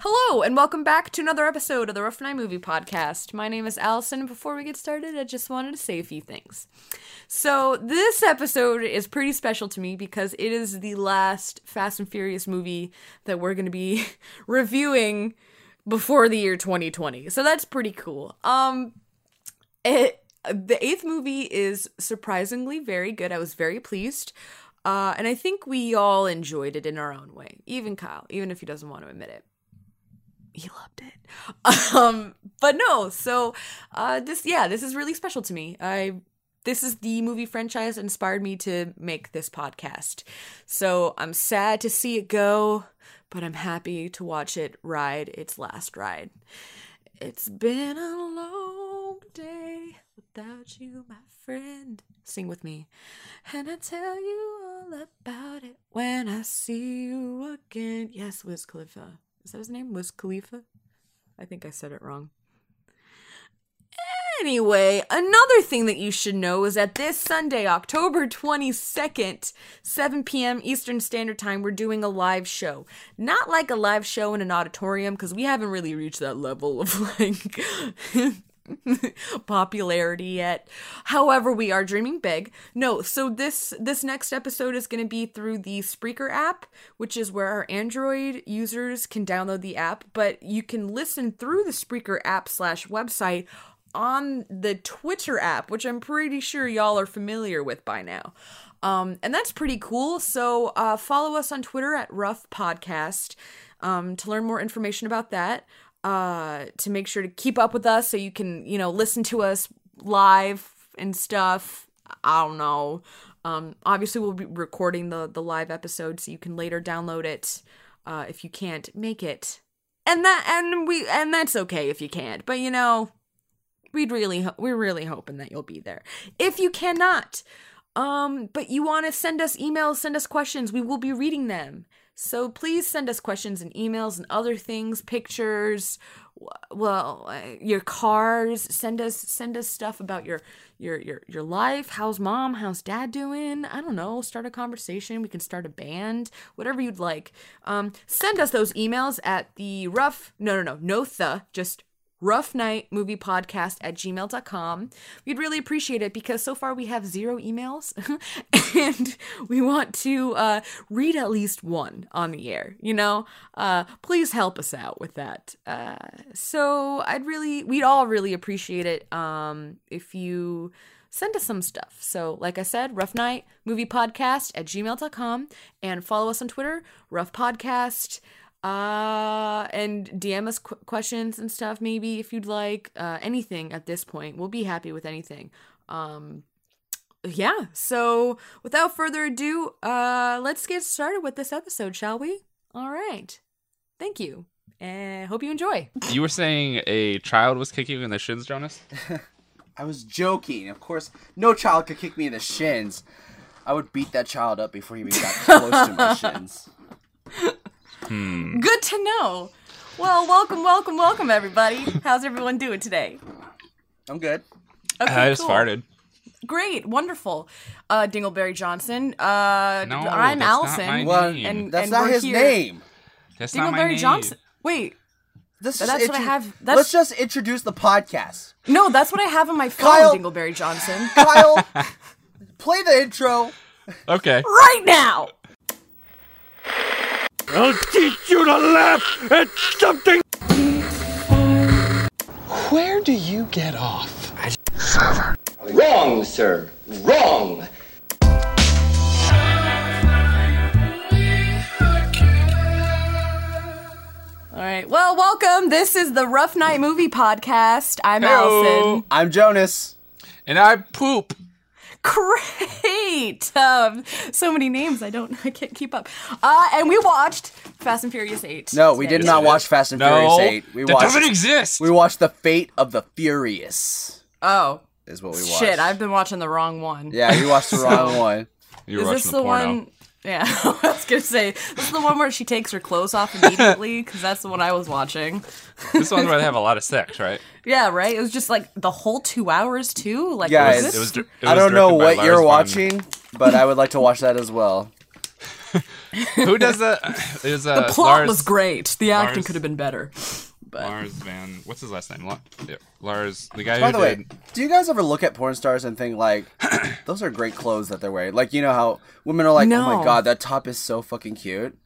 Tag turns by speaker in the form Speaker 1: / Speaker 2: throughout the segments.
Speaker 1: Hello, and welcome back to another episode of the Rough and I Movie Podcast. My name is Allison. and Before we get started, I just wanted to say a few things. So, this episode is pretty special to me because it is the last Fast and Furious movie that we're going to be reviewing before the year 2020. So, that's pretty cool. Um, it, the eighth movie is surprisingly very good. I was very pleased. Uh, and I think we all enjoyed it in our own way, even Kyle, even if he doesn't want to admit it. He loved it. Um, but no, so uh, this, yeah, this is really special to me. I this is the movie franchise that inspired me to make this podcast. So I'm sad to see it go, but I'm happy to watch it ride its last ride. It's been a long day without you, my friend. Sing with me. And I tell you all about it when I see you again. Yes, Wiz Khalifa. Is that his name? Wiz Khalifa? I think I said it wrong. Anyway, another thing that you should know is that this Sunday, October 22nd, 7 p.m. Eastern Standard Time, we're doing a live show. Not like a live show in an auditorium, because we haven't really reached that level of like popularity yet. However, we are dreaming big. No, so this this next episode is going to be through the Spreaker app, which is where our Android users can download the app, but you can listen through the Spreaker app slash website on the Twitter app, which I'm pretty sure y'all are familiar with by now. Um, and that's pretty cool. So uh, follow us on Twitter at Rough Podcast um, to learn more information about that. Uh, to make sure to keep up with us, so you can you know listen to us live and stuff. I don't know. Um, obviously, we'll be recording the the live episode, so you can later download it uh, if you can't make it. And that and we and that's okay if you can't. But you know, we'd really ho- we're really hoping that you'll be there if you cannot um but you want to send us emails send us questions we will be reading them so please send us questions and emails and other things pictures w- well uh, your cars send us send us stuff about your your your your life how's mom how's dad doing i don't know start a conversation we can start a band whatever you'd like um send us those emails at the rough no no no no the just rough night movie podcast at gmail.com we'd really appreciate it because so far we have zero emails and we want to uh, read at least one on the air you know uh, please help us out with that uh, so i'd really we'd all really appreciate it um, if you send us some stuff so like i said rough night movie podcast at gmail.com and follow us on twitter rough podcast uh, and DM us qu- questions and stuff, maybe if you'd like. Uh, anything at this point, we'll be happy with anything. Um, yeah. So without further ado, uh, let's get started with this episode, shall we? All right. Thank you, and hope you enjoy.
Speaker 2: You were saying a child was kicking you in the shins, Jonas?
Speaker 3: I was joking. Of course, no child could kick me in the shins. I would beat that child up before he even got close to my shins.
Speaker 1: Good to know. Well, welcome, welcome, welcome, everybody. How's everyone doing today?
Speaker 3: I'm good.
Speaker 1: Okay,
Speaker 2: I just
Speaker 1: cool.
Speaker 2: farted.
Speaker 1: Great, wonderful. Uh, Dingleberry Johnson. Uh,
Speaker 2: No,
Speaker 1: I'm
Speaker 2: that's not
Speaker 1: Allison.
Speaker 2: my
Speaker 3: Well,
Speaker 2: name.
Speaker 1: and-
Speaker 3: That's
Speaker 1: and
Speaker 3: not
Speaker 1: we're
Speaker 3: his
Speaker 1: here-
Speaker 3: name.
Speaker 2: That's not my
Speaker 1: Dingleberry
Speaker 2: name.
Speaker 1: Johnson. Wait,
Speaker 3: This
Speaker 1: But
Speaker 3: is
Speaker 1: that's what I
Speaker 3: intro-
Speaker 1: have- that's-
Speaker 3: Let's just introduce the podcast.
Speaker 1: no, that's what I have on my phone,
Speaker 3: Kyle-
Speaker 1: Dingleberry Johnson.
Speaker 3: Kyle, play the intro.
Speaker 2: Okay.
Speaker 1: Right now!
Speaker 4: I'll teach you to laugh at something.
Speaker 5: Where do you get off?
Speaker 6: Wrong, sir. Wrong.
Speaker 1: All right, well, welcome. This is the Rough Night Movie Podcast. I'm Allison.
Speaker 2: Hello.
Speaker 3: I'm Jonas.
Speaker 2: And I poop.
Speaker 1: Great! Um, so many names, I don't, I can't keep up. Uh, and we watched Fast and Furious 8.
Speaker 3: No, we
Speaker 1: today.
Speaker 3: did not watch Fast and
Speaker 2: No,
Speaker 3: Furious 8. We
Speaker 2: that
Speaker 3: watched,
Speaker 2: doesn't exist.
Speaker 3: We watched The Fate of the Furious,
Speaker 1: Oh,
Speaker 3: is what we watched.
Speaker 1: shit, I've been watching the wrong one.
Speaker 3: Yeah, we watched the wrong one.
Speaker 2: you were
Speaker 1: Is
Speaker 2: watching
Speaker 1: this the,
Speaker 2: the, porno.
Speaker 1: one? Yeah, I was gonna say this is the one where she takes her clothes off immediately because that's the one I was watching.
Speaker 2: this one's where they have a lot of sex, right?
Speaker 1: Yeah, right. It was just like the whole two hours too. Like,
Speaker 3: Guys,
Speaker 1: was this-
Speaker 2: It was. dir- It was
Speaker 3: I don't know
Speaker 2: directed by
Speaker 3: what you're
Speaker 2: Lars von-
Speaker 3: watching, but I would like to watch that as well.
Speaker 2: Who does that? Is uh,
Speaker 1: The plot
Speaker 2: Lars,
Speaker 1: was great. The acting
Speaker 2: Lars-
Speaker 1: could have been better.
Speaker 2: Lars Van. What's his last name? La- yeah, Lars, the guy
Speaker 3: By
Speaker 2: who
Speaker 3: the
Speaker 2: did.
Speaker 3: way, do you guys ever look at porn stars and think like, those are great clothes that they're wearing? Like, you know how women are like, oh
Speaker 1: No.
Speaker 3: my god, that top is so fucking cute.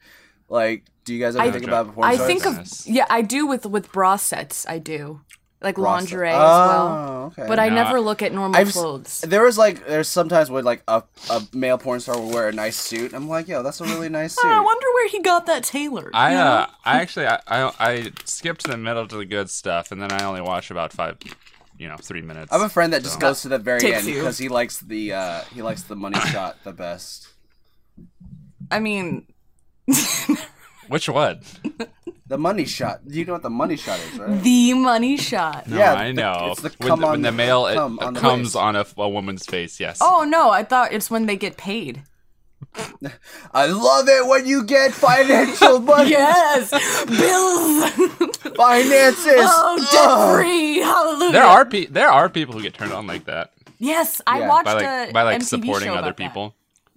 Speaker 3: Like, do you guys ever
Speaker 1: I-
Speaker 3: think about porn
Speaker 1: I
Speaker 3: stars?
Speaker 1: think of
Speaker 2: Nice.
Speaker 1: yeah, I do with with bra sets. I do like lingerie as well.
Speaker 3: Oh, okay.
Speaker 1: But I
Speaker 2: No,
Speaker 1: never look at normal
Speaker 3: I've s-
Speaker 1: clothes.
Speaker 3: There was like, there's sometimes when like a, a male porn star will wear a nice suit. I'm like, yo, that's a really nice suit.
Speaker 1: I wonder where he got that tailored.
Speaker 2: I uh, I actually I, I I skipped the middle to the good stuff, and then I only watch about five, you know, three minutes.
Speaker 3: I have a friend that just goes to the very
Speaker 1: Takes
Speaker 3: end
Speaker 1: you.
Speaker 3: because he likes the uh, he likes the money shot the best.
Speaker 1: I mean,
Speaker 2: Which one?
Speaker 3: The money shot. You know what the money shot is, right?
Speaker 1: the money shot.
Speaker 2: No,
Speaker 3: Yeah,
Speaker 2: Oh, I
Speaker 3: the-
Speaker 2: know.
Speaker 3: it's the
Speaker 2: when,
Speaker 3: cum
Speaker 2: the,
Speaker 3: on
Speaker 2: when the
Speaker 3: the-
Speaker 2: male it,
Speaker 3: cum on the
Speaker 2: comes
Speaker 3: face.
Speaker 2: on a, a woman's face, yes.
Speaker 1: Oh no, I thought it's when they get paid.
Speaker 3: I love it when you get financial money
Speaker 1: Yes, bills.
Speaker 3: finances.
Speaker 1: oh, debt
Speaker 3: Ugh.
Speaker 1: free. Hallelujah.
Speaker 2: There are pe- there are people who get turned on like that
Speaker 1: Yes, I
Speaker 3: Yeah.
Speaker 1: watched uh,
Speaker 2: by like
Speaker 1: a
Speaker 2: by like
Speaker 1: MTV
Speaker 2: supporting
Speaker 1: show
Speaker 2: other
Speaker 1: about that.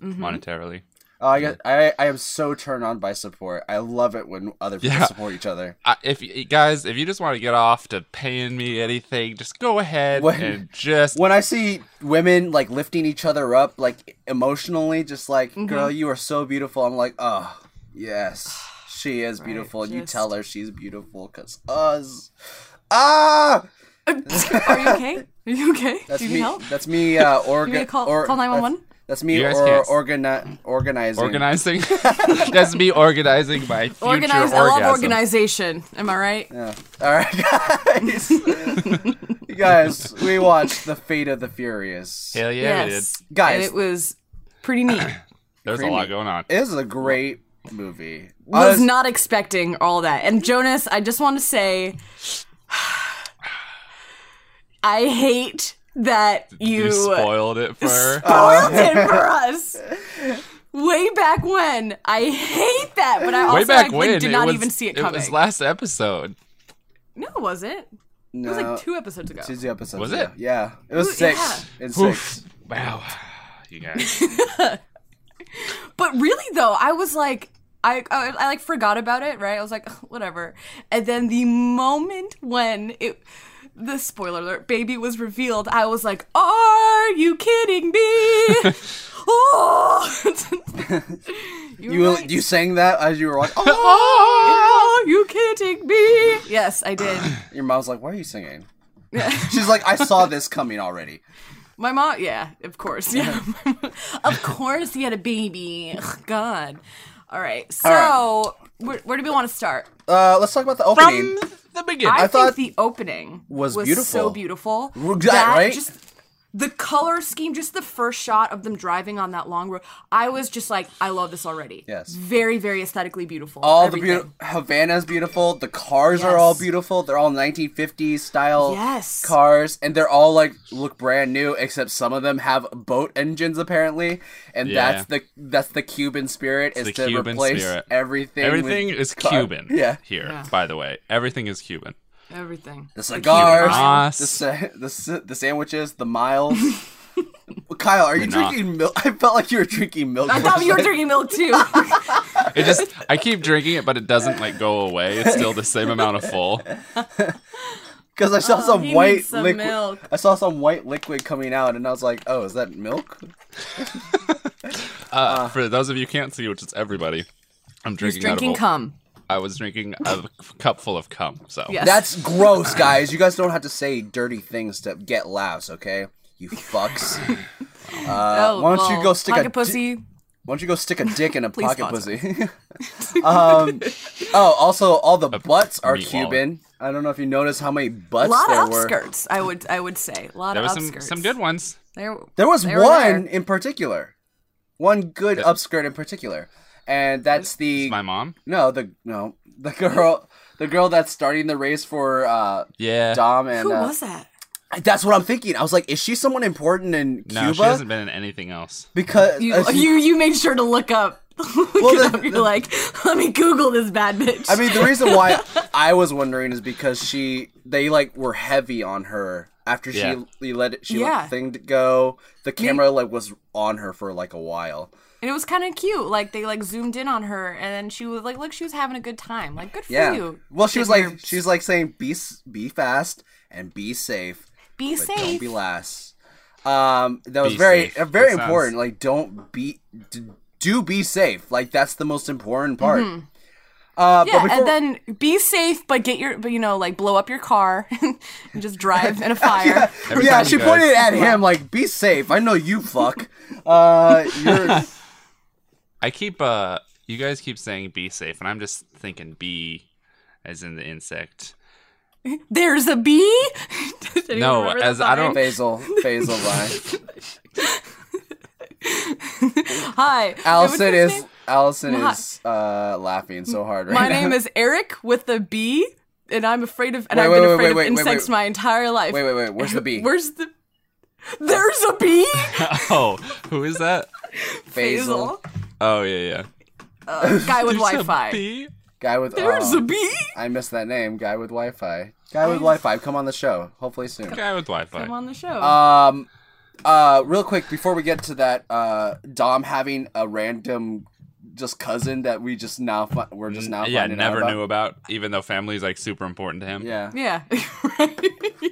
Speaker 1: Mm-hmm.
Speaker 2: people monetarily.
Speaker 3: Oh, I, got, I I am so turned on by support. I love it when other people
Speaker 2: Yeah.
Speaker 3: support each other.
Speaker 2: I, if you, guys, if you just want to get off to paying me anything, just go ahead
Speaker 3: When-
Speaker 2: and just
Speaker 3: When I see women like lifting each other up, like emotionally, just like
Speaker 1: Mm-hmm.
Speaker 3: girl, you are so beautiful. I'm like, oh yes, she is beautiful. and You
Speaker 1: just-
Speaker 3: tell her she's beautiful because us. Ah,
Speaker 1: Are you okay? Are you okay?
Speaker 3: that's
Speaker 1: Do you
Speaker 3: me.
Speaker 1: need help?
Speaker 3: That's me. Uh, orga-
Speaker 1: me to call-
Speaker 3: or-
Speaker 1: call
Speaker 3: that's-
Speaker 1: 911?
Speaker 3: That's me.
Speaker 2: You guys
Speaker 3: Or,
Speaker 2: can't-
Speaker 3: organi- organizing.
Speaker 2: organizing. That's me organizing my future
Speaker 1: Organize. I
Speaker 2: orgasm.
Speaker 1: love organization. Am I right?
Speaker 3: Yeah. All right, guys. You guys, we watched the Fate of the Furious.
Speaker 2: Hell yeah,
Speaker 1: yes,
Speaker 2: we did.
Speaker 3: Guys.
Speaker 1: And it was pretty neat.
Speaker 2: There's a lot going on.
Speaker 3: It is a great movie.
Speaker 1: was
Speaker 3: Honest-
Speaker 1: not expecting all that. And Jonas, I just want to say, I hate that you,
Speaker 2: you spoiled it for her.
Speaker 1: spoiled it for us. Way back when, I hate that, but I also
Speaker 2: Way back
Speaker 1: like,
Speaker 2: when
Speaker 1: did not
Speaker 2: it was,
Speaker 1: even see it
Speaker 2: It
Speaker 1: coming.
Speaker 2: was last episode.
Speaker 1: no, it wasn't. It
Speaker 3: no,
Speaker 1: was like two episodes ago.
Speaker 3: Tuesday episode.
Speaker 2: Was
Speaker 3: yeah.
Speaker 2: it?
Speaker 3: Yeah, it was
Speaker 1: Ooh,
Speaker 3: six. It's six.
Speaker 2: Wow, you guys.
Speaker 1: But really, though, I was like, I, I, I like forgot about it, right? I was like, whatever. And then the moment when it, the spoiler alert, baby was revealed, I was like, are you kidding me? oh, You're
Speaker 3: You
Speaker 1: right.
Speaker 3: you sang that as you were like, oh.
Speaker 1: are you kidding me? Yes, I did.
Speaker 3: Your mom's like, why are you singing? She's like, I saw this coming already.
Speaker 1: My mom, yeah, of course, yeah,
Speaker 3: Uh-huh.
Speaker 1: of course, he had a baby. Ugh, God, all right. So, Where, where do we want to start?
Speaker 3: Uh, let's talk about the opening.
Speaker 2: From the beginning.
Speaker 1: I, think
Speaker 3: thought
Speaker 1: the opening
Speaker 3: was
Speaker 1: so beautiful.
Speaker 3: beautiful. Right, right?
Speaker 1: Just the color scheme, just the first shot of them driving on that long road. I was just like, I love this already.
Speaker 3: Yes.
Speaker 1: Very, very aesthetically beautiful.
Speaker 3: all
Speaker 1: Everything.
Speaker 3: the beautiful Havana's beautiful. The cars are all
Speaker 1: Yes.
Speaker 3: beautiful. They're all 1950s style
Speaker 1: Yes.
Speaker 3: cars, and they're all like look brand new, except some of them have boat engines apparently, and
Speaker 2: Yeah.
Speaker 3: that's the that's the Cuban spirit is
Speaker 2: the
Speaker 3: to
Speaker 2: Cuban
Speaker 3: replace
Speaker 2: spirit.
Speaker 3: everything. with
Speaker 2: Everything is
Speaker 3: car-
Speaker 2: Cuban.
Speaker 3: Yeah,
Speaker 2: Here, by the way, everything is Cuban.
Speaker 1: Everything.
Speaker 3: the cigars,
Speaker 2: Nas.
Speaker 3: the, sa- the sa- the sandwiches, the miles. Kyle, are you
Speaker 2: Nah.
Speaker 3: drinking milk? I felt like you were drinking milk.
Speaker 1: I thought you were drinking milk too.
Speaker 2: It just, I keep drinking it, but it doesn't like go away. It's still the same amount of full.
Speaker 3: because I saw some
Speaker 1: oh, he
Speaker 3: white
Speaker 1: needs some
Speaker 3: liquid.
Speaker 1: milk.
Speaker 3: I saw some white liquid coming out, and I was like, "Oh, is that milk?"
Speaker 2: Uh, for those of you who can't see, which is everybody, I'm
Speaker 1: He's
Speaker 2: drinking.
Speaker 1: drinking
Speaker 2: out of a-
Speaker 1: cum.
Speaker 2: I was drinking a cup full of cum. So
Speaker 1: Yes.
Speaker 3: That's gross, guys. You guys don't have to say dirty things to get laughs, okay? You fucks.
Speaker 1: oh,
Speaker 3: Uh, why don't you
Speaker 1: well,
Speaker 3: go stick a
Speaker 1: pocket
Speaker 3: di-
Speaker 1: pussy?
Speaker 3: Why don't you go stick a dick in a
Speaker 1: Please
Speaker 3: pocket
Speaker 1: sponsor.
Speaker 3: pussy? um, oh, also, all the butts are
Speaker 2: meat
Speaker 3: Cuban.
Speaker 2: wallet.
Speaker 3: I don't know if you noticed how many
Speaker 1: a
Speaker 3: butts
Speaker 1: lot
Speaker 3: there
Speaker 1: of
Speaker 3: were.
Speaker 1: upskirts. I would, I would say a lot
Speaker 2: there
Speaker 1: of
Speaker 2: was some
Speaker 1: upskirts.
Speaker 2: some good ones.
Speaker 1: There,
Speaker 3: There was
Speaker 1: they were
Speaker 3: one
Speaker 1: there.
Speaker 3: in particular, one good
Speaker 2: Yeah.
Speaker 3: upskirt in particular, and that's the
Speaker 2: My mom.
Speaker 3: no the no the girl the girl that's starting the race for uh,
Speaker 2: Yeah.
Speaker 3: Dom and
Speaker 1: Who
Speaker 3: uh,
Speaker 1: was that?
Speaker 3: that's what I'm thinking. I was like, is she someone important in
Speaker 2: no,
Speaker 3: Cuba?
Speaker 2: she hasn't been in anything else.
Speaker 3: because
Speaker 1: You,
Speaker 3: uh,
Speaker 1: you, you made sure to look up. look
Speaker 3: Well,
Speaker 1: it
Speaker 3: the-
Speaker 1: up. You're
Speaker 3: the-
Speaker 1: like, let me Google this bad bitch.
Speaker 3: I mean, the reason why I was wondering is because she they like were heavy on her after
Speaker 2: Yeah.
Speaker 3: she, she let it, she let
Speaker 1: Yeah.
Speaker 3: the thing to go. The camera like was on her for like a while.
Speaker 1: and it was kind of cute. Like they like zoomed in on her, and then she was like, "Look, she was having a good time. Like good for
Speaker 3: Yeah.
Speaker 1: you."
Speaker 3: Well, she was
Speaker 1: Get your-
Speaker 3: like, she's like saying, be s- be fast and be safe,
Speaker 1: "Be
Speaker 3: but
Speaker 1: safe."
Speaker 3: don't be last. Um, that was
Speaker 2: Be
Speaker 3: very
Speaker 2: safe.
Speaker 3: very
Speaker 2: That sounds-
Speaker 3: important. Like, don't be d- do be safe. Like that's the most important part.
Speaker 1: Mm-hmm.
Speaker 3: Uh,
Speaker 1: yeah,
Speaker 3: but before,
Speaker 1: and then be safe, but get your, but you know, like blow up your car and just drive in a fire.
Speaker 2: Every
Speaker 3: yeah,
Speaker 2: time
Speaker 3: she
Speaker 2: you
Speaker 3: pointed
Speaker 2: guys-
Speaker 3: at him like, "Be safe." I know you fuck. Uh, you're,
Speaker 2: I keep uh you guys keep saying be safe and I'm just thinking bee as in the insect.
Speaker 1: There's a bee. Does anyone
Speaker 2: No,
Speaker 1: remember that
Speaker 2: as I don't-
Speaker 1: song?
Speaker 3: Basil, Basil, why?
Speaker 1: Hi, what's
Speaker 3: Allison
Speaker 1: his
Speaker 3: is
Speaker 1: name?
Speaker 3: Allison
Speaker 1: My-
Speaker 3: is uh, laughing so hard right
Speaker 1: My
Speaker 3: now.
Speaker 1: name is Eric with a B, and I'm afraid of, and
Speaker 3: Wait,
Speaker 1: I've
Speaker 3: wait,
Speaker 1: been
Speaker 3: wait,
Speaker 1: afraid
Speaker 3: wait, wait,
Speaker 1: of
Speaker 3: wait,
Speaker 1: insects
Speaker 3: wait.
Speaker 1: my entire life.
Speaker 3: Wait, wait, wait. Where's the bee?
Speaker 1: Where's the? There's a bee.
Speaker 2: Oh, who is that?
Speaker 3: Basil?
Speaker 2: Oh yeah, yeah.
Speaker 1: guy with
Speaker 2: There's a
Speaker 1: Wi-Fi.
Speaker 2: bee?
Speaker 3: Guy with
Speaker 1: There's
Speaker 3: oh,
Speaker 1: a bee.
Speaker 3: I missed that name. Guy with Wi-Fi. Guy with Wi-Fi. Come on the show. Hopefully soon.
Speaker 2: Guy with Wi-Fi.
Speaker 1: I'm on the show.
Speaker 3: Um, uh, real quick before we get to that, uh, Dom having a random just cousin that we just now fi- we're just now
Speaker 2: yeah,
Speaker 3: finding
Speaker 2: never
Speaker 3: out
Speaker 2: knew about even though family's like super important to him.
Speaker 3: Yeah,
Speaker 1: yeah.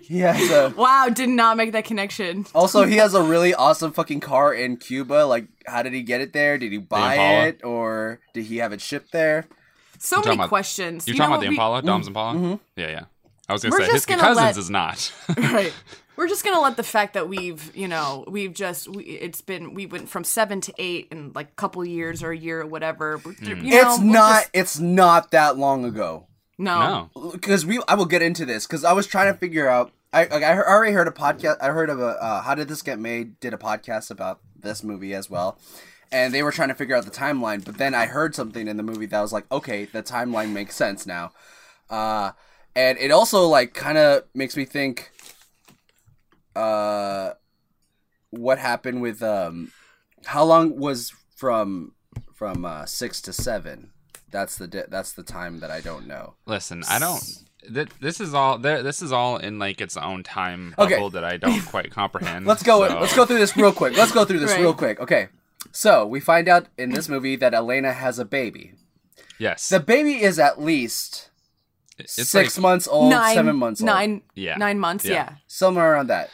Speaker 3: he has a.
Speaker 1: wow, did not make that connection.
Speaker 3: Also, he has a really awesome fucking car in Cuba. Like, how did he get it there? Did he buy
Speaker 2: Impala?
Speaker 3: it, or did he have it shipped there?
Speaker 1: So
Speaker 2: talking
Speaker 1: many
Speaker 2: about-
Speaker 1: questions.
Speaker 2: You're
Speaker 1: You
Speaker 2: talking
Speaker 1: know
Speaker 2: about the
Speaker 1: what we-
Speaker 2: Impala,
Speaker 3: mm-hmm.
Speaker 2: Dom's Impala? Yeah, yeah. I was gonna
Speaker 1: We're
Speaker 2: say his
Speaker 1: just gonna
Speaker 2: cousins
Speaker 1: let-
Speaker 2: is not.
Speaker 1: right we're just gonna let the fact that we've you know we've just we, it's been we went from seven to eight in like a couple years or a year or whatever We're through-
Speaker 2: Mm.
Speaker 1: you know,
Speaker 3: it's
Speaker 1: we'll
Speaker 3: not.
Speaker 1: just-
Speaker 3: It's not that long ago.
Speaker 1: no
Speaker 2: no.
Speaker 3: because we I will get into this because I was trying to figure out. I like, I he- already heard a podcast. I heard of a uh, how did this get made? Did a podcast about this movie as well, and they were trying to figure out the timeline. But then I heard something in the movie that was like, okay, the timeline makes sense now, uh, and it also like kind of makes me think, uh, what happened with um, how long was from from uh, six to seven? That's the di- that's the time that I don't know.
Speaker 2: Listen, I don't. Th- this is all. th- This is all in like its own time
Speaker 3: Okay.
Speaker 2: bubble that I don't quite comprehend.
Speaker 3: Let's go.
Speaker 2: so-
Speaker 3: Let's go through this real quick. Let's go through this
Speaker 1: Right.
Speaker 3: real quick. Okay. So we find out in this movie that Elena has a baby.
Speaker 2: Yes.
Speaker 3: The baby is at least
Speaker 2: it's
Speaker 3: six
Speaker 2: like-
Speaker 3: months old,
Speaker 1: nine
Speaker 3: seven months old,
Speaker 1: nine
Speaker 2: Yeah.
Speaker 1: nine months yeah.
Speaker 2: Yeah.
Speaker 3: somewhere around that.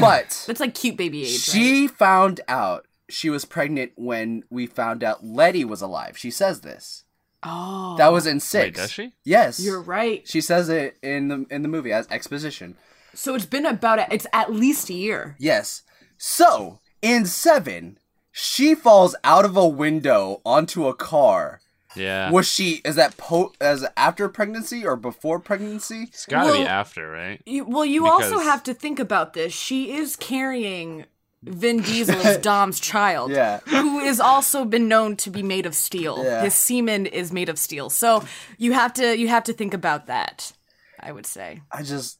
Speaker 3: But
Speaker 1: that's like cute baby age right?
Speaker 3: she found out she was pregnant when we found out Letty was alive. She says this.
Speaker 1: oh
Speaker 3: That was in six.
Speaker 2: Wait, does she?
Speaker 3: Yes.
Speaker 1: you're right
Speaker 3: She says it in the in the movie as exposition.
Speaker 1: so it's been about a, it's at least a year
Speaker 3: Yes. So, in 7, she falls out of a window onto a car.
Speaker 2: Yeah.
Speaker 3: Was she is that po- as after pregnancy or before pregnancy?
Speaker 2: it's gotta be
Speaker 1: Well-
Speaker 2: after, right?
Speaker 1: You- well you also
Speaker 2: Because-
Speaker 1: have to think about this she is carrying Vin Diesel's Dom's child
Speaker 3: Yeah.
Speaker 1: who is also been known to be made of steel.
Speaker 3: Yeah.
Speaker 1: His semen is made of steel. So you have to you have to think about that. I would say.
Speaker 3: I just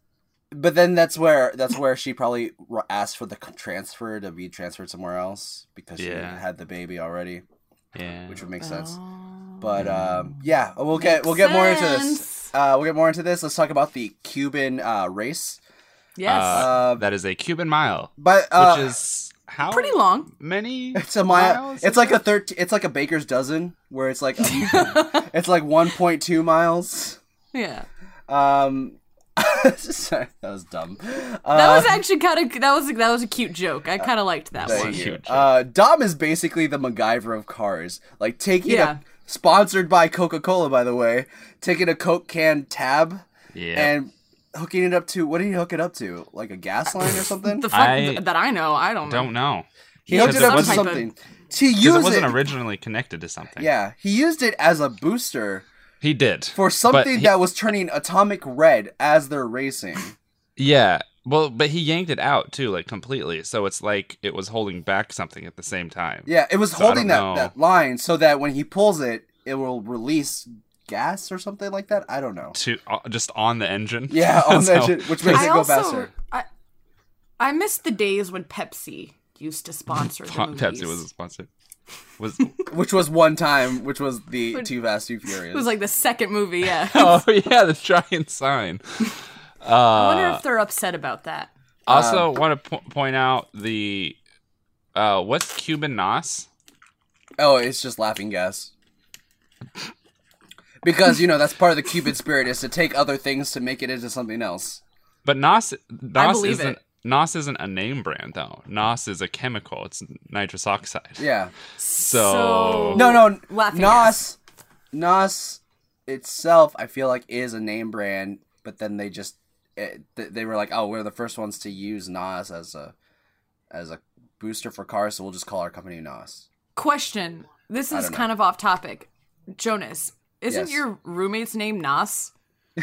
Speaker 3: but then that's where that's where she probably r- asked for the c- transfer to be transferred somewhere else because
Speaker 2: Yeah.
Speaker 3: she had the baby already,
Speaker 2: Yeah.
Speaker 3: which would
Speaker 1: Oh.
Speaker 3: make sense. But um, yeah, we'll get we'll get more into this.
Speaker 1: sense.
Speaker 3: Uh, we'll get more into this. Let's talk about the Cuban uh, race.
Speaker 1: Yes.
Speaker 2: Uh, that is a Cuban mile,
Speaker 3: But uh,
Speaker 2: which is how
Speaker 1: Pretty long.
Speaker 2: many?
Speaker 3: It's a mile.
Speaker 2: miles is
Speaker 3: It's like a
Speaker 2: that?
Speaker 3: thirteen. It's like a baker's dozen, where it's like a- it's like one point two miles.
Speaker 1: Yeah.
Speaker 3: Um, sorry, that was dumb. Uh,
Speaker 1: That was actually kind of that was that was a cute joke. I kind of liked that
Speaker 3: thank
Speaker 1: one.
Speaker 3: you.
Speaker 2: huge joke.
Speaker 3: Uh, Dom is basically the MacGyver of cars. Like taking
Speaker 1: Yeah.
Speaker 3: a sponsored by Coca Cola, by the way, taking a Coke can tab
Speaker 2: Yeah.
Speaker 3: and hooking it up to what did he hook it up to? Like a gas line or something?
Speaker 1: Uh, The fuck
Speaker 2: I-
Speaker 1: th- that I know, I don't know.
Speaker 2: don't know.
Speaker 3: he hooked
Speaker 2: Because
Speaker 3: it up to
Speaker 2: wasn't-
Speaker 1: type of-
Speaker 3: something. To use
Speaker 2: Because it wasn't
Speaker 3: it,
Speaker 2: originally connected to something.
Speaker 3: yeah, he used it as a booster.
Speaker 2: He did
Speaker 3: for
Speaker 2: But
Speaker 3: something
Speaker 2: he-
Speaker 3: that was turning atomic red as they're racing.
Speaker 2: Yeah. Well, but he yanked it out too, like completely. So it's like it was holding back something at the same time.
Speaker 3: Yeah, it was
Speaker 2: So I
Speaker 3: holding that,
Speaker 2: don't know.
Speaker 3: that line so that when he pulls it, it will release gas or something like that. I don't know.
Speaker 2: To uh, just on the engine.
Speaker 3: Yeah, on
Speaker 2: So-
Speaker 3: that shit, which makes
Speaker 1: I
Speaker 3: it go
Speaker 1: also
Speaker 3: faster.
Speaker 1: I I miss the days when Pepsi used to sponsor the
Speaker 2: Pe-
Speaker 1: movies.
Speaker 2: Pepsi was a sponsor. Was
Speaker 3: Which was one time, which was the Too Fast, Too Furious.
Speaker 1: It was like the second movie, yeah.
Speaker 2: oh yeah, the giant sign.
Speaker 1: I wonder if they're upset about that.
Speaker 3: Um,
Speaker 2: Also, want to po- point out the uh, what's Cuban Nos?
Speaker 3: Oh, it's just laughing gas. Because you know that's part of the Cupid spirit is to take other things to make it into something else.
Speaker 2: But Nos Nos
Speaker 1: believe
Speaker 2: isn't
Speaker 1: it.
Speaker 2: Nos isn't a name brand though. Nos is a chemical. It's nitrous oxide.
Speaker 3: Yeah.
Speaker 2: So,
Speaker 3: No, no.
Speaker 1: Laughing
Speaker 3: Nos, Nos itself, I feel like is a name brand, but then they just it, th- they were like, oh, we're the first ones to use Nos as a as a booster for cars, so we'll just call our company Nos.
Speaker 1: Question. This
Speaker 3: I
Speaker 1: is
Speaker 3: don't know.
Speaker 1: kind of off topic. Jonas, isn't
Speaker 3: Yes.
Speaker 1: your roommate's name Nas?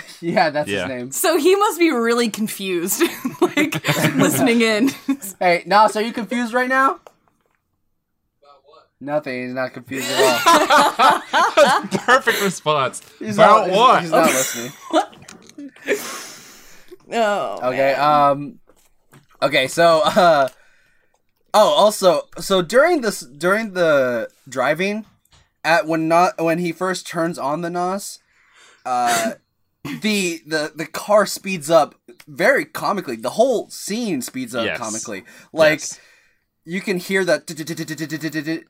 Speaker 3: Yeah, that's
Speaker 2: Yeah.
Speaker 3: his name.
Speaker 1: So he must be really confused, like listening in.
Speaker 3: Hey, Nas, are you confused right now? About what? Nothing. He's not confused at all.
Speaker 2: perfect response.
Speaker 3: He's
Speaker 2: About
Speaker 3: not, he's-
Speaker 2: what?
Speaker 3: He's, not listening.
Speaker 1: oh.
Speaker 3: Okay. Um. Okay. So. Uh, oh, also, so during this, during the driving, at when not when he first turns on the nos, uh, the the the car speeds up very comically. The whole scene speeds up
Speaker 2: Yes.
Speaker 3: comically. Like
Speaker 2: Yes.
Speaker 3: you can hear that.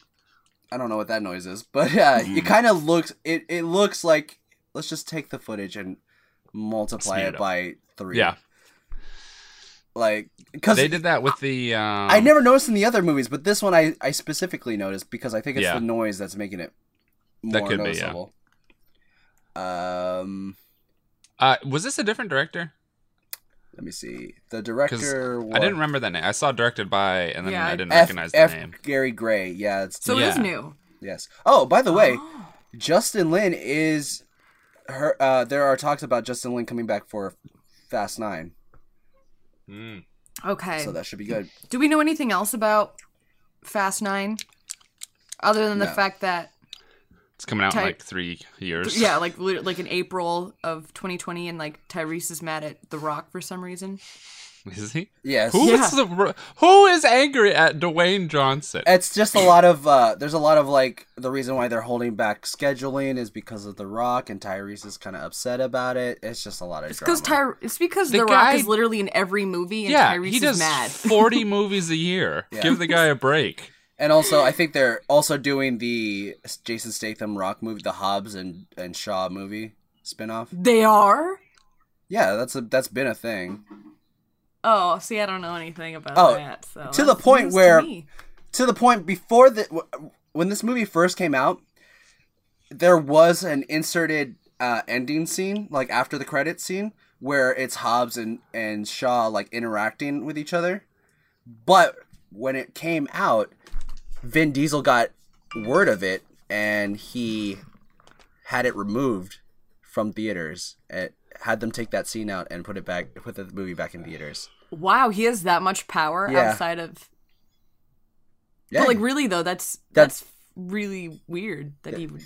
Speaker 3: I don't know what that noise is, but uh,
Speaker 2: Hmm.
Speaker 3: it kind of looks. It it looks like let's just take the footage and multiply
Speaker 2: Speed it
Speaker 3: it
Speaker 2: up.
Speaker 3: by three.
Speaker 2: yeah,
Speaker 3: like because
Speaker 2: they did that with the. Um,
Speaker 3: I never noticed in the other movies, but this one I, I specifically noticed because I think it's
Speaker 2: Yeah.
Speaker 3: the noise that's making it more
Speaker 2: That could be, yeah.
Speaker 3: noticeable. Um,
Speaker 2: Uh, was this a different director?
Speaker 3: let me see. The
Speaker 2: Because
Speaker 3: director was
Speaker 2: I didn't remember that name. I saw directed by, and then
Speaker 1: Yeah,
Speaker 2: I
Speaker 1: I-
Speaker 2: didn't
Speaker 3: F,
Speaker 2: recognize the
Speaker 3: F
Speaker 2: name.
Speaker 3: Gary Gray. Yeah, it's
Speaker 1: So it is
Speaker 2: Yeah.
Speaker 1: new.
Speaker 3: yes. Oh, by the way, Justin Lin is her. Uh, there are talks about Justin Lin coming back for Fast Nine, Hmm.
Speaker 2: Mm.
Speaker 1: Okay.
Speaker 3: so that should be good.
Speaker 1: Do we know anything else about Fast Nine? Other than the
Speaker 3: No.
Speaker 1: fact that
Speaker 2: It's coming out in
Speaker 1: Ty-
Speaker 2: like three years.
Speaker 1: yeah, like lit- like in April of 2020, and like Tyrese is mad at The Rock for some reason.
Speaker 2: is he?
Speaker 3: Yes.
Speaker 2: Who is the who is angry at Dwayne Johnson?
Speaker 3: It's just a lot of uh there's a lot of like the reason why they're holding back scheduling is because of The Rock and Tyrese is kind of upset about it. It's just a lot of
Speaker 1: It's because
Speaker 3: drama.
Speaker 1: Ty- it's because
Speaker 2: The
Speaker 1: The, Rock
Speaker 2: guy-
Speaker 1: is literally in every movie, and
Speaker 2: yeah,
Speaker 1: Tyrese
Speaker 2: he does
Speaker 1: is mad.
Speaker 2: forty movies a year.
Speaker 3: Yeah.
Speaker 2: Give the guy a break.
Speaker 3: and also I think they're also doing the Jason Statham Rock movie, the Hobbs and and Shaw movie spinoff.
Speaker 1: They are.
Speaker 3: Yeah, that's a that's been a thing.
Speaker 1: Oh, see, I don't know anything about
Speaker 3: Oh,
Speaker 1: that. So
Speaker 3: to the
Speaker 1: that's
Speaker 3: point
Speaker 1: news to
Speaker 3: where-
Speaker 1: me.
Speaker 3: To the point before the w- when this movie first came out, there was an inserted uh, ending scene, like after the credit scene, where it's Hobbs and, and Shaw like interacting with each other. But when it came out, Vin Diesel got word of it and he had it removed from theaters. It had them take that scene out and put it back, put the movie back in theaters.
Speaker 1: wow, he has that much power
Speaker 3: Yeah.
Speaker 1: outside of.
Speaker 3: Yeah,
Speaker 1: But like, really though, that's
Speaker 3: That's-
Speaker 1: that's, really weird that he would.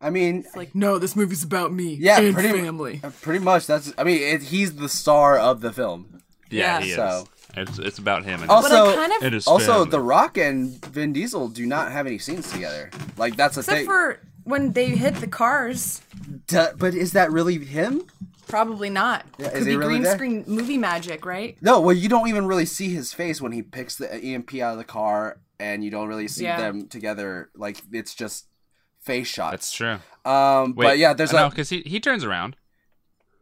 Speaker 3: I mean,
Speaker 1: It's like, no, this movie's about me.
Speaker 3: Yeah,
Speaker 1: and
Speaker 3: pretty-
Speaker 1: family.
Speaker 3: pretty much. That's. I mean, it, he's the star of the film.
Speaker 2: Yeah,
Speaker 1: Yeah.
Speaker 2: he is.
Speaker 3: So-
Speaker 2: It's it's about him. And
Speaker 1: But
Speaker 3: Also,
Speaker 1: I kind of
Speaker 2: it is
Speaker 3: Also,
Speaker 2: family.
Speaker 3: The Rock and Vin Diesel do not have any scenes together. Like that's a
Speaker 1: except
Speaker 3: thing.
Speaker 1: for when they hit the cars.
Speaker 3: D- but is that really him?
Speaker 1: Probably not.
Speaker 3: is
Speaker 1: Could
Speaker 3: he
Speaker 1: be
Speaker 3: really
Speaker 1: green
Speaker 3: there?
Speaker 1: screen movie magic, right?
Speaker 3: No. Well, you don't even really see his face when he picks the EMP out of the car, and you don't really see
Speaker 1: Yeah.
Speaker 3: them together. Like it's just face
Speaker 2: that's
Speaker 3: shots.
Speaker 2: true.
Speaker 3: um,
Speaker 2: Wait,
Speaker 3: but yeah, there's
Speaker 2: no
Speaker 3: a
Speaker 2: because he he turns around.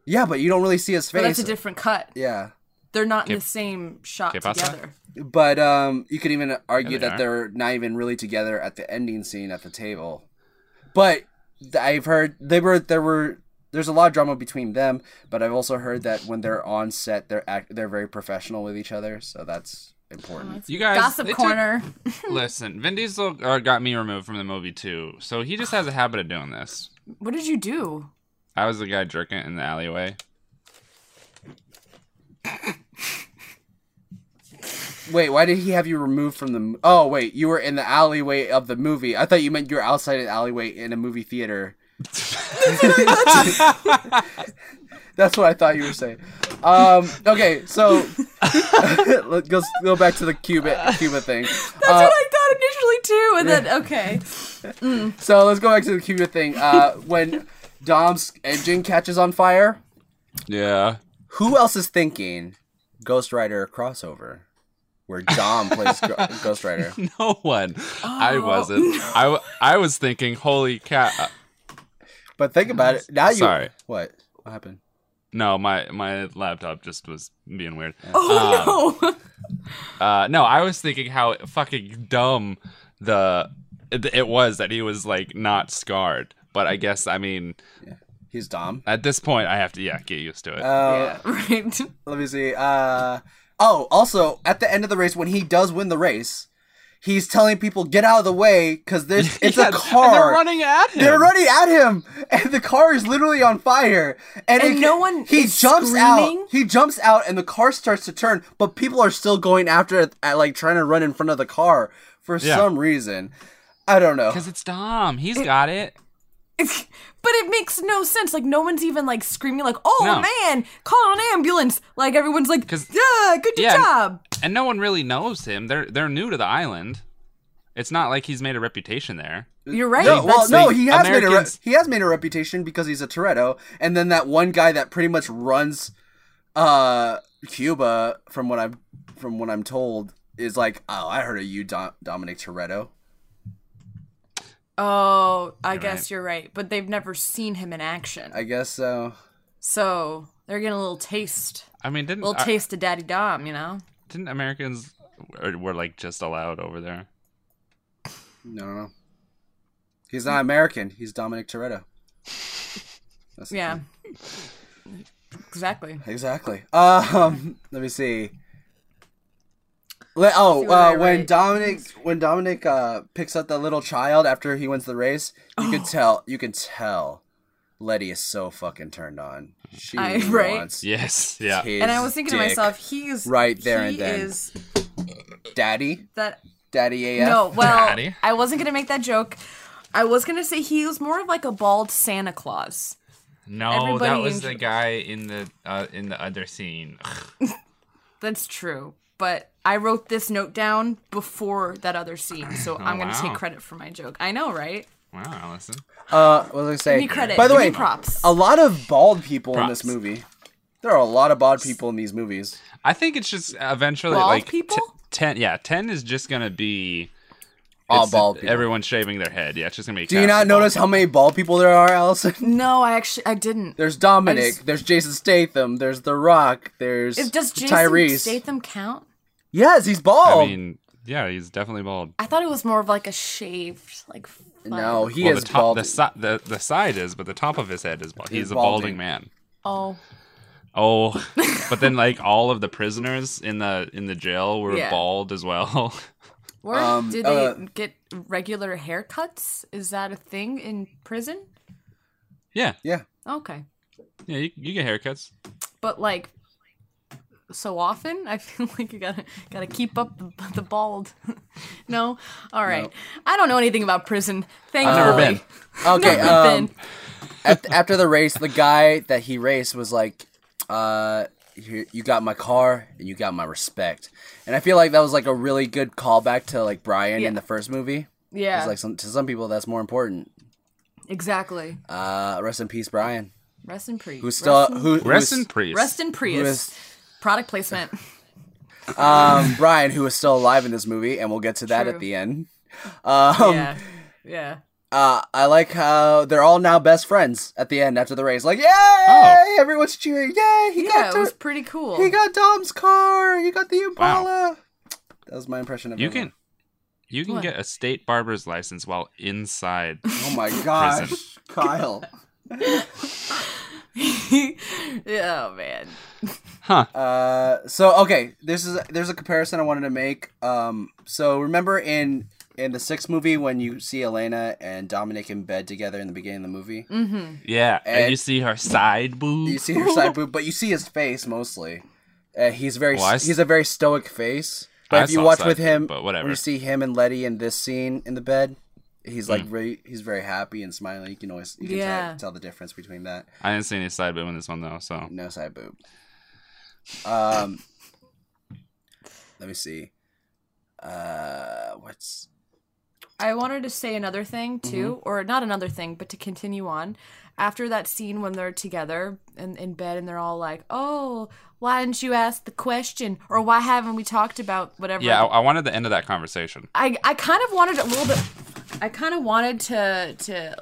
Speaker 3: yeah, but you don't really see his face.
Speaker 1: But that's a different cut.
Speaker 3: yeah.
Speaker 1: They're not
Speaker 2: Que-
Speaker 1: in the same shot
Speaker 2: que pasa?
Speaker 1: together.
Speaker 3: But um, you could even argue
Speaker 2: Yeah, they
Speaker 3: that
Speaker 2: are.
Speaker 3: they're not even really together at the ending scene at the table. But th- I've heard they were there were there's a lot of drama between them. But I've also heard that when they're on set, they're act they're very professional with each other, so that's important.
Speaker 2: You guys,
Speaker 1: Gossip
Speaker 2: they took-
Speaker 1: corner.
Speaker 2: listen, Vin Diesel uh, got me removed from the movie too, so he just has a habit of doing this.
Speaker 1: What did you do?
Speaker 2: I was the guy jerking in the alleyway.
Speaker 3: Wait, why did he have you removed from the? m- Oh wait, you were in the alleyway of the movie. I thought you meant you were outside an alleyway in a movie theater. That's what I thought you were saying. Um, okay, so let's go, go back to the Cuba Cuba thing. Uh,
Speaker 1: I thought initially too, and then okay.
Speaker 3: so let's go back to the Cuba thing. Uh, when Dom's engine catches on fire,
Speaker 2: Yeah.
Speaker 3: who else is thinking Ghost Rider crossover? where Dom plays Go- Ghost Rider.
Speaker 2: No one. I wasn't. I, w- I was thinking, holy cat. uh,
Speaker 3: But think about it. Now you
Speaker 2: Sorry.
Speaker 3: what? What happened?
Speaker 2: No, my my laptop just was being weird.
Speaker 1: Oh
Speaker 2: Um,
Speaker 1: no!
Speaker 2: Uh, no, I was thinking how fucking dumb the it, it was that he was like not scarred. But I guess I mean
Speaker 3: He's Dom.
Speaker 2: at this point I have to yeah get used to it.
Speaker 3: Uh,
Speaker 1: right.
Speaker 3: Let me see. Uh, oh, also at the end of the race when he does win the race, he's telling people get out of the way because there's it's
Speaker 2: Yeah,
Speaker 3: a
Speaker 2: and
Speaker 3: car.
Speaker 2: they're running at him.
Speaker 3: They're running at him, and the car is literally on fire. And,
Speaker 1: And
Speaker 3: it-
Speaker 1: no one
Speaker 3: He
Speaker 1: is
Speaker 3: jumps
Speaker 1: screaming?
Speaker 3: out. He jumps out, and the car starts to turn, but people are still going after it, at, like trying to run in front of the car for
Speaker 2: Yeah.
Speaker 3: some reason. I don't know.
Speaker 2: Because it's Dom. He's got it.
Speaker 1: But it makes no sense. Like no one's even like screaming like, "Oh
Speaker 2: No.
Speaker 1: man, call an ambulance!" Like everyone's like,
Speaker 2: 'Cause-
Speaker 1: "Yeah, good
Speaker 2: yeah, and-
Speaker 1: job."
Speaker 2: And no one really knows him. They're they're new to the island. It's not like he's made a reputation there.
Speaker 1: You're right.
Speaker 3: No, well,
Speaker 1: That's-
Speaker 3: no, he has made a re-
Speaker 2: Americans-
Speaker 3: he has made a reputation because he's a Toretto, and then that one guy that pretty much runs uh Cuba, from what I'm from what I'm told, is like, oh, I heard of you, Dom- Dominic Toretto.
Speaker 1: Oh, I guess
Speaker 2: right.
Speaker 1: you're right. But they've never seen him in action,
Speaker 3: I guess so.
Speaker 1: so they're getting a little taste,
Speaker 2: I mean, didn't
Speaker 1: a little
Speaker 2: I-
Speaker 1: taste of Daddy Dom. You know?
Speaker 2: didn't Americans were, were like just allowed over there?
Speaker 3: No, no, no. He's not American. He's Dominic Toretto. That's the
Speaker 1: Yeah.
Speaker 3: thing.
Speaker 1: exactly.
Speaker 3: exactly. Um, let me see. Le- oh,
Speaker 1: See what I
Speaker 3: uh, when
Speaker 1: write.
Speaker 3: Dominic when Dominic uh, picks up that little child after he wins the race, you
Speaker 1: Oh.
Speaker 3: can tell. You can tell. Letty is so fucking turned on. She
Speaker 1: I- right?
Speaker 3: wants
Speaker 2: Yes. Yeah.
Speaker 3: his
Speaker 1: And I was thinking to
Speaker 3: dick.
Speaker 1: myself, he is
Speaker 3: Right there
Speaker 1: he
Speaker 3: and then.
Speaker 1: is
Speaker 3: Daddy,
Speaker 1: that
Speaker 3: Daddy AF.
Speaker 1: No, well,
Speaker 2: Daddy.
Speaker 1: I wasn't gonna make that joke. I was gonna say he was more of like a bald Santa Claus.
Speaker 2: No,
Speaker 1: Everybody
Speaker 2: that was
Speaker 1: enjoy-
Speaker 2: the guy in the uh, in the other scene.
Speaker 1: That's true. But I wrote this note down before that other scene, so
Speaker 3: Oh,
Speaker 1: I'm gonna
Speaker 2: wow.
Speaker 1: take credit for my joke. I know, right?
Speaker 2: wow, Allison.
Speaker 3: Uh, what was I saying?
Speaker 1: Give me credit.
Speaker 3: By the
Speaker 1: Give
Speaker 3: way,
Speaker 1: me props.
Speaker 3: a lot of bald people in this
Speaker 2: Props.
Speaker 3: movie. There are a lot of bald people in these movies.
Speaker 2: I think it's just eventually
Speaker 1: Bald
Speaker 2: like
Speaker 1: people?
Speaker 2: ten. Yeah, ten is just gonna be
Speaker 3: All
Speaker 2: it's
Speaker 3: bald people.
Speaker 2: Everyone shaving their head. Yeah, it's just gonna be. a
Speaker 3: Do you
Speaker 2: cast
Speaker 3: not
Speaker 2: of bald
Speaker 3: notice how many bald people there are, Allison?
Speaker 1: No, I actually I didn't.
Speaker 3: There's Dominic,
Speaker 1: I just-
Speaker 3: there's Jason Statham, there's The Rock, there's
Speaker 1: If- Does Jason
Speaker 3: Tyrese.
Speaker 1: Statham count?
Speaker 3: yes, he's bald.
Speaker 2: I mean, yeah, he's definitely bald.
Speaker 1: I thought it was more of like a shaved, like
Speaker 3: no, he
Speaker 2: well,
Speaker 3: is
Speaker 2: the top,
Speaker 3: bald.
Speaker 2: the, si- the the side is, but the top of his head is bald. He's,
Speaker 3: He's
Speaker 2: a balding
Speaker 3: balding.
Speaker 2: man.
Speaker 1: Oh,
Speaker 2: Oh, but then like all of the prisoners in the in the jail were
Speaker 1: Yeah.
Speaker 2: bald as well.
Speaker 1: Or
Speaker 3: Um,
Speaker 1: do they
Speaker 3: uh,
Speaker 1: get regular haircuts? Is that a thing in prison?
Speaker 2: yeah,
Speaker 3: yeah.
Speaker 1: Okay.
Speaker 2: yeah, you, you get haircuts.
Speaker 1: But like so often, I feel like you gotta gotta keep up the, the bald. no, all right. I don't know anything about prison. Thank you.
Speaker 2: Never been.
Speaker 3: Okay.
Speaker 1: Never
Speaker 3: um,
Speaker 1: been.
Speaker 3: at, after the race, the guy that he raced was like, uh, you, you got my car and you got my respect. And I feel like that was like a really good callback to like Brian in the first movie.
Speaker 1: Yeah,
Speaker 3: It's like some, to some people that's more important.
Speaker 1: exactly.
Speaker 3: Uh, rest in peace, Brian.
Speaker 1: Rest in peace.
Speaker 3: Who's still
Speaker 1: Rest in,
Speaker 3: who?
Speaker 2: Rest
Speaker 3: who's-
Speaker 2: in priest.
Speaker 1: rest in Prius.
Speaker 3: is-
Speaker 1: Product placement.
Speaker 3: um, Brian, who is still alive in this movie, and we'll get to that
Speaker 1: True.
Speaker 3: at the end. Um,
Speaker 1: yeah, yeah.
Speaker 3: uh, I like how they're all now best friends at the end after the race. Like, yay!
Speaker 2: Oh.
Speaker 3: Everyone's cheering. Yay! He
Speaker 1: Yeah,
Speaker 3: got
Speaker 1: it was
Speaker 3: to-
Speaker 1: pretty cool.
Speaker 3: he got Dom's car. He got the Impala. That was my impression of
Speaker 2: You
Speaker 3: it.
Speaker 2: can you can
Speaker 1: What?
Speaker 2: get a state barber's license while inside.
Speaker 3: Oh my gosh, Kyle.
Speaker 1: oh man.
Speaker 3: Uh, so okay, this is there's a comparison I wanted to make. Um, so remember in in the sixth movie when you see Elena and Dominic in bed together in the beginning of the movie,
Speaker 2: Yeah, and,
Speaker 3: And-
Speaker 2: you see her side boob.
Speaker 3: you see her side boob, but you see his face mostly. Uh, he's very
Speaker 2: Well, I s-
Speaker 3: he's a very stoic face.
Speaker 2: I
Speaker 3: But if you
Speaker 2: saw
Speaker 3: watch
Speaker 2: side
Speaker 3: with
Speaker 2: boob,
Speaker 3: him,
Speaker 2: but whatever.
Speaker 3: when you see him and Letty in this scene in the bed, he's like
Speaker 2: Mm.
Speaker 3: very he's very happy and smiling. You can always you can
Speaker 1: Yeah.
Speaker 3: tell, tell the difference between that.
Speaker 2: I didn't see any side boob in this one though. So
Speaker 3: No side boob. Um, let me see. Uh, what's
Speaker 1: I wanted to say another thing too, or not another thing, but to continue on. After that scene when they're together in, in bed and they're all like, "Oh, why didn't you ask the question?" or "Why haven't we talked about whatever?"
Speaker 2: Yeah, I, I wanted the end of that conversation.
Speaker 1: I I kind of wanted a little bit. I kind of wanted to to,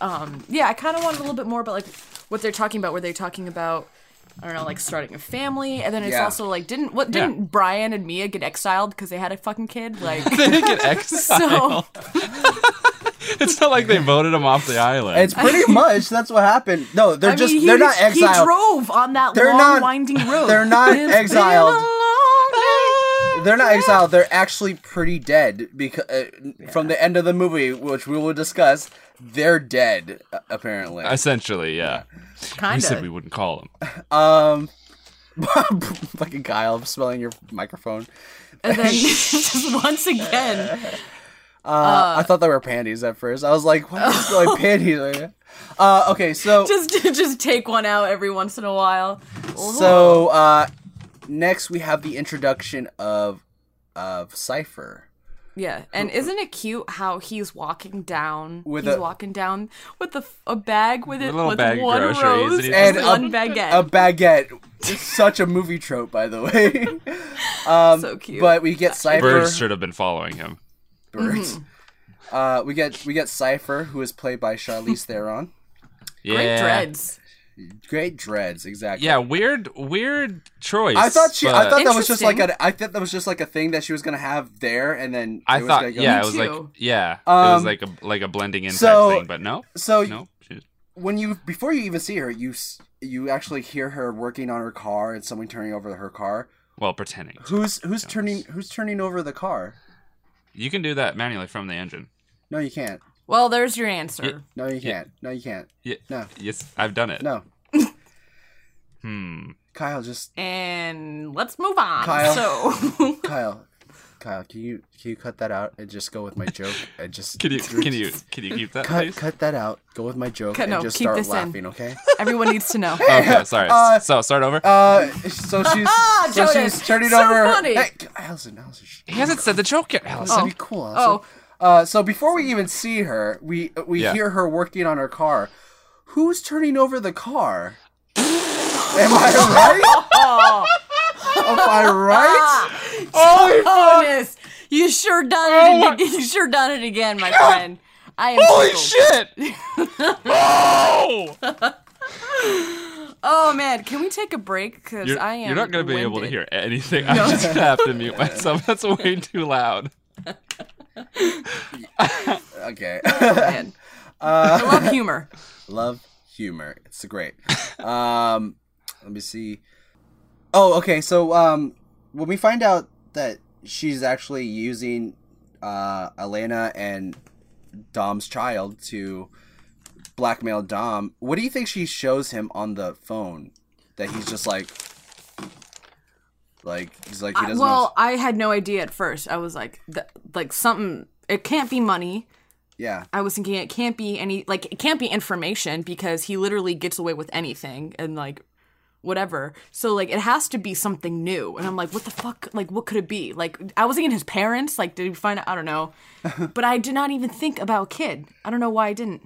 Speaker 1: um, yeah, I kind of wanted a little bit more about like what they're talking about. Were they talking about? I don't know, like starting a family, and then it's
Speaker 3: Yeah.
Speaker 1: also like didn't what didn't Brian and Mia get exiled because they had a fucking kid? Like
Speaker 2: They didn't get exiled.
Speaker 1: so,
Speaker 2: It's not like they voted him off the island.
Speaker 3: It's pretty much that's what happened. No, they're
Speaker 1: I
Speaker 3: just
Speaker 1: mean, he-
Speaker 3: they're not
Speaker 1: He
Speaker 3: exiled.
Speaker 1: drove on that
Speaker 3: They're
Speaker 1: long
Speaker 3: not-
Speaker 1: winding road.
Speaker 3: they're not
Speaker 1: It's been
Speaker 3: exiled.
Speaker 1: a long day.
Speaker 3: They're not exiled. They're actually pretty dead because uh, from the end of the movie, which we will discuss, they're dead uh, apparently.
Speaker 2: Essentially, yeah. We said
Speaker 1: Kinda.
Speaker 2: we wouldn't call him.
Speaker 3: Fucking Kyle, I'm smelling your microphone.
Speaker 1: and then just once again,
Speaker 3: Uh, I thought they were panties at first. I was like, why are you smelling panties? right now? Uh, okay, so
Speaker 1: just just take one out every once in a while.
Speaker 3: so uh, next we have the introduction of of Cipher.
Speaker 1: Yeah, and isn't it cute how he's walking down?
Speaker 3: With
Speaker 1: he's
Speaker 3: a-
Speaker 1: walking down with a, a bag with it
Speaker 2: little
Speaker 1: with
Speaker 2: bag of
Speaker 1: one
Speaker 2: groceries,
Speaker 1: rose
Speaker 2: and he's
Speaker 1: and
Speaker 3: just-
Speaker 1: one baguette.
Speaker 3: A baguette. It's such a movie trope, by the way.
Speaker 1: so cute.
Speaker 3: um, but we get Cipher.
Speaker 2: Birds should have been following him.
Speaker 3: birds. Uh, we get we get Cipher, who is played by Charlize Theron.
Speaker 2: Yeah.
Speaker 1: Great dreads.
Speaker 3: Great dreads, exactly.
Speaker 2: Yeah, weird, weird choice.
Speaker 3: I thought she. I
Speaker 2: but-
Speaker 3: thought that was just like
Speaker 1: Interesting.
Speaker 3: a. I thought that was just like a thing that she was gonna have there, and then
Speaker 2: I
Speaker 3: it was
Speaker 2: thought,
Speaker 3: gonna go-
Speaker 2: yeah, it
Speaker 1: Me
Speaker 2: was like,
Speaker 1: too.
Speaker 2: yeah, it
Speaker 3: Um,
Speaker 2: was like a like a blending in
Speaker 3: so-
Speaker 2: type thing, but no,
Speaker 3: So
Speaker 2: no, she-
Speaker 3: when you before you even see her, you s- you actually hear her working on her car and someone turning over her car.
Speaker 2: well, pretending
Speaker 3: Who's who's turning who's turning over the car?
Speaker 2: you can do that manually from the engine.
Speaker 3: No, you can't.
Speaker 1: Well, there's your answer.
Speaker 3: No, you can't. No, you can't.
Speaker 2: Yeah,
Speaker 3: No.
Speaker 2: yes, I've done it.
Speaker 3: No,
Speaker 2: Hmm.
Speaker 3: Kyle, just
Speaker 1: And let's move on.
Speaker 3: Kyle.
Speaker 1: So
Speaker 3: Kyle, Kyle, can you can you cut that out and just go with my joke and just
Speaker 2: Can you can you can you keep that?
Speaker 3: cut
Speaker 2: please?
Speaker 3: cut that out? Go with my joke
Speaker 1: Cut-
Speaker 3: and
Speaker 1: no,
Speaker 3: just
Speaker 1: keep
Speaker 3: start
Speaker 1: this in.
Speaker 3: laughing, okay?
Speaker 1: everyone needs to know.
Speaker 2: Okay, sorry. so start over.
Speaker 3: Uh, so she's so
Speaker 1: Ah, Jonas,
Speaker 3: she's turning
Speaker 1: so
Speaker 3: over.
Speaker 1: funny. Oh.
Speaker 3: Hey, Allison, Allison, shh.
Speaker 2: he hasn't said the joke yet, Allison.
Speaker 3: That'd be cool. Allison. Uh, so before we even see her, we we
Speaker 2: Yeah.
Speaker 3: hear her working on her car. Who's turning over the car? Am I right? Am I
Speaker 1: Ah.
Speaker 3: right?
Speaker 1: Bonus. You sure done it. You sure done it again, my friend. I am
Speaker 3: oh.
Speaker 2: Holy
Speaker 1: tickled.
Speaker 2: shit! oh,
Speaker 1: Oh man, can we take a break? Because
Speaker 2: you're,
Speaker 1: I am.
Speaker 2: you're not gonna be able to
Speaker 1: winded.
Speaker 2: hear anything. I'm just gonna have to mute myself. That's way too loud.
Speaker 3: Okay.
Speaker 1: Man. I love humor.
Speaker 3: Love humor. It's great. Um, let me see. Oh, okay. So um, when we find out that she's actually using uh, Elena and Dom's child to blackmail Dom, what do you think she shows him on the phone? That he's just like, like he's like he
Speaker 1: I-
Speaker 3: doesn't.
Speaker 1: Uh, well,
Speaker 3: know-
Speaker 1: I had no idea at first. I was like, th- like something. It can't be money.
Speaker 3: yeah.
Speaker 1: I was thinking it can't be any. Like it can't be information because he literally gets away with anything and like whatever. So like it has to be something new. And I'm like, what the fuck? Like what could it be? Like I was thinking his parents. Like did we find? out? I don't know. but I did not even think about a kid. I don't know why I didn't.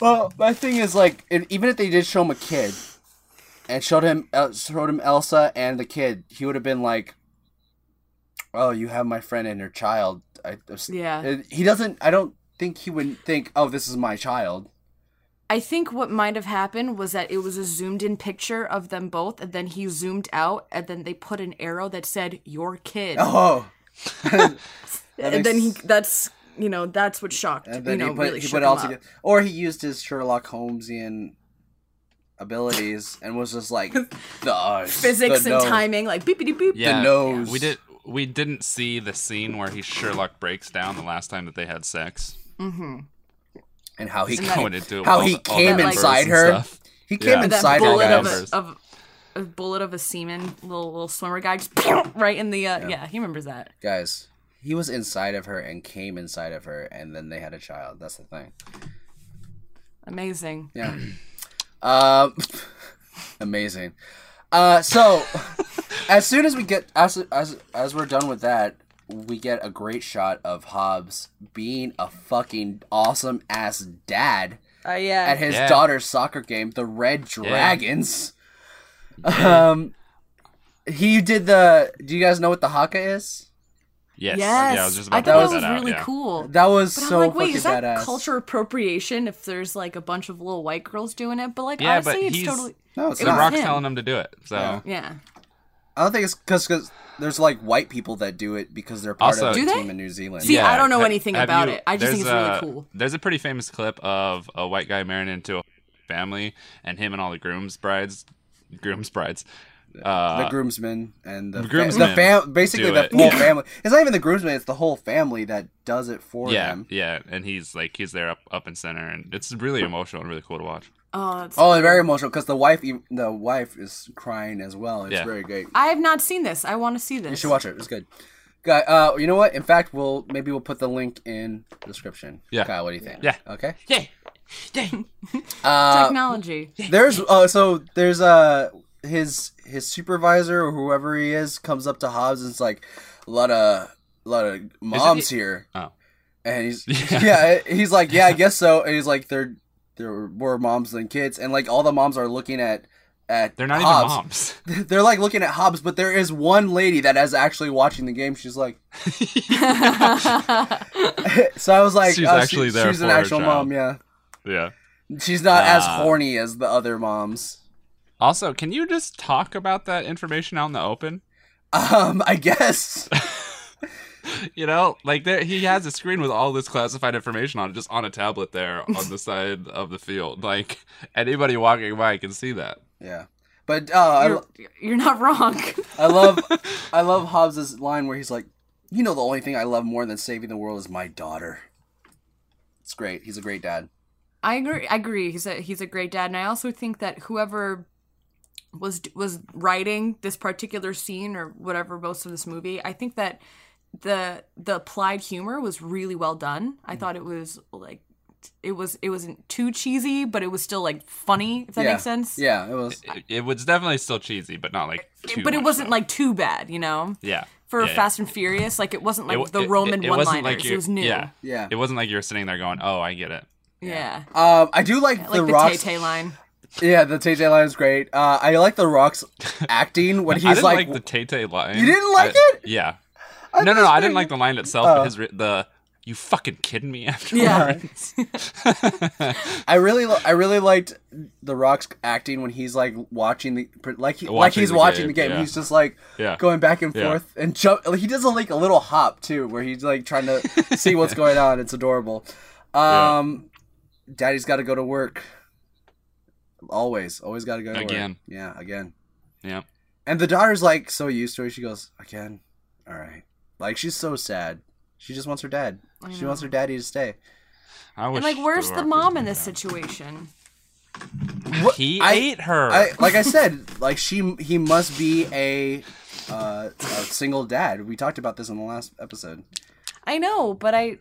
Speaker 3: Well, my thing is like, if, even if they did show him a kid, and showed him El- showed him Elsa and the kid, he would have been like, "Oh, you have my friend and her child." I, I s-
Speaker 1: Yeah.
Speaker 3: And He doesn't. I don't think he would think, "Oh, this is my child."
Speaker 1: I think what might have happened was that it was a zoomed in picture of them both, and then he zoomed out, and then they put an arrow that said "your kid,"
Speaker 3: Oh.
Speaker 1: and then he—that's you know—that's what shocked
Speaker 3: And then
Speaker 1: you know
Speaker 3: he put,
Speaker 1: really
Speaker 3: he
Speaker 1: shook
Speaker 3: put
Speaker 1: him
Speaker 3: it all
Speaker 1: up.
Speaker 3: together, or he used his Sherlock Holmesian abilities and was just like the eyes,
Speaker 1: Physics
Speaker 3: the
Speaker 1: and
Speaker 3: nose.
Speaker 1: timing, like beepity boop.
Speaker 2: Yeah,
Speaker 3: nose.
Speaker 2: We did. We didn't see the scene where he Sherlock breaks down the last time that they had sex.
Speaker 3: and how he
Speaker 2: I
Speaker 3: came,
Speaker 2: wanted to do
Speaker 3: how
Speaker 2: all
Speaker 3: he
Speaker 2: the- all
Speaker 3: came
Speaker 2: the numbers
Speaker 3: inside
Speaker 2: and
Speaker 3: her.
Speaker 2: stuff.
Speaker 3: He came
Speaker 2: Yeah.
Speaker 1: That
Speaker 3: inside her.
Speaker 1: bullet of
Speaker 2: numbers.
Speaker 3: guys.
Speaker 1: a, of a bullet of a seaman, little little swimmer guy, just right in the uh, yeah. He remembers that.
Speaker 3: guys he was inside of her and came inside of her and then they had a child that's the thing
Speaker 1: Amazing.
Speaker 3: yeah um Uh, amazing uh so as soon as we get as as as we're done with that we get a great shot of Hobbs being a fucking awesome ass dad
Speaker 7: Uh, yeah.
Speaker 3: at his
Speaker 2: Yeah.
Speaker 3: daughter's soccer game, the Red Dragons. Um, he did the. Do you guys know what the haka is?
Speaker 2: Yes.
Speaker 1: Yes.
Speaker 2: Yeah, I was just
Speaker 1: I
Speaker 2: about
Speaker 1: thought that
Speaker 2: to point
Speaker 1: was
Speaker 2: that out,
Speaker 1: really
Speaker 2: yeah.
Speaker 1: cool.
Speaker 3: That was
Speaker 1: But
Speaker 3: so
Speaker 1: I'm like, wait,
Speaker 3: fucking
Speaker 1: is that
Speaker 3: badass.
Speaker 1: culture appropriation if there's like a bunch of little white girls doing it? But like,
Speaker 2: Yeah,
Speaker 1: honestly,
Speaker 2: but
Speaker 1: it's
Speaker 2: he's-
Speaker 1: totally
Speaker 3: No, it's
Speaker 1: It
Speaker 2: The
Speaker 3: not.
Speaker 1: was-
Speaker 2: Rock's
Speaker 1: him.
Speaker 2: telling him to do it. So
Speaker 1: yeah.
Speaker 3: I don't think it's because there's like white people that do it because they're part
Speaker 2: Also-
Speaker 3: of the
Speaker 2: Do
Speaker 1: they?
Speaker 3: team in New Zealand.
Speaker 1: See, I don't know
Speaker 2: Have-
Speaker 1: anything
Speaker 2: have
Speaker 1: about
Speaker 2: you-
Speaker 1: it. I just think
Speaker 2: there's
Speaker 1: it's really
Speaker 2: a-
Speaker 1: cool.
Speaker 2: There's a pretty famous clip of a white guy marrying into a family, and him and all the groom's brides, groom's brides,
Speaker 3: the
Speaker 2: uh,
Speaker 3: groomsmen and the,
Speaker 2: groomsmen
Speaker 3: the fam- basically
Speaker 2: do
Speaker 3: the
Speaker 2: it.
Speaker 3: whole
Speaker 2: Yeah.
Speaker 3: family. It's not even the groomsmen; it's the whole family that does it for
Speaker 2: yeah,
Speaker 3: them.
Speaker 2: yeah, and he's like he's there up up and center, and it's really emotional and really cool to watch.
Speaker 1: Oh, it's,
Speaker 3: Oh, it's very emotional because the wife, e- the wife is crying as well. It's
Speaker 2: Yeah.
Speaker 3: very great.
Speaker 1: I have not seen this. I want to see
Speaker 3: You
Speaker 1: this.
Speaker 3: should watch it. It's good. Guy, uh, you know what? In fact, we'll maybe we'll put the link in the description.
Speaker 2: Yeah.
Speaker 3: Kyle, what do you think?
Speaker 2: Yeah.
Speaker 3: Okay.
Speaker 2: Yeah, yeah.
Speaker 3: Uh,
Speaker 1: Technology.
Speaker 3: there's uh, so there's uh his his supervisor or whoever he is comes up to Hobbs and it's like a lot of a lot of moms here.
Speaker 2: Oh.
Speaker 3: And he's
Speaker 2: Yeah.
Speaker 3: yeah. uh, he's like yeah I guess so. And he's like there there were more moms than kids and like all the moms are looking at at
Speaker 2: They're not
Speaker 3: Hobbs.
Speaker 2: even moms.
Speaker 3: They're like looking at Hobbs, but there is one lady that is actually watching the game. She's like, so I was like,
Speaker 2: She's
Speaker 3: oh, she-
Speaker 2: actually there
Speaker 3: She's an
Speaker 2: for her
Speaker 3: actual
Speaker 2: child.
Speaker 3: mom, yeah.
Speaker 2: yeah.
Speaker 3: She's not as
Speaker 2: Ah.
Speaker 3: horny as the other moms.
Speaker 2: Also, can you just talk about that information out in the open?
Speaker 3: Um, I guess.
Speaker 2: You know, like there, he has a screen with all this classified information on it, just on a tablet there on the side of the field. Like anybody walking by can see that.
Speaker 3: yeah, but uh, I,
Speaker 1: You're,
Speaker 3: lo-
Speaker 1: you're not wrong.
Speaker 3: I love, I love Hobbs's line where he's like, "You know, the only thing I love more than saving the world is my daughter." It's great. He's a great dad.
Speaker 1: I agree. I agree. He's a he's a great dad, and I also think that whoever was was writing this particular scene or whatever most of this movie, I think that the the applied humor was really well done.
Speaker 3: Mm.
Speaker 1: I thought it was like it was it wasn't too cheesy, but it was still like funny. If that
Speaker 3: yeah.
Speaker 1: makes sense.
Speaker 3: Yeah, it was.
Speaker 2: It, it was definitely still cheesy, but not like. Too
Speaker 1: but it
Speaker 2: much
Speaker 1: wasn't
Speaker 2: so.
Speaker 1: like too bad, you know.
Speaker 2: Yeah.
Speaker 1: For
Speaker 2: yeah, yeah.
Speaker 1: Fast and Furious, like it wasn't like
Speaker 2: It-
Speaker 1: the
Speaker 2: it-
Speaker 1: Roman
Speaker 2: it
Speaker 1: one
Speaker 2: wasn't
Speaker 1: liners.
Speaker 2: like you-
Speaker 1: it was new.
Speaker 2: Yeah.
Speaker 3: Yeah.
Speaker 2: It wasn't like you were sitting there going, "Oh, I get it."
Speaker 1: Yeah.
Speaker 3: Um, I do like,
Speaker 1: Like
Speaker 3: the,
Speaker 1: the
Speaker 3: rocks.
Speaker 1: Tay Tay line.
Speaker 3: Yeah, the Tay Tay line is great. Uh, I like the rocks acting when he's
Speaker 2: I didn't like,
Speaker 3: like,
Speaker 2: the Tay Tay line.
Speaker 3: You didn't like
Speaker 2: I-
Speaker 3: it?
Speaker 2: Yeah.
Speaker 3: I
Speaker 2: no, no,
Speaker 3: thought
Speaker 2: no.
Speaker 3: it
Speaker 2: I
Speaker 3: was
Speaker 2: didn't
Speaker 3: pretty
Speaker 2: like the line itself, but his re- the "You fucking kidding me?" After
Speaker 1: Oh. Yeah.
Speaker 3: I really, I really liked the Rock's acting when he's like watching the like he, like
Speaker 2: Watching
Speaker 3: he's
Speaker 2: the
Speaker 3: watching
Speaker 2: game,
Speaker 3: the game.
Speaker 2: yeah.
Speaker 3: He's just like
Speaker 2: Yeah.
Speaker 3: going back and
Speaker 2: Yeah.
Speaker 3: forth and jump. He does a, like a little hop too, where he's like trying to see what's going on. It's adorable. Um, Daddy's got to go to work. Always, always got to go to
Speaker 2: Again.
Speaker 3: Work. Yeah, again.
Speaker 2: yeah.
Speaker 3: And the daughter's like so used to it. She goes again. All right. Like she's so sad. She just wants her dad. She wants her daddy to stay.
Speaker 2: I
Speaker 1: And
Speaker 2: wish
Speaker 1: like, where's the
Speaker 2: Rock was
Speaker 1: mom in
Speaker 2: doing
Speaker 1: this
Speaker 2: that.
Speaker 1: situation?
Speaker 2: He
Speaker 3: I-
Speaker 2: ate her.
Speaker 3: I like I said, like she he must be a uh, a single dad. We talked about this in the last episode.
Speaker 1: I know, but I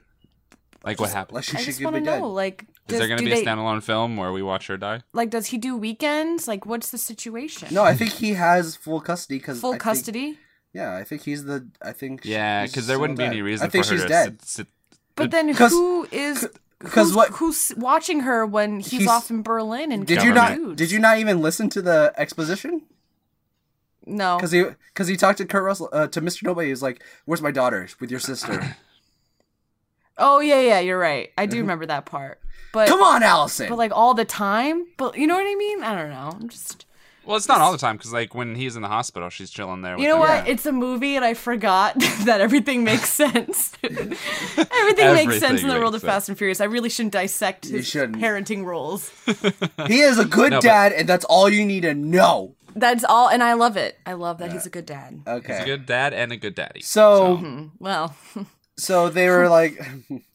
Speaker 2: like what happened?
Speaker 3: Like she
Speaker 1: I
Speaker 3: should
Speaker 1: just
Speaker 3: give
Speaker 1: want
Speaker 3: be
Speaker 1: to
Speaker 3: dead.
Speaker 1: know, like,
Speaker 2: Is
Speaker 1: does,
Speaker 2: there going to
Speaker 1: do
Speaker 2: be a
Speaker 1: they-
Speaker 2: standalone film where we watch her die?
Speaker 1: like, does he do weekends? Like, what's the situation?
Speaker 3: No, I think he has full custody because
Speaker 1: full custody.
Speaker 3: yeah, I think he's the. I think
Speaker 2: Yeah, because there wouldn't be any reason
Speaker 3: I think
Speaker 2: for her
Speaker 3: she's
Speaker 2: to
Speaker 3: dead.
Speaker 2: Sit, sit.
Speaker 1: But then
Speaker 3: 'cause-
Speaker 1: who is?
Speaker 3: 'cause
Speaker 1: Who's,
Speaker 3: what-
Speaker 1: who's watching her when he's,
Speaker 3: He's-
Speaker 1: off in Berlin and
Speaker 3: Did
Speaker 1: killing
Speaker 3: you
Speaker 2: Government.
Speaker 1: dudes?
Speaker 3: not? Did you not even listen to the exposition?
Speaker 1: No.
Speaker 3: Because he because he talked to Kurt Russell uh, to Mr. Nobody. He was like, "Where's my daughter? With your sister?
Speaker 1: Oh yeah, yeah, you're right. I do remember that part. But
Speaker 3: Mm-hmm. Come on, Allison."
Speaker 1: but like all the time. But you know what I mean? I don't know. I'm just.
Speaker 2: Well, it's not all the time because like when he's in the hospital, she's chilling there. With
Speaker 1: You know
Speaker 2: him.
Speaker 1: what? It's a movie, and I forgot that everything makes sense. everything, makes sense in
Speaker 2: Everything
Speaker 1: the world
Speaker 2: makes
Speaker 1: of Fast and Furious. I really shouldn't dissect his
Speaker 3: shouldn't.
Speaker 1: parenting roles.
Speaker 3: he is a good
Speaker 2: but-
Speaker 3: dad, and that's all you need to know.
Speaker 1: That's all, and I love it. I love that he's a good dad.
Speaker 3: Okay.
Speaker 2: He's a good dad and a good daddy.
Speaker 3: so
Speaker 1: Well,
Speaker 3: so they were like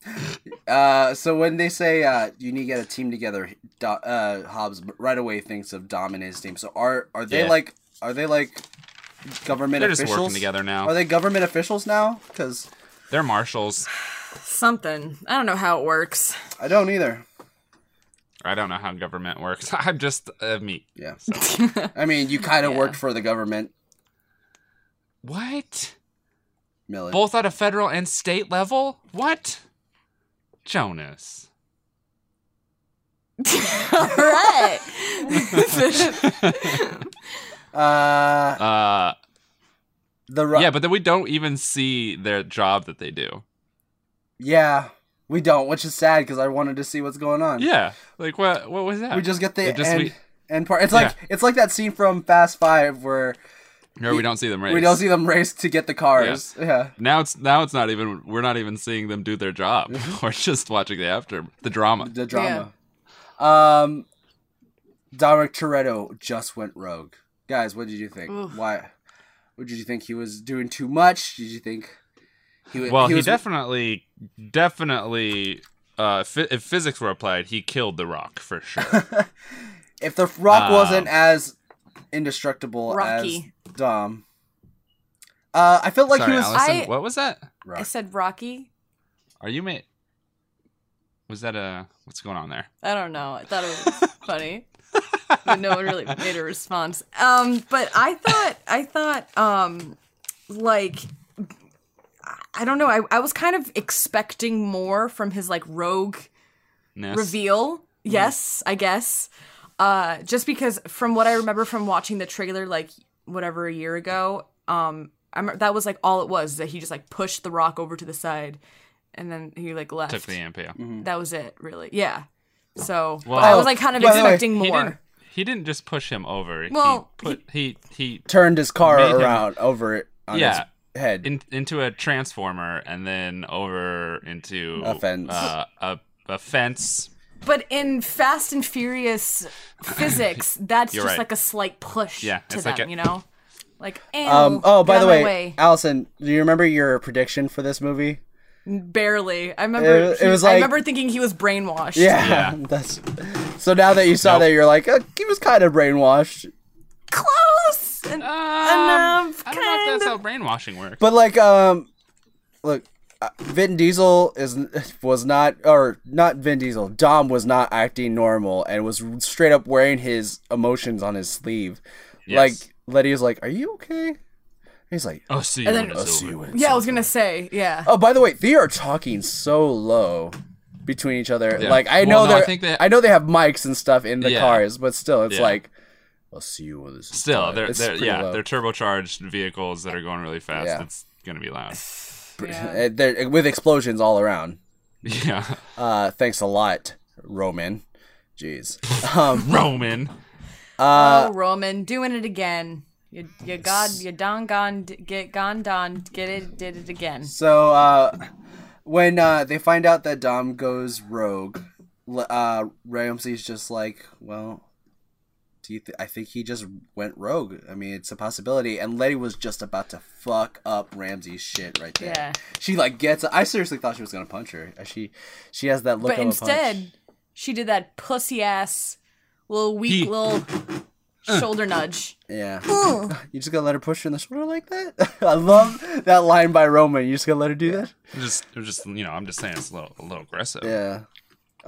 Speaker 3: uh so when they say uh you need to get a team together Do- uh hobbs right away thinks of dom and his team so are are they
Speaker 2: Yeah.
Speaker 3: like are they like government
Speaker 2: They're just
Speaker 3: officials
Speaker 2: working together now.
Speaker 3: are they government officials now because
Speaker 2: They're marshals.
Speaker 1: something. I don't know how it works.
Speaker 3: i don't either
Speaker 2: I don't know how government works. I'm just uh, me.
Speaker 3: yeah i mean you kind of worked for the government
Speaker 2: What?
Speaker 3: Millie.
Speaker 2: both at a federal and state level? What? Jonas.
Speaker 1: All right.
Speaker 3: Uh,
Speaker 2: Uh,
Speaker 3: the ru-
Speaker 2: yeah, but then we don't even see their job that they do.
Speaker 3: yeah, we don't, which is sad because I wanted to see what's going on.
Speaker 2: Yeah, like what? What was that?
Speaker 3: we just get the
Speaker 2: It just-
Speaker 3: end,
Speaker 2: we-
Speaker 3: end part. It's like it's like that scene from Fast Five where
Speaker 2: no, we don't see them race.
Speaker 3: we don't see them race to get the cars. Yeah,
Speaker 2: Now it's now it's not even we're not even seeing them do their job. We're just watching the after the drama.
Speaker 3: the drama. Um, Dominic Toretto just went rogue. Guys, what did you think? Why? What did you think he was doing too much? Did you think he wa-
Speaker 2: Well, he,
Speaker 3: was
Speaker 2: definitely definitely uh phy- if physics were applied, he killed the rock for sure.
Speaker 3: if the rock
Speaker 2: Um,
Speaker 3: wasn't as indestructible
Speaker 1: Rocky.
Speaker 3: as Dom. Uh, I felt like
Speaker 2: Sorry,
Speaker 3: he was
Speaker 2: Allison,
Speaker 1: I-
Speaker 2: what was that?
Speaker 1: I said Rocky.
Speaker 2: Are you mate? Was that a what's going on there?
Speaker 1: I don't know. I thought it was funny. But no one really made a response. Um, but I thought I thought um like I don't know, I, I was kind of expecting more from his like rogue
Speaker 2: Ness?
Speaker 1: reveal.
Speaker 2: Mm-hmm.
Speaker 1: Yes, I guess. Uh, just because from what I remember from watching the trailer, like whatever a year ago, um, I remember, that was like all it was that he just like pushed the rock over to the side, and then he like left.
Speaker 2: took the amp. yeah.
Speaker 3: Mm-hmm.
Speaker 1: that was it, really. Yeah. So
Speaker 2: Well,
Speaker 1: I was like kind of
Speaker 3: by the way,
Speaker 1: expecting
Speaker 2: He didn't,
Speaker 1: more.
Speaker 2: he didn't just push him over.
Speaker 1: Well,
Speaker 2: he put he he,
Speaker 3: turned his car
Speaker 2: Made him-
Speaker 3: around over it on
Speaker 2: Yeah.
Speaker 3: his head.
Speaker 2: in, into a transformer and then over into
Speaker 3: A fence.
Speaker 2: Uh, a, a fence.
Speaker 1: But in Fast and Furious physics, that's
Speaker 2: You're
Speaker 1: just
Speaker 2: right.
Speaker 1: like a slight push
Speaker 2: Yeah,
Speaker 1: to
Speaker 2: it's
Speaker 1: them,
Speaker 2: like a-
Speaker 1: you know. Like,
Speaker 3: um, oh, by the way,
Speaker 1: way,
Speaker 3: Allison, do you remember your prediction for this movie?
Speaker 1: barely. I remember.
Speaker 3: It- it
Speaker 1: he-
Speaker 3: was
Speaker 1: I
Speaker 3: like-
Speaker 1: remember thinking he was brainwashed.
Speaker 3: Yeah,
Speaker 2: Yeah.
Speaker 3: that's. So now that you saw
Speaker 2: Nope.
Speaker 3: that, you're like, uh he was kind of brainwashed,
Speaker 1: close en- enough.
Speaker 2: Um, I don't know if
Speaker 1: Kind
Speaker 2: that's
Speaker 1: of.
Speaker 2: how brainwashing works.
Speaker 3: but like, um, look, uh, Vin Diesel is was not, or not Vin Diesel. Dom was not acting normal and was straight up wearing his emotions on his sleeve.
Speaker 2: Yes.
Speaker 3: Like Letty was like, "Are you okay?" And he's like,
Speaker 2: oh, see you.
Speaker 1: And
Speaker 2: when
Speaker 1: then-
Speaker 2: it's
Speaker 1: I'll
Speaker 2: over.
Speaker 1: Yeah, I was gonna say. Yeah.
Speaker 3: Oh, by the way, they are talking so low between each other.
Speaker 2: Yeah.
Speaker 3: Like I
Speaker 2: Well,
Speaker 3: know
Speaker 2: no, I
Speaker 3: they're, I,
Speaker 2: think that-
Speaker 3: know they have mics and stuff in the
Speaker 2: Yeah.
Speaker 3: cars, but still, it's
Speaker 2: Yeah.
Speaker 3: like, I'll see you when this is
Speaker 2: Still,
Speaker 3: done."
Speaker 2: they're,
Speaker 3: It's
Speaker 2: they're
Speaker 3: pretty
Speaker 2: yeah,
Speaker 3: low.
Speaker 2: they're turbocharged vehicles that are going really fast.
Speaker 3: Yeah.
Speaker 2: It's gonna be loud.
Speaker 3: Uh, they're- with explosions all around.
Speaker 2: Yeah,
Speaker 3: Uh, thanks a lot, Roman. Jeez. Um,
Speaker 2: Roman.
Speaker 3: uh,
Speaker 1: oh, Roman, doing it again. You, you god, you don gone, d- get gone don, get it, did it again.
Speaker 3: so uh, when uh, they find out that Dom goes rogue, l- uh, Ramsey's just like, well. Do you th- I think he just went rogue. I mean, it's a possibility. And Letty was just about to fuck up Ramsey's shit right there.
Speaker 1: Yeah.
Speaker 3: She like gets. I seriously thought she was gonna punch her. Uh, She she has that look.
Speaker 1: But
Speaker 3: of a punch.
Speaker 1: instead, she did that pussy ass, little weak
Speaker 2: He-
Speaker 1: little shoulder nudge.
Speaker 3: yeah, you just gonna let her push her in the shoulder like that. I love that line by Roman. You just gonna let her do that?
Speaker 2: I'm just, I'm just, you know, I'm just saying it's a little, a little aggressive.
Speaker 3: Yeah.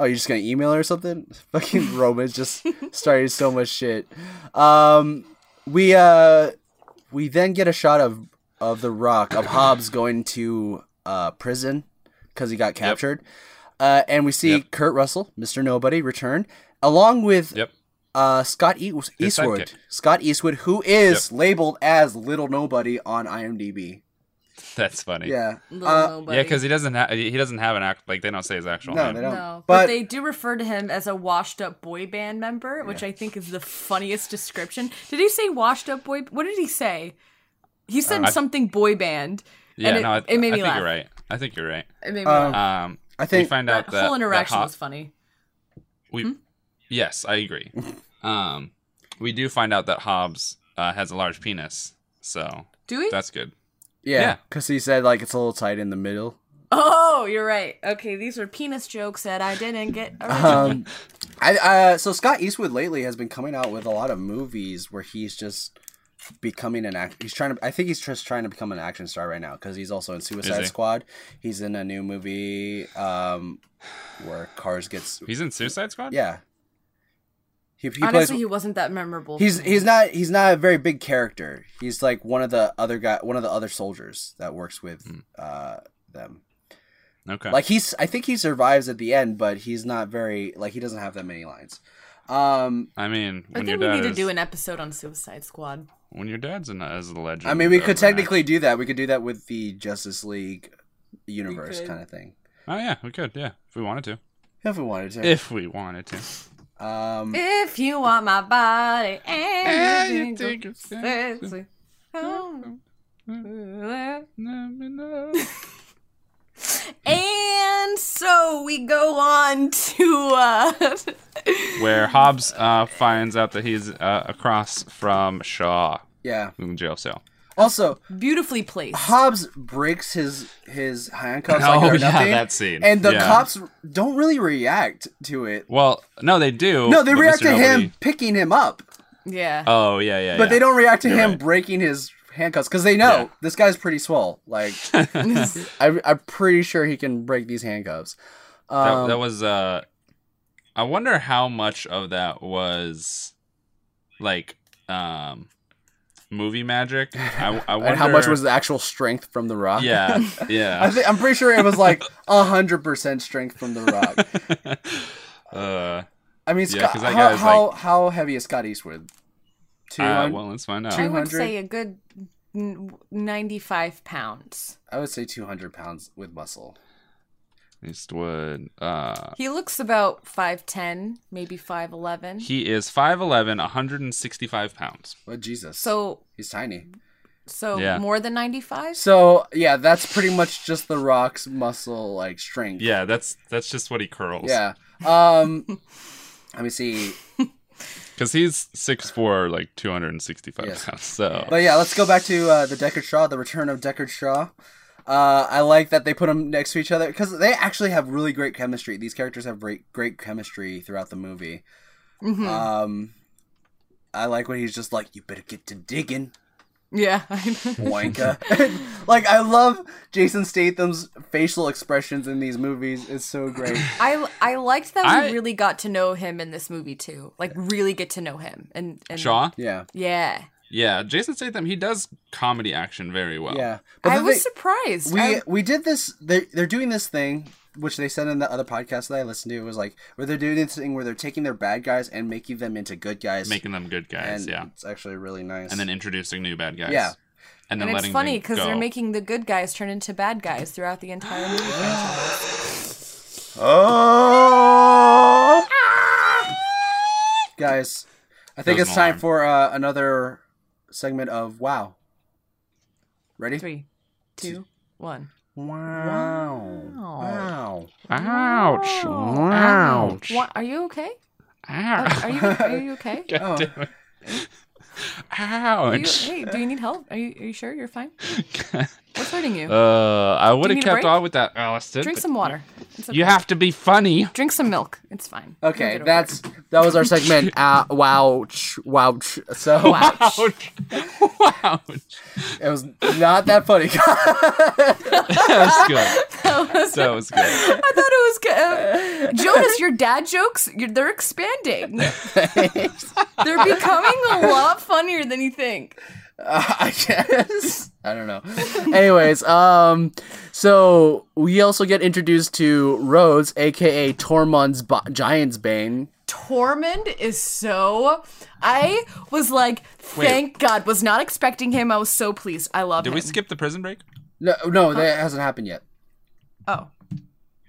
Speaker 3: Oh, you're just gonna email her or something? Fucking Roman's just starting so much shit. Um, we uh, we then get a shot of of the Rock of Hobbs going to uh prison because he got captured, uh, and we see
Speaker 2: Yep.
Speaker 3: Kurt Russell, Mister Nobody, return along with
Speaker 2: Yep.
Speaker 3: uh, Scott e- Eastwood.
Speaker 2: sidekick.
Speaker 3: Scott Eastwood, who is labeled as Little Nobody on IMDb.
Speaker 2: That's funny.
Speaker 3: Yeah.
Speaker 1: Little
Speaker 3: Uh,
Speaker 1: nobody.
Speaker 2: Yeah, because he doesn't have he doesn't have an act like they don't say his actual
Speaker 3: no,
Speaker 2: name.
Speaker 3: they don't.
Speaker 1: No, but,
Speaker 3: But,
Speaker 1: they do refer to him as a washed-up boy band member, which I think is the funniest description. Did he say washed-up boy? What did he say? He said
Speaker 2: Uh,
Speaker 1: something boy band.
Speaker 2: Yeah,
Speaker 1: and it,
Speaker 2: no, I,
Speaker 1: it made
Speaker 2: I
Speaker 1: me
Speaker 2: think
Speaker 1: laugh.
Speaker 2: you're right. I think you're right.
Speaker 1: It made me laugh.
Speaker 3: um,
Speaker 2: Um,
Speaker 3: I
Speaker 2: we
Speaker 3: think
Speaker 2: find
Speaker 1: That
Speaker 2: out that
Speaker 1: whole interaction
Speaker 2: that Hob-
Speaker 1: was funny.
Speaker 2: we,
Speaker 1: Hmm?
Speaker 2: yes, I agree. um, we do find out that Hobbs uh, has a large penis, so
Speaker 1: Do we?
Speaker 2: that's good.
Speaker 3: yeah,
Speaker 2: yeah.
Speaker 3: because he said like it's a little tight in the middle.
Speaker 1: Oh, you're right. Okay, these are penis jokes that I didn't get.
Speaker 3: um, I, uh, so Scott Eastwood lately has been coming out with a lot of movies where he's just becoming an act. He's trying to. I think he's just trying to become an action star right now because he's also in Suicide
Speaker 2: he?
Speaker 3: Squad. He's in a new movie um, where cars gets.
Speaker 2: He's in Suicide Squad.
Speaker 3: Yeah, He, he
Speaker 7: Honestly,
Speaker 3: plays.
Speaker 7: he wasn't that memorable.
Speaker 3: He's he's not he's not a very big character. He's like one of the other guy, one of the other soldiers that works with uh, them.
Speaker 2: Okay.
Speaker 3: Like he's I think he survives at the end, but he's not very like he doesn't have that many lines. Um,
Speaker 2: I mean,
Speaker 1: I
Speaker 2: when your
Speaker 1: think we
Speaker 2: dad
Speaker 1: need to
Speaker 2: is-
Speaker 1: do an episode on Suicide Squad.
Speaker 2: when your dad's in as the legend.
Speaker 3: I mean, we
Speaker 2: of
Speaker 3: could
Speaker 2: an act-
Speaker 3: technically do that. We could do that with the Justice League universe
Speaker 7: could.
Speaker 3: kind of thing
Speaker 2: Oh yeah, we could. Yeah, if we wanted to.
Speaker 3: if we wanted to.
Speaker 2: If we wanted to.
Speaker 3: um,
Speaker 1: If you want my body and you think
Speaker 2: it's
Speaker 1: it's sexy. And so we go on to uh
Speaker 2: Where Hobbs uh, finds out that he's uh, across from Shaw
Speaker 3: yeah.
Speaker 2: in the jail cell.
Speaker 3: Also,
Speaker 1: beautifully placed.
Speaker 3: Hobbs breaks his his handcuffs.
Speaker 2: Oh,
Speaker 3: like they're
Speaker 2: yeah,
Speaker 3: nothing,
Speaker 2: that scene.
Speaker 3: And the
Speaker 2: Yeah.
Speaker 3: cops don't really react to it.
Speaker 2: Well, no, they do.
Speaker 3: No, they
Speaker 2: Oh, but
Speaker 3: react
Speaker 2: Mr.
Speaker 3: to him
Speaker 2: Nobody-
Speaker 3: picking him up,
Speaker 1: Yeah.
Speaker 2: Oh yeah, yeah.
Speaker 3: but they don't react to
Speaker 2: You're
Speaker 3: him
Speaker 2: right.
Speaker 3: breaking his handcuffs because they know
Speaker 2: Yeah.
Speaker 3: this guy's pretty swole. Like, I, I'm pretty sure he can break these handcuffs.
Speaker 2: That,
Speaker 3: Um,
Speaker 2: that was. Uh, I wonder how much of that was, like, um, movie magic. I, I wonder
Speaker 3: and how much was the actual strength from The Rock?
Speaker 2: Yeah,
Speaker 3: I
Speaker 2: yeah.
Speaker 3: thi- I'm pretty sure it was like hundred percent strength from The Rock.
Speaker 2: uh,
Speaker 3: I mean,
Speaker 2: Yeah,
Speaker 3: Scott,
Speaker 2: 'cause that guy
Speaker 3: how,
Speaker 2: is
Speaker 3: how how heavy is Scott Eastwood? Two.
Speaker 2: uh,
Speaker 3: hun-
Speaker 2: well, let's find
Speaker 1: I
Speaker 2: out.
Speaker 1: would
Speaker 3: 200?
Speaker 1: say a good n- 95 pounds.
Speaker 3: I would say two hundred pounds with muscle.
Speaker 2: Eastwood. Uh,
Speaker 1: He looks about 5'10, maybe 5'11.
Speaker 2: he is 5'11", 165 pounds.
Speaker 3: Well, Jesus,
Speaker 1: So
Speaker 3: he's tiny.
Speaker 1: so
Speaker 2: Yeah.
Speaker 1: more than 95?
Speaker 3: So yeah, that's pretty much just The Rock's muscle like strength.
Speaker 2: Yeah, that's that's just what he curls.
Speaker 3: Yeah. Um, let me see.
Speaker 2: because he's 6'4", like two hundred and sixty-five
Speaker 3: Yes.
Speaker 2: pounds. So
Speaker 3: But yeah, let's go back to uh, the Deckard Shaw, the return of Deckard Shaw. Uh, I like that they put them next to each other because they actually have really great chemistry. These characters have great, great chemistry throughout the movie.
Speaker 1: Mm-hmm. Hmm.
Speaker 3: Um, I like when he's just like, "You better get to digging,
Speaker 1: Yeah.
Speaker 3: wanka." like I love Jason Statham's facial expressions in these movies. It's so great.
Speaker 1: I I liked that we
Speaker 2: I-
Speaker 1: really got to know him in this movie too. Like really get to know him and, and
Speaker 2: Shaw.
Speaker 3: Yeah,
Speaker 1: Yeah.
Speaker 2: Yeah, Jason Statham. He does comedy action very well.
Speaker 3: yeah. But
Speaker 1: I
Speaker 3: the
Speaker 1: was
Speaker 3: thing-
Speaker 1: surprised.
Speaker 3: we
Speaker 1: I-
Speaker 3: we did this they're, they're doing this thing which they said in the other podcast that i listened to it was like where they're doing this thing where they're taking their bad guys and making them into good guys
Speaker 2: making them good guys.
Speaker 3: and
Speaker 2: yeah,
Speaker 3: it's actually really nice
Speaker 2: and then introducing new bad guys.
Speaker 3: Yeah.
Speaker 2: and then
Speaker 1: and it's
Speaker 2: letting
Speaker 1: funny
Speaker 2: because
Speaker 1: because they're making the good guys turn into bad guys throughout the entire movie. franchise.
Speaker 3: oh guys i think
Speaker 2: That was
Speaker 3: it's
Speaker 2: an
Speaker 3: time
Speaker 2: alarm.
Speaker 3: for uh, another segment of wow ready
Speaker 1: Three, two, one.
Speaker 3: wow wow
Speaker 2: ouch, ouch,
Speaker 1: What, are you okay?
Speaker 2: ouch,
Speaker 1: Are you are you okay?
Speaker 3: oh
Speaker 1: Are you,
Speaker 2: ouch.
Speaker 1: hey, do you need help? Are you are you sure you're fine? What's hurting you?
Speaker 2: Uh, I would
Speaker 1: you
Speaker 2: have
Speaker 1: need a
Speaker 2: kept
Speaker 1: break?
Speaker 2: on with that, Alistair.
Speaker 1: Drink
Speaker 2: but
Speaker 1: some water. It's okay.
Speaker 2: You have to be funny.
Speaker 1: Drink some milk. It's fine. You'll get
Speaker 3: okay
Speaker 1: over
Speaker 3: that's that was our segment uh, wowch wowch so
Speaker 1: it. Ouch.
Speaker 2: Ouch. ouch.
Speaker 3: It was not that funny.
Speaker 2: That was good. That was good.
Speaker 1: I thought it was good. Uh, Jonas, your dad jokes, you're, they're expanding. they're becoming a lot funnier than you think.
Speaker 3: I guess. I don't know. Anyways, um, so we also get introduced to Rhodes, aka Tormund's bo- Giant's Bane.
Speaker 1: Tormund is so. I was like, thank God, was not expecting him. I was so pleased. I love
Speaker 2: Did
Speaker 1: him.
Speaker 2: we skip the prison break?
Speaker 3: No, no, that hasn't happened yet.
Speaker 1: oh,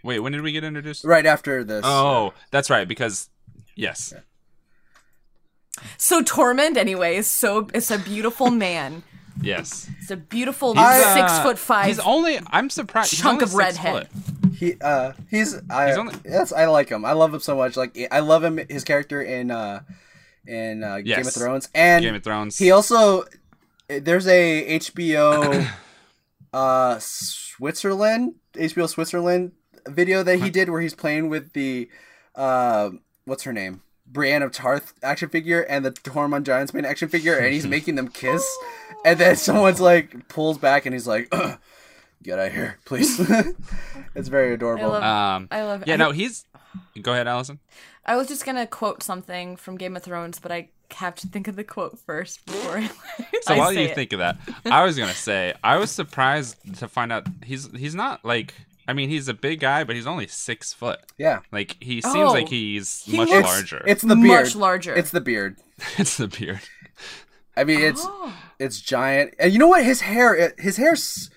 Speaker 2: Wait, when did we get introduced?
Speaker 3: Right after this.
Speaker 2: Oh, that's right. Because yes,
Speaker 1: so Tormund, anyway, is so. It's a beautiful man.
Speaker 2: yes.
Speaker 1: It's a beautiful
Speaker 2: He's, uh,
Speaker 1: six foot five.
Speaker 2: He's only. I'm surprised. he's
Speaker 1: chunk
Speaker 2: only
Speaker 1: of
Speaker 2: six
Speaker 1: redhead.
Speaker 2: foot.
Speaker 3: He, uh, he's. I,
Speaker 2: He's only-
Speaker 3: yes, I like him. I love him so much. Like I love him. His character in uh, in uh, Game of
Speaker 2: Yes.
Speaker 3: Thrones and
Speaker 2: Game of Thrones.
Speaker 3: He also eh, there's a HBO uh Switzerland HBO Switzerland video that he did where he's playing with the uh what's her name Brienne of Tarth action figure and the Tormund Giantsbane action figure and he's making them kiss and then someone's like pulls back and he's like get out of here, please. it's very adorable.
Speaker 1: love-
Speaker 2: Um,
Speaker 1: I love-
Speaker 2: Yeah,
Speaker 1: I-
Speaker 2: no, he's. Go ahead, Allison.
Speaker 1: I was just gonna quote something from Game of Thrones, but I have to think of the quote first before. I
Speaker 2: So
Speaker 1: I
Speaker 2: while
Speaker 1: say
Speaker 2: you
Speaker 1: it.
Speaker 2: think of that, I was gonna say I was surprised to find out he's he's not like I mean he's a big guy, but he's only six foot.
Speaker 3: yeah.
Speaker 2: Like he seems
Speaker 1: Oh.
Speaker 2: like he's much
Speaker 1: looks-
Speaker 2: larger.
Speaker 3: It's the
Speaker 1: Much
Speaker 3: beard.
Speaker 1: larger.
Speaker 3: It's the beard.
Speaker 2: it's the beard.
Speaker 3: I mean, it's
Speaker 1: Oh.
Speaker 3: it's giant. And you know what? His hair, it, his hair s-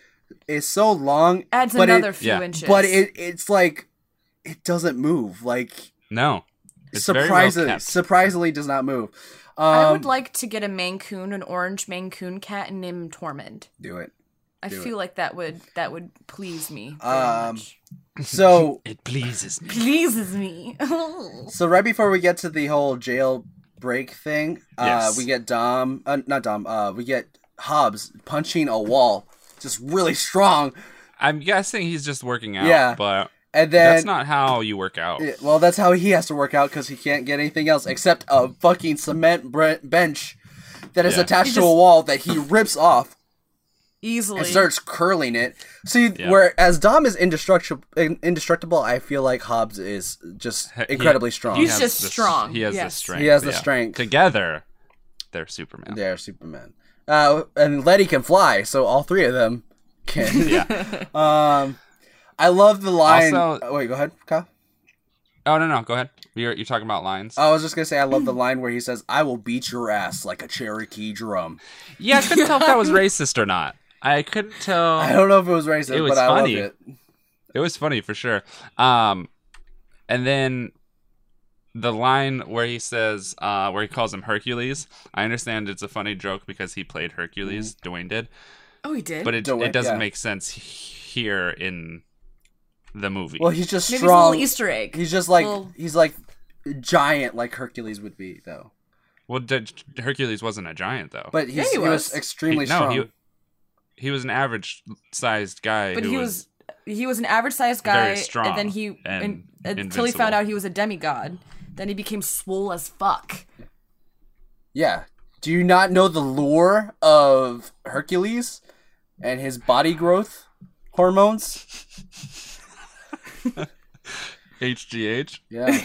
Speaker 3: is so long.
Speaker 1: adds
Speaker 3: but
Speaker 1: another
Speaker 3: It,
Speaker 1: few
Speaker 2: yeah.
Speaker 1: inches.
Speaker 3: but it it's like it doesn't move. Like
Speaker 2: No, it's very well
Speaker 3: surprisingly,
Speaker 2: kept.
Speaker 3: surprisingly, does not move. Um,
Speaker 1: I would like to get a Maine Coon, an orange Maine Coon cat, and name him Tormund.
Speaker 3: do it.
Speaker 1: I feel like that would that would please me. Very
Speaker 3: Um,
Speaker 1: much.
Speaker 3: So
Speaker 2: It pleases me.
Speaker 1: Pleases me.
Speaker 3: So right before we get to the whole jail break thing, uh,
Speaker 2: Yes.
Speaker 3: we get Dom, uh, not Dom, uh, we get Hobbs punching a wall, just really strong,
Speaker 2: I'm guessing he's just working out.
Speaker 3: Yeah.
Speaker 2: but
Speaker 3: and then
Speaker 2: that's not how you work out.
Speaker 3: Yeah, well, that's how he has to work out because he can't get anything else except a fucking cement bre- bench that is
Speaker 2: Yeah.
Speaker 3: attached to a wall that he rips off
Speaker 1: Easily.
Speaker 3: and starts curling it. See,
Speaker 2: Yeah.
Speaker 3: whereas Dom is indestructible, indestructible, I feel like Hobbs is just
Speaker 2: He-
Speaker 3: incredibly strong.
Speaker 2: he
Speaker 1: He's
Speaker 2: has
Speaker 1: just
Speaker 2: the-
Speaker 1: strong,
Speaker 2: He has the
Speaker 1: yes.
Speaker 2: strength.
Speaker 3: He has the
Speaker 2: yeah.
Speaker 3: strength.
Speaker 2: Together, they're Superman.
Speaker 3: They're Superman. Uh, and Letty can fly, so all three of them can.
Speaker 2: Yeah.
Speaker 3: um, I love the line.
Speaker 2: Also-
Speaker 3: oh, wait, go ahead, Kyle.
Speaker 2: Oh no no, go ahead. You're you're talking about lines.
Speaker 3: I was just gonna say I love the line where he says, "I will beat your ass like a Cherokee drum."
Speaker 2: yeah, I couldn't tell if that was racist or not. I couldn't tell.
Speaker 3: I don't know if it was racist,
Speaker 2: It was
Speaker 3: but I loved
Speaker 2: funny.
Speaker 3: it.
Speaker 2: It was funny for sure. Um, and then the line where he says, uh, where he calls him Hercules. I understand it's a funny joke because he played Hercules, Dwayne did,
Speaker 1: oh, he did.
Speaker 2: but it
Speaker 3: Mm-hmm. Dwayne,
Speaker 2: it doesn't
Speaker 3: yeah.
Speaker 2: make sense here in the movie.
Speaker 3: Well, he's just
Speaker 1: Maybe it's a
Speaker 3: strong.
Speaker 1: little Easter egg.
Speaker 3: he's just like
Speaker 1: Little-
Speaker 3: he's like giant, like Hercules would be, though.
Speaker 2: Well, D- Hercules wasn't a giant though.
Speaker 3: But he's,
Speaker 1: Yeah, he
Speaker 3: he, was.
Speaker 1: was.
Speaker 3: extremely
Speaker 2: He- no,
Speaker 3: strong.
Speaker 2: he he was an average sized guy.
Speaker 1: but
Speaker 2: who
Speaker 1: he was he was an average sized guy,
Speaker 2: very strong
Speaker 1: and then he
Speaker 2: and
Speaker 1: and- until he found
Speaker 2: invincible.
Speaker 1: out he was a demigod. Then he became swole as fuck.
Speaker 3: Yeah. Do you not know the lore of Hercules and his body growth hormones?
Speaker 2: HGH.
Speaker 3: Yeah.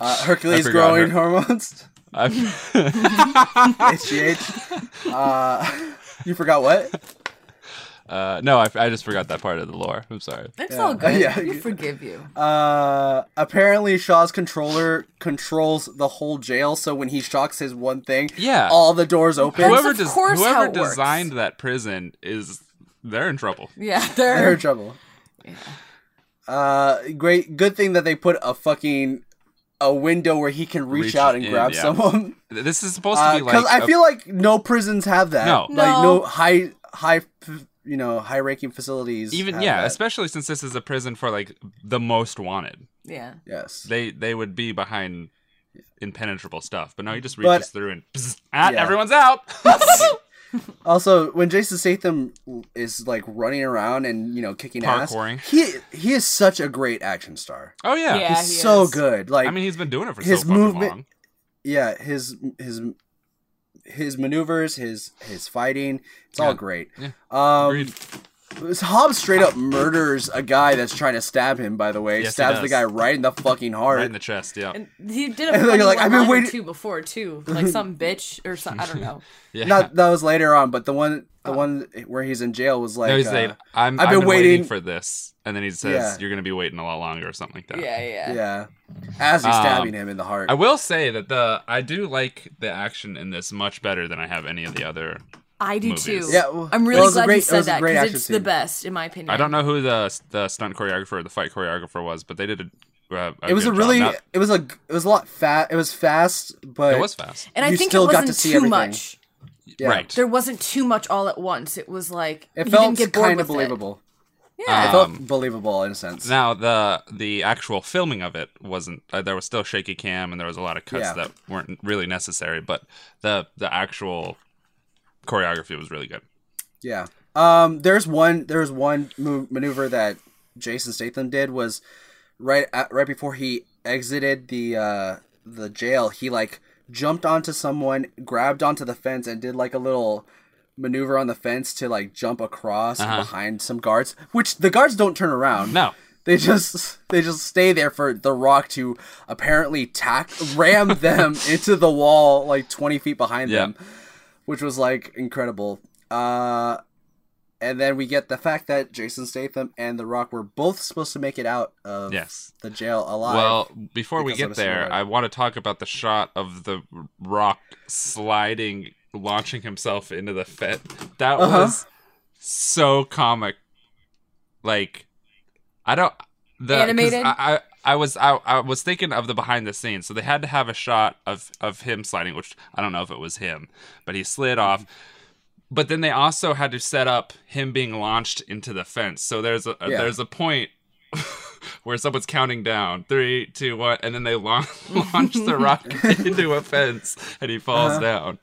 Speaker 3: uh, Hercules
Speaker 2: I forgot
Speaker 3: growing
Speaker 2: her-
Speaker 3: hormones.
Speaker 2: I-
Speaker 3: HGH. Uh, you forgot what?
Speaker 2: uh, no, I, I just forgot that part of the lore. I'm sorry.
Speaker 1: It's all good.
Speaker 3: Yeah.
Speaker 1: We forgive you.
Speaker 3: Uh, apparently, Shaw's controller controls the whole jail, so when he shocks his one thing,
Speaker 2: Yeah.
Speaker 3: all the doors open.
Speaker 1: That's
Speaker 2: whoever
Speaker 1: of
Speaker 2: des-
Speaker 1: course how
Speaker 2: whoever
Speaker 1: it works.
Speaker 2: designed that prison is they're in trouble.
Speaker 1: yeah,
Speaker 3: They're
Speaker 1: they're
Speaker 3: in trouble. Uh, great. Good thing that they put a fucking a window where he can reach,
Speaker 2: Reach
Speaker 3: out and
Speaker 2: in,
Speaker 3: grab
Speaker 2: yeah.
Speaker 3: someone.
Speaker 2: Th- This is supposed to be
Speaker 3: Because
Speaker 2: like
Speaker 3: Uh, I
Speaker 2: a-
Speaker 3: feel like no prisons have that.
Speaker 2: No.
Speaker 3: Like
Speaker 1: No.
Speaker 3: no high high f- you know high ranking facilities.
Speaker 2: even
Speaker 3: have
Speaker 2: yeah,
Speaker 3: that.
Speaker 2: especially since this is a prison for like the most wanted.
Speaker 1: yeah.
Speaker 3: yes.
Speaker 2: They they would be behind impenetrable stuff, but no, he just
Speaker 3: But-
Speaker 2: reaches through and pzzz, ah,
Speaker 3: Yeah.
Speaker 2: everyone's out.
Speaker 3: Also, when Jason Statham is like running around and you know kicking
Speaker 2: Parkouring.
Speaker 3: ass, he he is such a great action star.
Speaker 2: oh yeah.
Speaker 1: Yeah.
Speaker 3: He's
Speaker 1: he
Speaker 3: so
Speaker 1: is.
Speaker 3: good. Like
Speaker 2: I mean, he's been doing it for
Speaker 3: His
Speaker 2: so fucking
Speaker 3: movement-
Speaker 2: long.
Speaker 3: yeah, his his his maneuvers, his his fighting, it's all
Speaker 2: Yeah.
Speaker 3: great.
Speaker 2: Yeah.
Speaker 3: Um,
Speaker 2: Agreed.
Speaker 3: Hobbs straight up murders a guy that's trying to stab him. By the way,
Speaker 2: Yes, he
Speaker 3: stabs the
Speaker 2: does.
Speaker 3: guy right in the fucking heart.
Speaker 2: Right in the chest, yeah.
Speaker 1: And he did
Speaker 3: And
Speaker 1: a
Speaker 3: they're
Speaker 1: funny
Speaker 3: like,
Speaker 1: like,
Speaker 3: "I've
Speaker 1: I've
Speaker 3: been waiting-
Speaker 1: too before too, like some bitch or some I don't know.
Speaker 2: yeah.
Speaker 3: Not that was later on, but the one
Speaker 1: Uh.
Speaker 3: the one where he's in jail was like
Speaker 2: no, he's
Speaker 3: uh,
Speaker 2: saying, I'm,
Speaker 3: I've
Speaker 2: I've
Speaker 3: been
Speaker 2: been, waiting.
Speaker 3: waiting-
Speaker 2: for this. And then he says,
Speaker 3: Yeah.
Speaker 2: You're going to be waiting a lot longer or something like that.
Speaker 1: Yeah, yeah.
Speaker 3: yeah, as he's
Speaker 2: Um,
Speaker 3: stabbing him in the heart.
Speaker 2: I will say that the I do like the action in this much better than I have any of the other.
Speaker 1: I do
Speaker 2: Movies.
Speaker 1: too.
Speaker 3: Yeah, well,
Speaker 1: I'm
Speaker 3: it
Speaker 1: really
Speaker 3: was a
Speaker 1: glad
Speaker 3: great-
Speaker 1: you
Speaker 3: it was
Speaker 1: said
Speaker 3: a
Speaker 1: that
Speaker 3: great
Speaker 1: because
Speaker 3: action
Speaker 1: it's the
Speaker 3: scene.
Speaker 1: best in my opinion.
Speaker 2: I don't know who the the stunt choreographer or the fight choreographer was, but they did a. Uh, a
Speaker 3: it was
Speaker 2: good
Speaker 3: a
Speaker 2: job.
Speaker 3: really
Speaker 2: Not-
Speaker 3: it was a g- it was a lot fat. It was fast, but
Speaker 2: it was fast,
Speaker 1: And I
Speaker 3: you
Speaker 1: think
Speaker 3: still
Speaker 1: it
Speaker 3: got
Speaker 1: wasn't
Speaker 3: to see
Speaker 1: too
Speaker 3: everything.
Speaker 1: much.
Speaker 3: yeah.
Speaker 2: right?
Speaker 1: There wasn't too much all at once. It was like
Speaker 3: It
Speaker 1: you
Speaker 3: felt
Speaker 1: didn't get bored
Speaker 3: kind of
Speaker 1: with it.
Speaker 3: believable.
Speaker 1: Yeah.
Speaker 3: It
Speaker 2: Um,
Speaker 3: felt believable in a sense.
Speaker 2: now the the actual filming of it wasn't. Uh, there was still shaky cam, and there was a lot of cuts
Speaker 3: Yeah.
Speaker 2: that weren't really necessary. But the the actual choreography was really good.
Speaker 3: Yeah. Um. There's one. There's one move, maneuver that Jason Statham did was right at, right before he exited the uh the jail. He like jumped onto someone, grabbed onto the fence, and did like a little maneuver on the fence to like jump across
Speaker 2: Uh-huh.
Speaker 3: behind some guards, which the guards don't turn around.
Speaker 2: No.
Speaker 3: They just they just stay there for the rock to apparently tack ram them into the wall like twenty feet behind
Speaker 2: Yeah.
Speaker 3: them, which was like incredible. Uh, and then we get the fact that Jason Statham and the Rock were both supposed to make it out of
Speaker 2: Yes.
Speaker 3: the jail alive.
Speaker 2: Well, before we
Speaker 3: because
Speaker 2: get
Speaker 3: of a
Speaker 2: there,
Speaker 3: snowball.
Speaker 2: I want to talk about the shot of the rock sliding, launching himself into the fet. That
Speaker 3: Uh-huh.
Speaker 2: was so comic. Like, I don't the 'cause
Speaker 7: Animated?
Speaker 2: I, I I was I, I was thinking of the behind the scenes, so they had to have a shot of of him sliding, which I don't know if it was him, but he slid off.
Speaker 3: Mm-hmm.
Speaker 2: But then they also had to set up him being launched into the fence. So there's a
Speaker 3: Yeah.
Speaker 2: there's a point where someone's counting down three, two, one, and then they launch, launch the rock into a fence, and he falls down.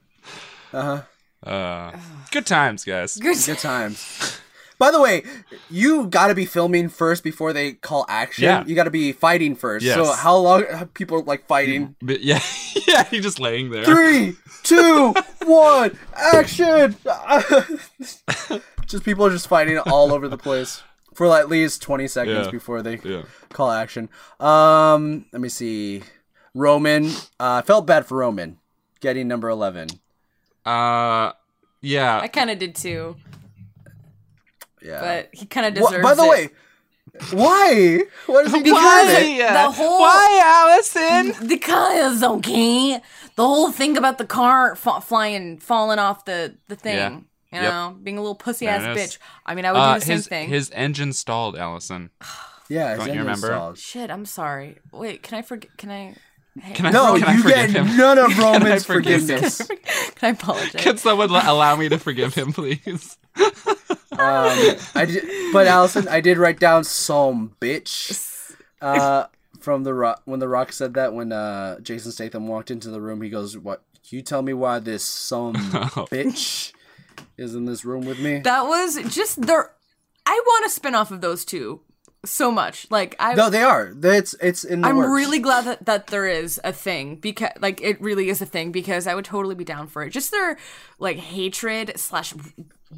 Speaker 2: Uh-huh. good times, guys.
Speaker 3: Good times. By the way, you got to be filming first before they call action.
Speaker 2: Yeah.
Speaker 3: You got to be fighting first.
Speaker 2: Yes. Mm-hmm.
Speaker 3: So how long how people like fighting?
Speaker 2: But yeah, yeah, he's just laying there.
Speaker 3: Three, two, one, action! just people are just fighting all over the place for like, at least twenty seconds
Speaker 2: Yeah.
Speaker 3: before they
Speaker 2: Yeah.
Speaker 3: call action. Um, let me see. Roman, uh, felt bad for Roman getting number eleven.
Speaker 2: Uh, yeah.
Speaker 1: I kind of did too,
Speaker 3: Yeah.
Speaker 1: but he kind of
Speaker 3: Wha-
Speaker 1: deserves
Speaker 3: by the
Speaker 1: it.
Speaker 3: way, why? Why does he
Speaker 1: Because
Speaker 3: deserve it?
Speaker 1: the whole
Speaker 2: uh, Allison?
Speaker 1: because okay, the whole thing about the car fa- flying, falling off the the thing,
Speaker 2: Yeah.
Speaker 1: you
Speaker 2: Yep.
Speaker 1: know, being a little pussy
Speaker 2: There
Speaker 1: ass
Speaker 2: it is.
Speaker 1: bitch. I mean, I would
Speaker 2: Uh,
Speaker 1: do the same
Speaker 2: his
Speaker 1: thing.
Speaker 2: his engine stalled, Allison.
Speaker 3: Yeah,
Speaker 2: Don't
Speaker 3: his
Speaker 2: you
Speaker 3: engine
Speaker 2: remember?
Speaker 3: stalled.
Speaker 1: Shit, I'm sorry. Wait, can I forget? Can I?
Speaker 2: Can I,
Speaker 3: No,
Speaker 2: can I
Speaker 3: you
Speaker 2: forgive
Speaker 3: get
Speaker 2: him?
Speaker 3: none of Roman's
Speaker 2: forgive him?
Speaker 3: forgiveness.
Speaker 1: Can I apologize?
Speaker 2: Can someone l- allow me to forgive him, please?
Speaker 3: um, I did, but Allison, I did write down some bitch uh, from the rock when the Rock said that when uh, Jason Statham walked into the room. He goes, "What? Can you tell me why this some bitch is in this room with me?"
Speaker 1: That was just their. I want a spin off of those two so much. Like I,
Speaker 3: no, they are. It's it's in. The
Speaker 1: I'm
Speaker 3: works.
Speaker 1: really glad that, that there is a thing because like it really is a thing because I would totally be down for it. Just their like hatred slash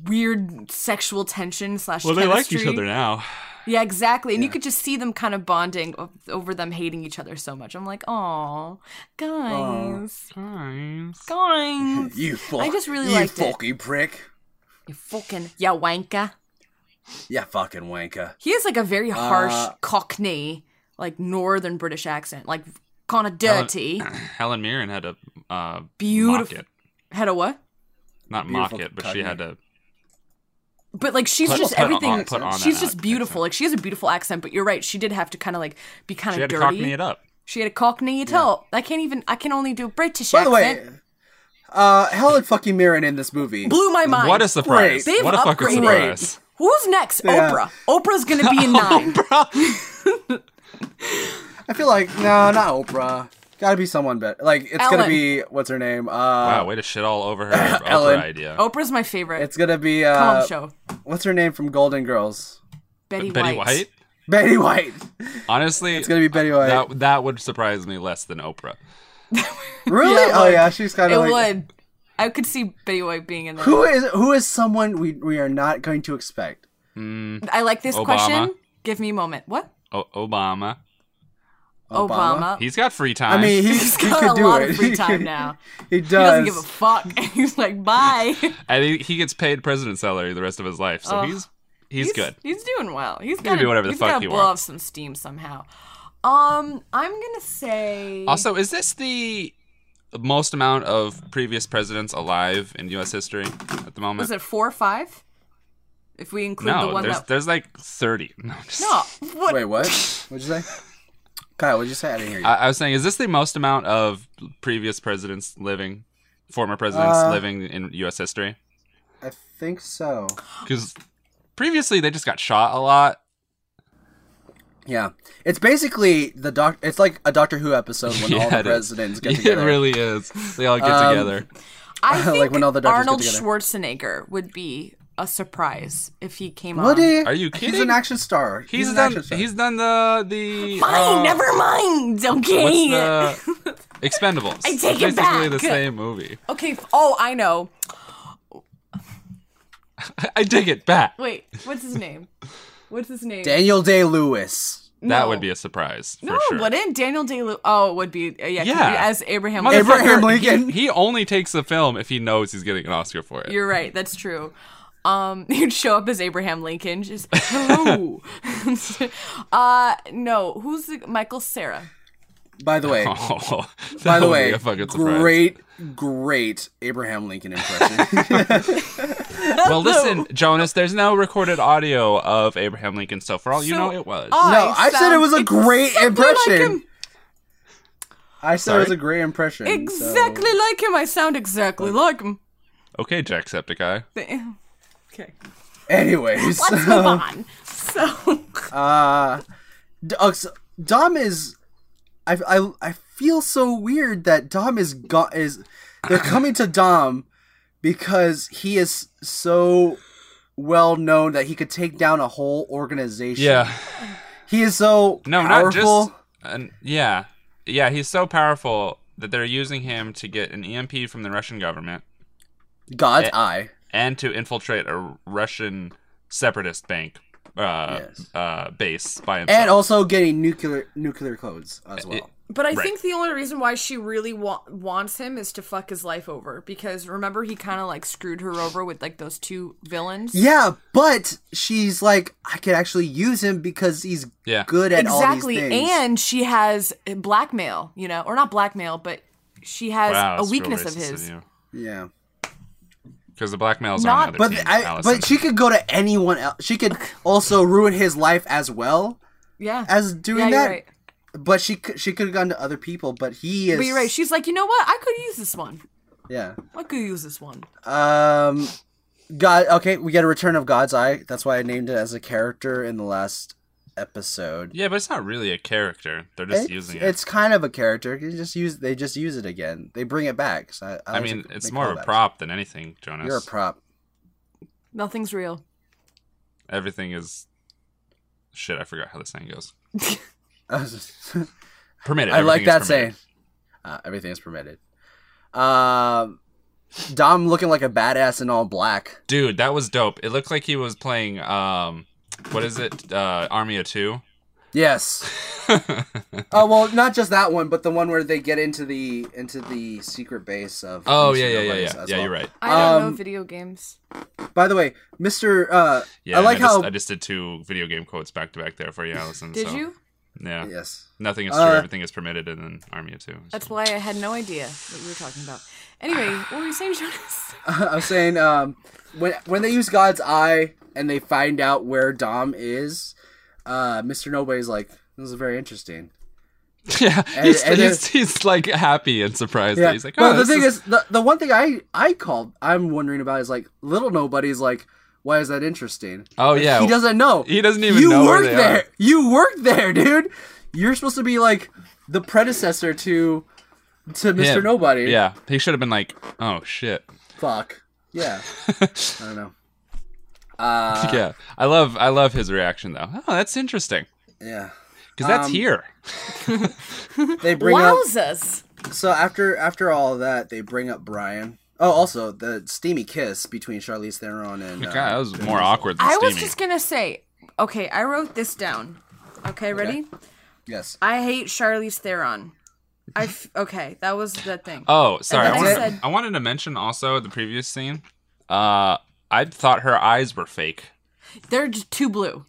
Speaker 1: weird sexual tension slash.
Speaker 2: Well, they like each
Speaker 1: chemistry.
Speaker 2: other now.
Speaker 1: Yeah, exactly. And you could just see them kind of bonding o- over them hating each other so much. I'm like, oh, guys, guys,
Speaker 3: You fuck.
Speaker 1: I just really
Speaker 3: you
Speaker 1: liked it.
Speaker 3: fucking prick.
Speaker 1: you fucking yeah, wanker.
Speaker 3: Yeah, fucking wanker.
Speaker 1: He has like a very harsh
Speaker 3: Uh,
Speaker 1: Cockney, like Northern British accent, like kind of dirty.
Speaker 2: Helen Mirren had a uh,
Speaker 1: Beautiful.
Speaker 2: mock it.
Speaker 1: Had a what?
Speaker 2: not mock
Speaker 3: Beautiful
Speaker 2: it, but she had to.
Speaker 1: But like she's
Speaker 2: Put-
Speaker 1: just
Speaker 2: put on-
Speaker 1: everything.
Speaker 2: put on
Speaker 1: she's
Speaker 2: that
Speaker 1: just
Speaker 2: accent.
Speaker 1: beautiful. Like she has a beautiful accent. But you're right. She did have to kind of like be
Speaker 2: She
Speaker 1: kind
Speaker 2: had
Speaker 1: of
Speaker 2: to
Speaker 1: dirty.
Speaker 2: cockney it up.
Speaker 1: She had a Cockney at all. I can't even. I can only do a British
Speaker 3: By the
Speaker 1: accent.
Speaker 3: way, uh, Helen fucking Mirren in this movie.
Speaker 1: Blew my mind.
Speaker 2: What a surprise!
Speaker 1: They've
Speaker 2: what a fucking
Speaker 1: upgraded.
Speaker 2: surprise!
Speaker 1: Who's next?
Speaker 3: Yeah.
Speaker 1: Oprah. Oprah's gonna be in nine.
Speaker 3: I feel like no, not Oprah. Gotta be someone better. Like it's
Speaker 1: Ellen.
Speaker 3: gonna be what's her name? Uh,
Speaker 2: Wow, way to shit all over her Oprah
Speaker 3: Ellen.
Speaker 2: idea.
Speaker 1: Oprah's my favorite.
Speaker 3: It's gonna be
Speaker 1: Come
Speaker 3: uh,
Speaker 1: on, show.
Speaker 3: what's her name from Golden Girls?
Speaker 1: Betty,
Speaker 2: Betty White.
Speaker 3: Betty White.
Speaker 2: Honestly,
Speaker 3: It's gonna be Betty White.
Speaker 2: that that would surprise me less than Oprah.
Speaker 3: really?
Speaker 1: Yeah, it
Speaker 3: oh
Speaker 1: would.
Speaker 3: yeah, she's kind
Speaker 1: It
Speaker 3: of like.
Speaker 1: would. I could see Betty White being in there.
Speaker 3: Who is who is someone we we are not going to expect?
Speaker 1: I like this question.
Speaker 2: Obama.
Speaker 1: Give me a moment. What?
Speaker 2: O- Obama.
Speaker 1: Obama.
Speaker 2: He's got free time.
Speaker 3: I mean, he,
Speaker 1: He's
Speaker 3: he
Speaker 1: got
Speaker 3: could
Speaker 1: a
Speaker 3: do
Speaker 1: lot
Speaker 3: it.
Speaker 1: of free time now.
Speaker 3: he does.
Speaker 1: He doesn't give a fuck. He's like, bye. He's,
Speaker 2: and he, he gets paid president salary the rest of his life, so he's, he's good.
Speaker 1: He's doing well. He's
Speaker 2: can
Speaker 1: gonna
Speaker 2: do whatever the
Speaker 1: he's
Speaker 2: fuck
Speaker 1: gotta
Speaker 2: he
Speaker 1: blow off
Speaker 2: wants.
Speaker 1: some steam somehow. Um, I'm gonna say
Speaker 2: Also, is this the most amount of previous presidents alive in U.S. history at the moment?
Speaker 1: was it four or five? If we include the
Speaker 2: no,
Speaker 1: one
Speaker 2: there's
Speaker 1: that
Speaker 2: there's like thirty. No, I'm just-
Speaker 1: no, what?
Speaker 3: Wait, what? What'd you say? Kyle, what'd you say? I didn't hear you.
Speaker 2: I, I was saying, is this the most amount of previous presidents living, former presidents
Speaker 3: Uh,
Speaker 2: living in U.S. history?
Speaker 3: I think so.
Speaker 2: Because previously they just got shot a lot.
Speaker 3: Yeah, it's basically the doc. It's like a Doctor Who episode when all
Speaker 2: Yeah,
Speaker 3: the
Speaker 2: it is.
Speaker 3: presidents get
Speaker 2: it
Speaker 3: together. Um,
Speaker 2: really is. They all get together.
Speaker 1: I think
Speaker 3: Like when all the doctors get
Speaker 1: Arnold
Speaker 3: together.
Speaker 1: Schwarzenegger would be a surprise if he came on.
Speaker 3: Would he?
Speaker 2: Are you
Speaker 3: He's
Speaker 2: kidding?
Speaker 3: an action star.
Speaker 2: He's,
Speaker 3: an
Speaker 2: done.
Speaker 3: action star.
Speaker 2: He's done the the.
Speaker 1: Fine,
Speaker 2: uh,
Speaker 1: never mind.
Speaker 2: What's
Speaker 1: Okay.
Speaker 2: the Expendables? I
Speaker 1: take it
Speaker 2: Basically the
Speaker 1: back.
Speaker 2: same movie.
Speaker 1: Okay. f- Oh, I know.
Speaker 2: I dig it back.
Speaker 1: Wait, what's his name? What's his name?
Speaker 3: Daniel Day Lewis.
Speaker 2: That would be a surprise.
Speaker 1: no,
Speaker 2: for sure.
Speaker 1: wouldn't Oh, Daniel Day? Lew- oh, it would be uh, yeah, 'cause
Speaker 2: Yeah.
Speaker 1: he- as Abraham.
Speaker 2: Motherfucker,
Speaker 3: Abraham Lincoln.
Speaker 2: He only takes the film if he knows he's getting an Oscar for it.
Speaker 1: You're right. That's true. Um, he'd show up as Abraham Lincoln. Just hello. uh, no. Who's the, Michael Sarah?
Speaker 3: By the way,
Speaker 2: Oh, that
Speaker 3: by the
Speaker 2: would be
Speaker 3: way,
Speaker 2: a fucking surprise.
Speaker 3: great, great Abraham Lincoln impression.
Speaker 2: Well, listen, Jonas. There's no recorded audio of Abraham Lincoln, so for all you
Speaker 1: So-
Speaker 2: know, it was.
Speaker 3: no, I said it was a
Speaker 1: sound
Speaker 3: great
Speaker 1: exactly like
Speaker 3: impression.
Speaker 1: him.
Speaker 3: I said it was a great impression. so-
Speaker 1: Exactly like him. I sound exactly
Speaker 3: uh,
Speaker 1: like him.
Speaker 2: okay, Jacksepticeye.
Speaker 1: Okay.
Speaker 3: Anyways,
Speaker 1: Let's move on. So,
Speaker 3: uh, D- uh, so Dom is. I, I I feel so weird that Dom is got is. They're coming to Dom because he is so well known that he could take down a whole organization.
Speaker 2: Yeah.
Speaker 3: he is so
Speaker 2: No, not
Speaker 3: powerful.
Speaker 2: just. an yeah, yeah. He's so powerful that they're using him to get an EMP from the Russian government Eh.
Speaker 3: God's eye.
Speaker 2: and to infiltrate a Russian separatist bank uh,
Speaker 3: Yes.
Speaker 2: uh, base by himself.
Speaker 3: and also getting nuclear nuclear codes as well.
Speaker 7: But I
Speaker 2: Right.
Speaker 7: think the only reason why she really wa- wants him is to fuck his life over because remember he kind of like screwed her over with like those two villains.
Speaker 3: yeah, but she's like, I could actually use him because he's
Speaker 2: Yeah.
Speaker 3: good at
Speaker 7: exactly,
Speaker 3: all these things.
Speaker 7: and she has blackmail, you know, or not blackmail, but she has
Speaker 2: Wow,
Speaker 7: a
Speaker 2: that's real
Speaker 7: weakness of
Speaker 2: racist
Speaker 7: his.
Speaker 2: you.
Speaker 3: yeah,
Speaker 2: Because the blackmail's
Speaker 7: Not-
Speaker 2: on the
Speaker 3: but
Speaker 2: other team,
Speaker 3: I,
Speaker 2: Allison.
Speaker 3: but she could go to anyone else. She could also ruin his life as well
Speaker 7: Yeah,
Speaker 3: as doing
Speaker 7: yeah,
Speaker 3: that.
Speaker 7: you're right.
Speaker 3: But she could, she could have gone to other people. But he is.
Speaker 7: But you're right. She's like, you know what? I could use this one.
Speaker 3: yeah.
Speaker 7: I could use this one.
Speaker 3: Um. God. Okay, we get a return of God's eye. That's why I named it as a character in the last episode.
Speaker 2: yeah, but it's not really a character. They're just
Speaker 3: It's-
Speaker 2: using it.
Speaker 3: It's kind of a character. You just use they just use it again. They bring it back. So I,
Speaker 2: I
Speaker 3: like
Speaker 2: mean,
Speaker 3: to
Speaker 2: it's
Speaker 3: make
Speaker 2: more of a
Speaker 3: callbacks.
Speaker 2: prop than anything, Jonas.
Speaker 3: You're a prop.
Speaker 7: Nothing's real.
Speaker 2: Everything is. Shit, I forgot how the saying goes.
Speaker 3: I was just-
Speaker 2: Permitted.
Speaker 3: I like
Speaker 2: everything
Speaker 3: that
Speaker 2: is
Speaker 3: saying.
Speaker 2: permitted.
Speaker 3: Uh, everything is permitted. Um, Dom looking like a badass in all black.
Speaker 2: Dude, that was dope. It looked like he was playing. um What is it? Uh Army of Two?
Speaker 3: Yes. Oh well, not just that one, but the one where they get into the into the secret base of.
Speaker 2: oh,
Speaker 3: Mr.
Speaker 2: yeah, yeah, yeah,
Speaker 3: Nobody's
Speaker 2: yeah.
Speaker 3: as
Speaker 2: Yeah,
Speaker 3: well.
Speaker 2: you're right.
Speaker 7: I don't
Speaker 3: Um,
Speaker 7: know video games.
Speaker 3: By the way, Mister. Uh,
Speaker 2: Yeah,
Speaker 3: I like
Speaker 2: just,
Speaker 3: how.
Speaker 2: I just did two video game quotes back to back there for you, Allison.
Speaker 7: Did
Speaker 2: so,
Speaker 7: you?
Speaker 2: Yeah.
Speaker 3: yes.
Speaker 2: Nothing is true.
Speaker 3: Uh,
Speaker 2: everything is permitted, and then Army of Two.
Speaker 7: That's why I had no idea what you were talking about. Anyway, what were you saying, Jonas?
Speaker 3: I was saying um, when when they use God's eye and they find out where Dom is, uh, Mister Nobody's like, "This is very interesting."
Speaker 2: Yeah, he's,
Speaker 3: and
Speaker 2: he's,
Speaker 3: it-
Speaker 2: he's like happy and surprised.
Speaker 3: Yeah,
Speaker 2: That he's like, oh,
Speaker 3: but the
Speaker 2: this
Speaker 3: thing is, the, the one thing I I called I'm wondering about is like little Nobody's like, "Why is that interesting?"
Speaker 2: oh yeah,
Speaker 3: He doesn't know.
Speaker 2: He doesn't even
Speaker 3: you
Speaker 2: know where
Speaker 3: work
Speaker 2: they
Speaker 3: there.
Speaker 2: are.
Speaker 3: You work there, dude. You're supposed to be like the predecessor to to Mr.
Speaker 2: Him.
Speaker 3: Nobody.
Speaker 2: Yeah, he should have been like, oh shit.
Speaker 3: Fuck. Yeah. I don't know. Uh,
Speaker 2: yeah, I love, I love his reaction though. Oh, that's interesting
Speaker 3: yeah.
Speaker 2: because that's
Speaker 3: Um,
Speaker 2: here.
Speaker 3: They bring up
Speaker 7: Wowzers!
Speaker 3: so after after all of that they bring up Brian. Oh, also the steamy kiss between Charlize Theron and
Speaker 2: God,
Speaker 3: uh,
Speaker 2: that was more awkward than
Speaker 7: I
Speaker 2: steamy.
Speaker 7: was just gonna say. Okay, I wrote this down. Okay, ready?
Speaker 3: yes.
Speaker 7: I hate Charlize Theron. I f- okay, that was the thing.
Speaker 2: Oh, sorry. I
Speaker 7: And then
Speaker 2: wanted,
Speaker 7: I said-
Speaker 2: I wanted to mention also the previous scene. Uh, I thought her eyes were fake.
Speaker 7: They're just too blue.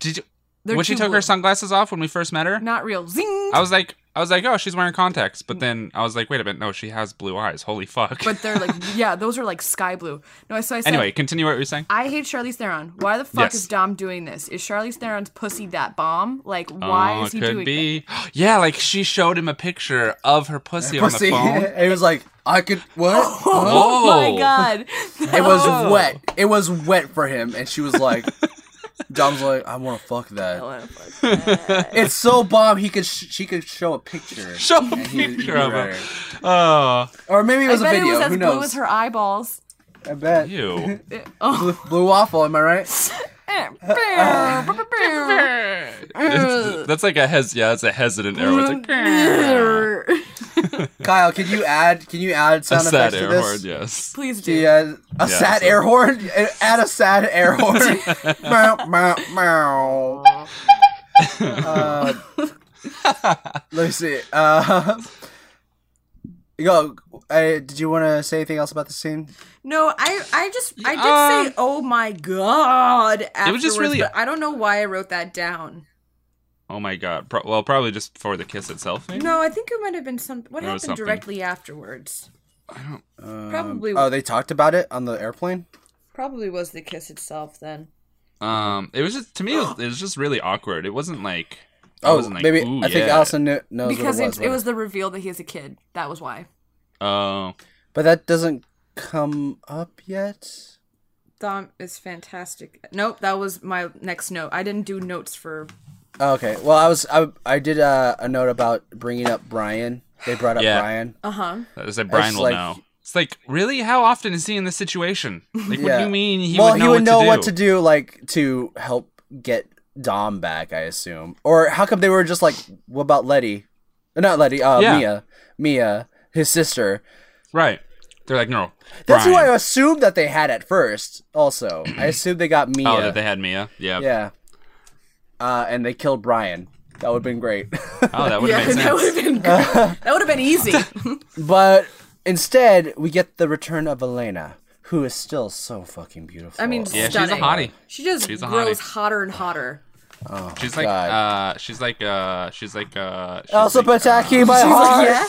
Speaker 2: Did you?
Speaker 7: They're
Speaker 2: when she
Speaker 7: too
Speaker 2: took
Speaker 7: blue.
Speaker 2: her sunglasses off when we first met her,
Speaker 7: Not real. Zing.
Speaker 2: I was like, I was like, oh, she's wearing contacts. But then I was like, wait a minute, no, she has blue eyes. Holy fuck.
Speaker 7: But they're like, yeah, those are like sky blue. No, so I said.
Speaker 2: anyway, continue what you were saying.
Speaker 7: I hate Charlize Theron. Why the fuck
Speaker 2: Yes.
Speaker 7: is Dom doing this? Is Charlize Theron's pussy that bomb? Like, why
Speaker 2: Oh,
Speaker 7: is he
Speaker 2: could
Speaker 7: doing that?
Speaker 2: be. Yeah, like she showed him a picture of her pussy,
Speaker 3: Pussy.
Speaker 2: on the phone.
Speaker 3: it was like I could what?
Speaker 2: Oh
Speaker 7: My God,
Speaker 3: It was wet. It was wet for him, and she was like, "Dom's like, I want to fuck that." it's so bomb. He could sh- she could show a picture,
Speaker 2: Show a
Speaker 3: And he-
Speaker 2: picture
Speaker 3: he
Speaker 2: of
Speaker 3: read
Speaker 2: him. Oh,
Speaker 3: or maybe it was a
Speaker 7: bet it
Speaker 3: video.
Speaker 7: was as
Speaker 3: Who
Speaker 7: blue
Speaker 3: knows?
Speaker 7: as her eyeballs.
Speaker 3: I bet
Speaker 2: you.
Speaker 3: blue, blue waffle. Am I right?
Speaker 7: Eh,
Speaker 3: Uh.
Speaker 2: that's like a hes. Yeah, that's a hesitant arrow. It's like,
Speaker 3: Kyle, can you add? Can you add
Speaker 2: A
Speaker 3: sound
Speaker 2: sad
Speaker 3: effects to
Speaker 2: air
Speaker 3: this?
Speaker 2: horn, yes.
Speaker 1: Please do.
Speaker 3: The, uh, a sad
Speaker 2: so-
Speaker 3: air horn. uh, Add a sad air horn. meow, meow, meow. Uh, let me see. Uh, go. Uh, did you want to say anything else about the scene?
Speaker 7: No, I I just I did
Speaker 2: Yeah.
Speaker 7: say oh my god afterwards,
Speaker 2: um, It was just really-
Speaker 7: but I don't know why I wrote that down.
Speaker 2: Oh my god. Pro- well, probably just for the kiss itself. Maybe?
Speaker 7: No, I think it might have been some what
Speaker 2: There
Speaker 7: happened
Speaker 2: was something.
Speaker 7: directly afterwards.
Speaker 3: Um,
Speaker 7: Probably-
Speaker 3: Oh, they talked about it on the airplane.
Speaker 7: Probably was the kiss itself then.
Speaker 2: Um, it was just to me. It was, it was just really awkward. It wasn't like. I
Speaker 3: Oh,
Speaker 2: wasn't like,
Speaker 3: maybe
Speaker 2: "Ooh,
Speaker 3: I think
Speaker 2: yeah."
Speaker 3: Allison knew, knows
Speaker 1: because
Speaker 3: what it
Speaker 1: it
Speaker 3: was.
Speaker 1: was, it was the reveal that he is a kid. That was why.
Speaker 2: Oh,
Speaker 3: but that doesn't come up yet.
Speaker 7: Dom is fantastic. Nope, that was my next note. I didn't do notes for
Speaker 3: Oh, okay. Well, I was I, I did uh, a note about bringing up Brian. They brought up
Speaker 2: Yeah.
Speaker 3: Brian.
Speaker 7: Uh-huh.
Speaker 2: that is that Brian
Speaker 3: It's
Speaker 2: will
Speaker 3: like-
Speaker 2: know. It's like really, how often is he in this situation? Like, what do you mean he
Speaker 3: well,
Speaker 2: would know,
Speaker 3: he would
Speaker 2: what,
Speaker 3: know
Speaker 2: to
Speaker 3: what
Speaker 2: do?
Speaker 3: to do, like to help get Dom back, I assume. Or how come they were just like, what about Letty? Uh, Not Letty. Uh,
Speaker 2: Yeah.
Speaker 3: Mia, Mia, his sister.
Speaker 2: Right. They're like, no.
Speaker 3: That's
Speaker 2: Brian.
Speaker 3: who I assumed that they had at first. Also, I assumed they got Mia.
Speaker 2: Oh, that they had Mia. Yeah.
Speaker 3: yeah. Uh, and they killed Brian. That would have been great.
Speaker 2: Oh, that would have made
Speaker 7: that
Speaker 2: sense.
Speaker 7: would have been that would have been easy.
Speaker 3: but instead, we get the return of Elena, who is still so fucking beautiful.
Speaker 7: I mean,
Speaker 2: Yeah, she's a
Speaker 7: stunning.
Speaker 2: hottie.
Speaker 7: She just
Speaker 2: She's a
Speaker 7: grows
Speaker 2: hottie.
Speaker 7: hotter and hotter.
Speaker 2: She's like,
Speaker 3: Oh, God.
Speaker 2: uh, she's like, uh, she's like, uh, she's
Speaker 3: Elsa
Speaker 2: like,
Speaker 3: Pataki, my heart.
Speaker 7: Yeah,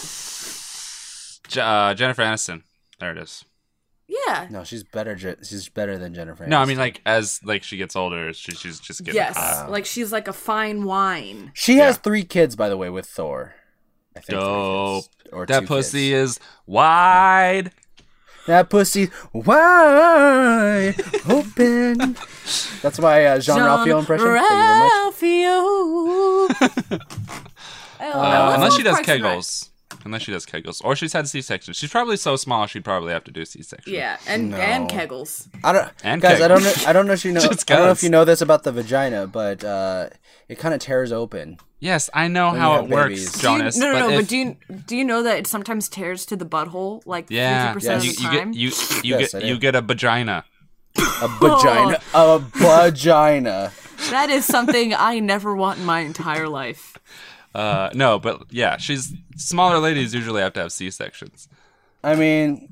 Speaker 2: Je- uh, Jennifer Aniston. There it is.
Speaker 1: Yeah.
Speaker 3: No, she's better. Je- she's better than Jennifer.
Speaker 2: No, I
Speaker 3: Aniston.
Speaker 2: mean like as like she gets older, she, she's just getting
Speaker 7: yes,
Speaker 3: Uh,
Speaker 2: hot.
Speaker 7: like she's like a fine wine.
Speaker 3: She has three kids, by the way, with Thor. I think three
Speaker 2: Dope.
Speaker 3: kids, or
Speaker 2: That
Speaker 3: two
Speaker 2: pussy
Speaker 3: kids.
Speaker 2: is wide.
Speaker 3: That pussy. Why open? That's my uh, Jean Ralphio impression. Thank you very much.
Speaker 1: Ralphio.
Speaker 2: Uh,
Speaker 1: let's
Speaker 2: unless she
Speaker 1: go with
Speaker 2: does
Speaker 1: Oh, Parks and Rec.
Speaker 2: kegels. Unless she does kegels, or she's had C section. She's probably so small she'd probably have to do C section.
Speaker 7: Yeah, and and kegels.
Speaker 3: I don't,
Speaker 2: And
Speaker 3: guys. I
Speaker 2: kegels.
Speaker 3: don't. Know, I don't know if you know.
Speaker 2: Just
Speaker 3: I don't know if
Speaker 2: cause.
Speaker 3: you know this about the vagina, but uh, it kind of tears open.
Speaker 2: Yes, I know
Speaker 3: you
Speaker 2: how
Speaker 3: have
Speaker 2: it works,
Speaker 3: babies. Do
Speaker 1: Do
Speaker 3: you-
Speaker 1: you-
Speaker 2: Jonas.
Speaker 1: no, no, no. But,
Speaker 2: if-
Speaker 1: do you do you know that it sometimes tears to the butthole like
Speaker 2: Yeah,
Speaker 1: 50%
Speaker 2: yes.
Speaker 1: of
Speaker 2: you,
Speaker 1: the
Speaker 2: you
Speaker 1: time?
Speaker 2: get you you
Speaker 3: Yes, I
Speaker 2: get
Speaker 3: do.
Speaker 2: you get a vagina.
Speaker 3: A vagina. a vagina.
Speaker 1: That is something I never want in my entire life.
Speaker 2: Uh, no, but yeah, she's smaller ladies usually have to have C sections.
Speaker 3: I mean,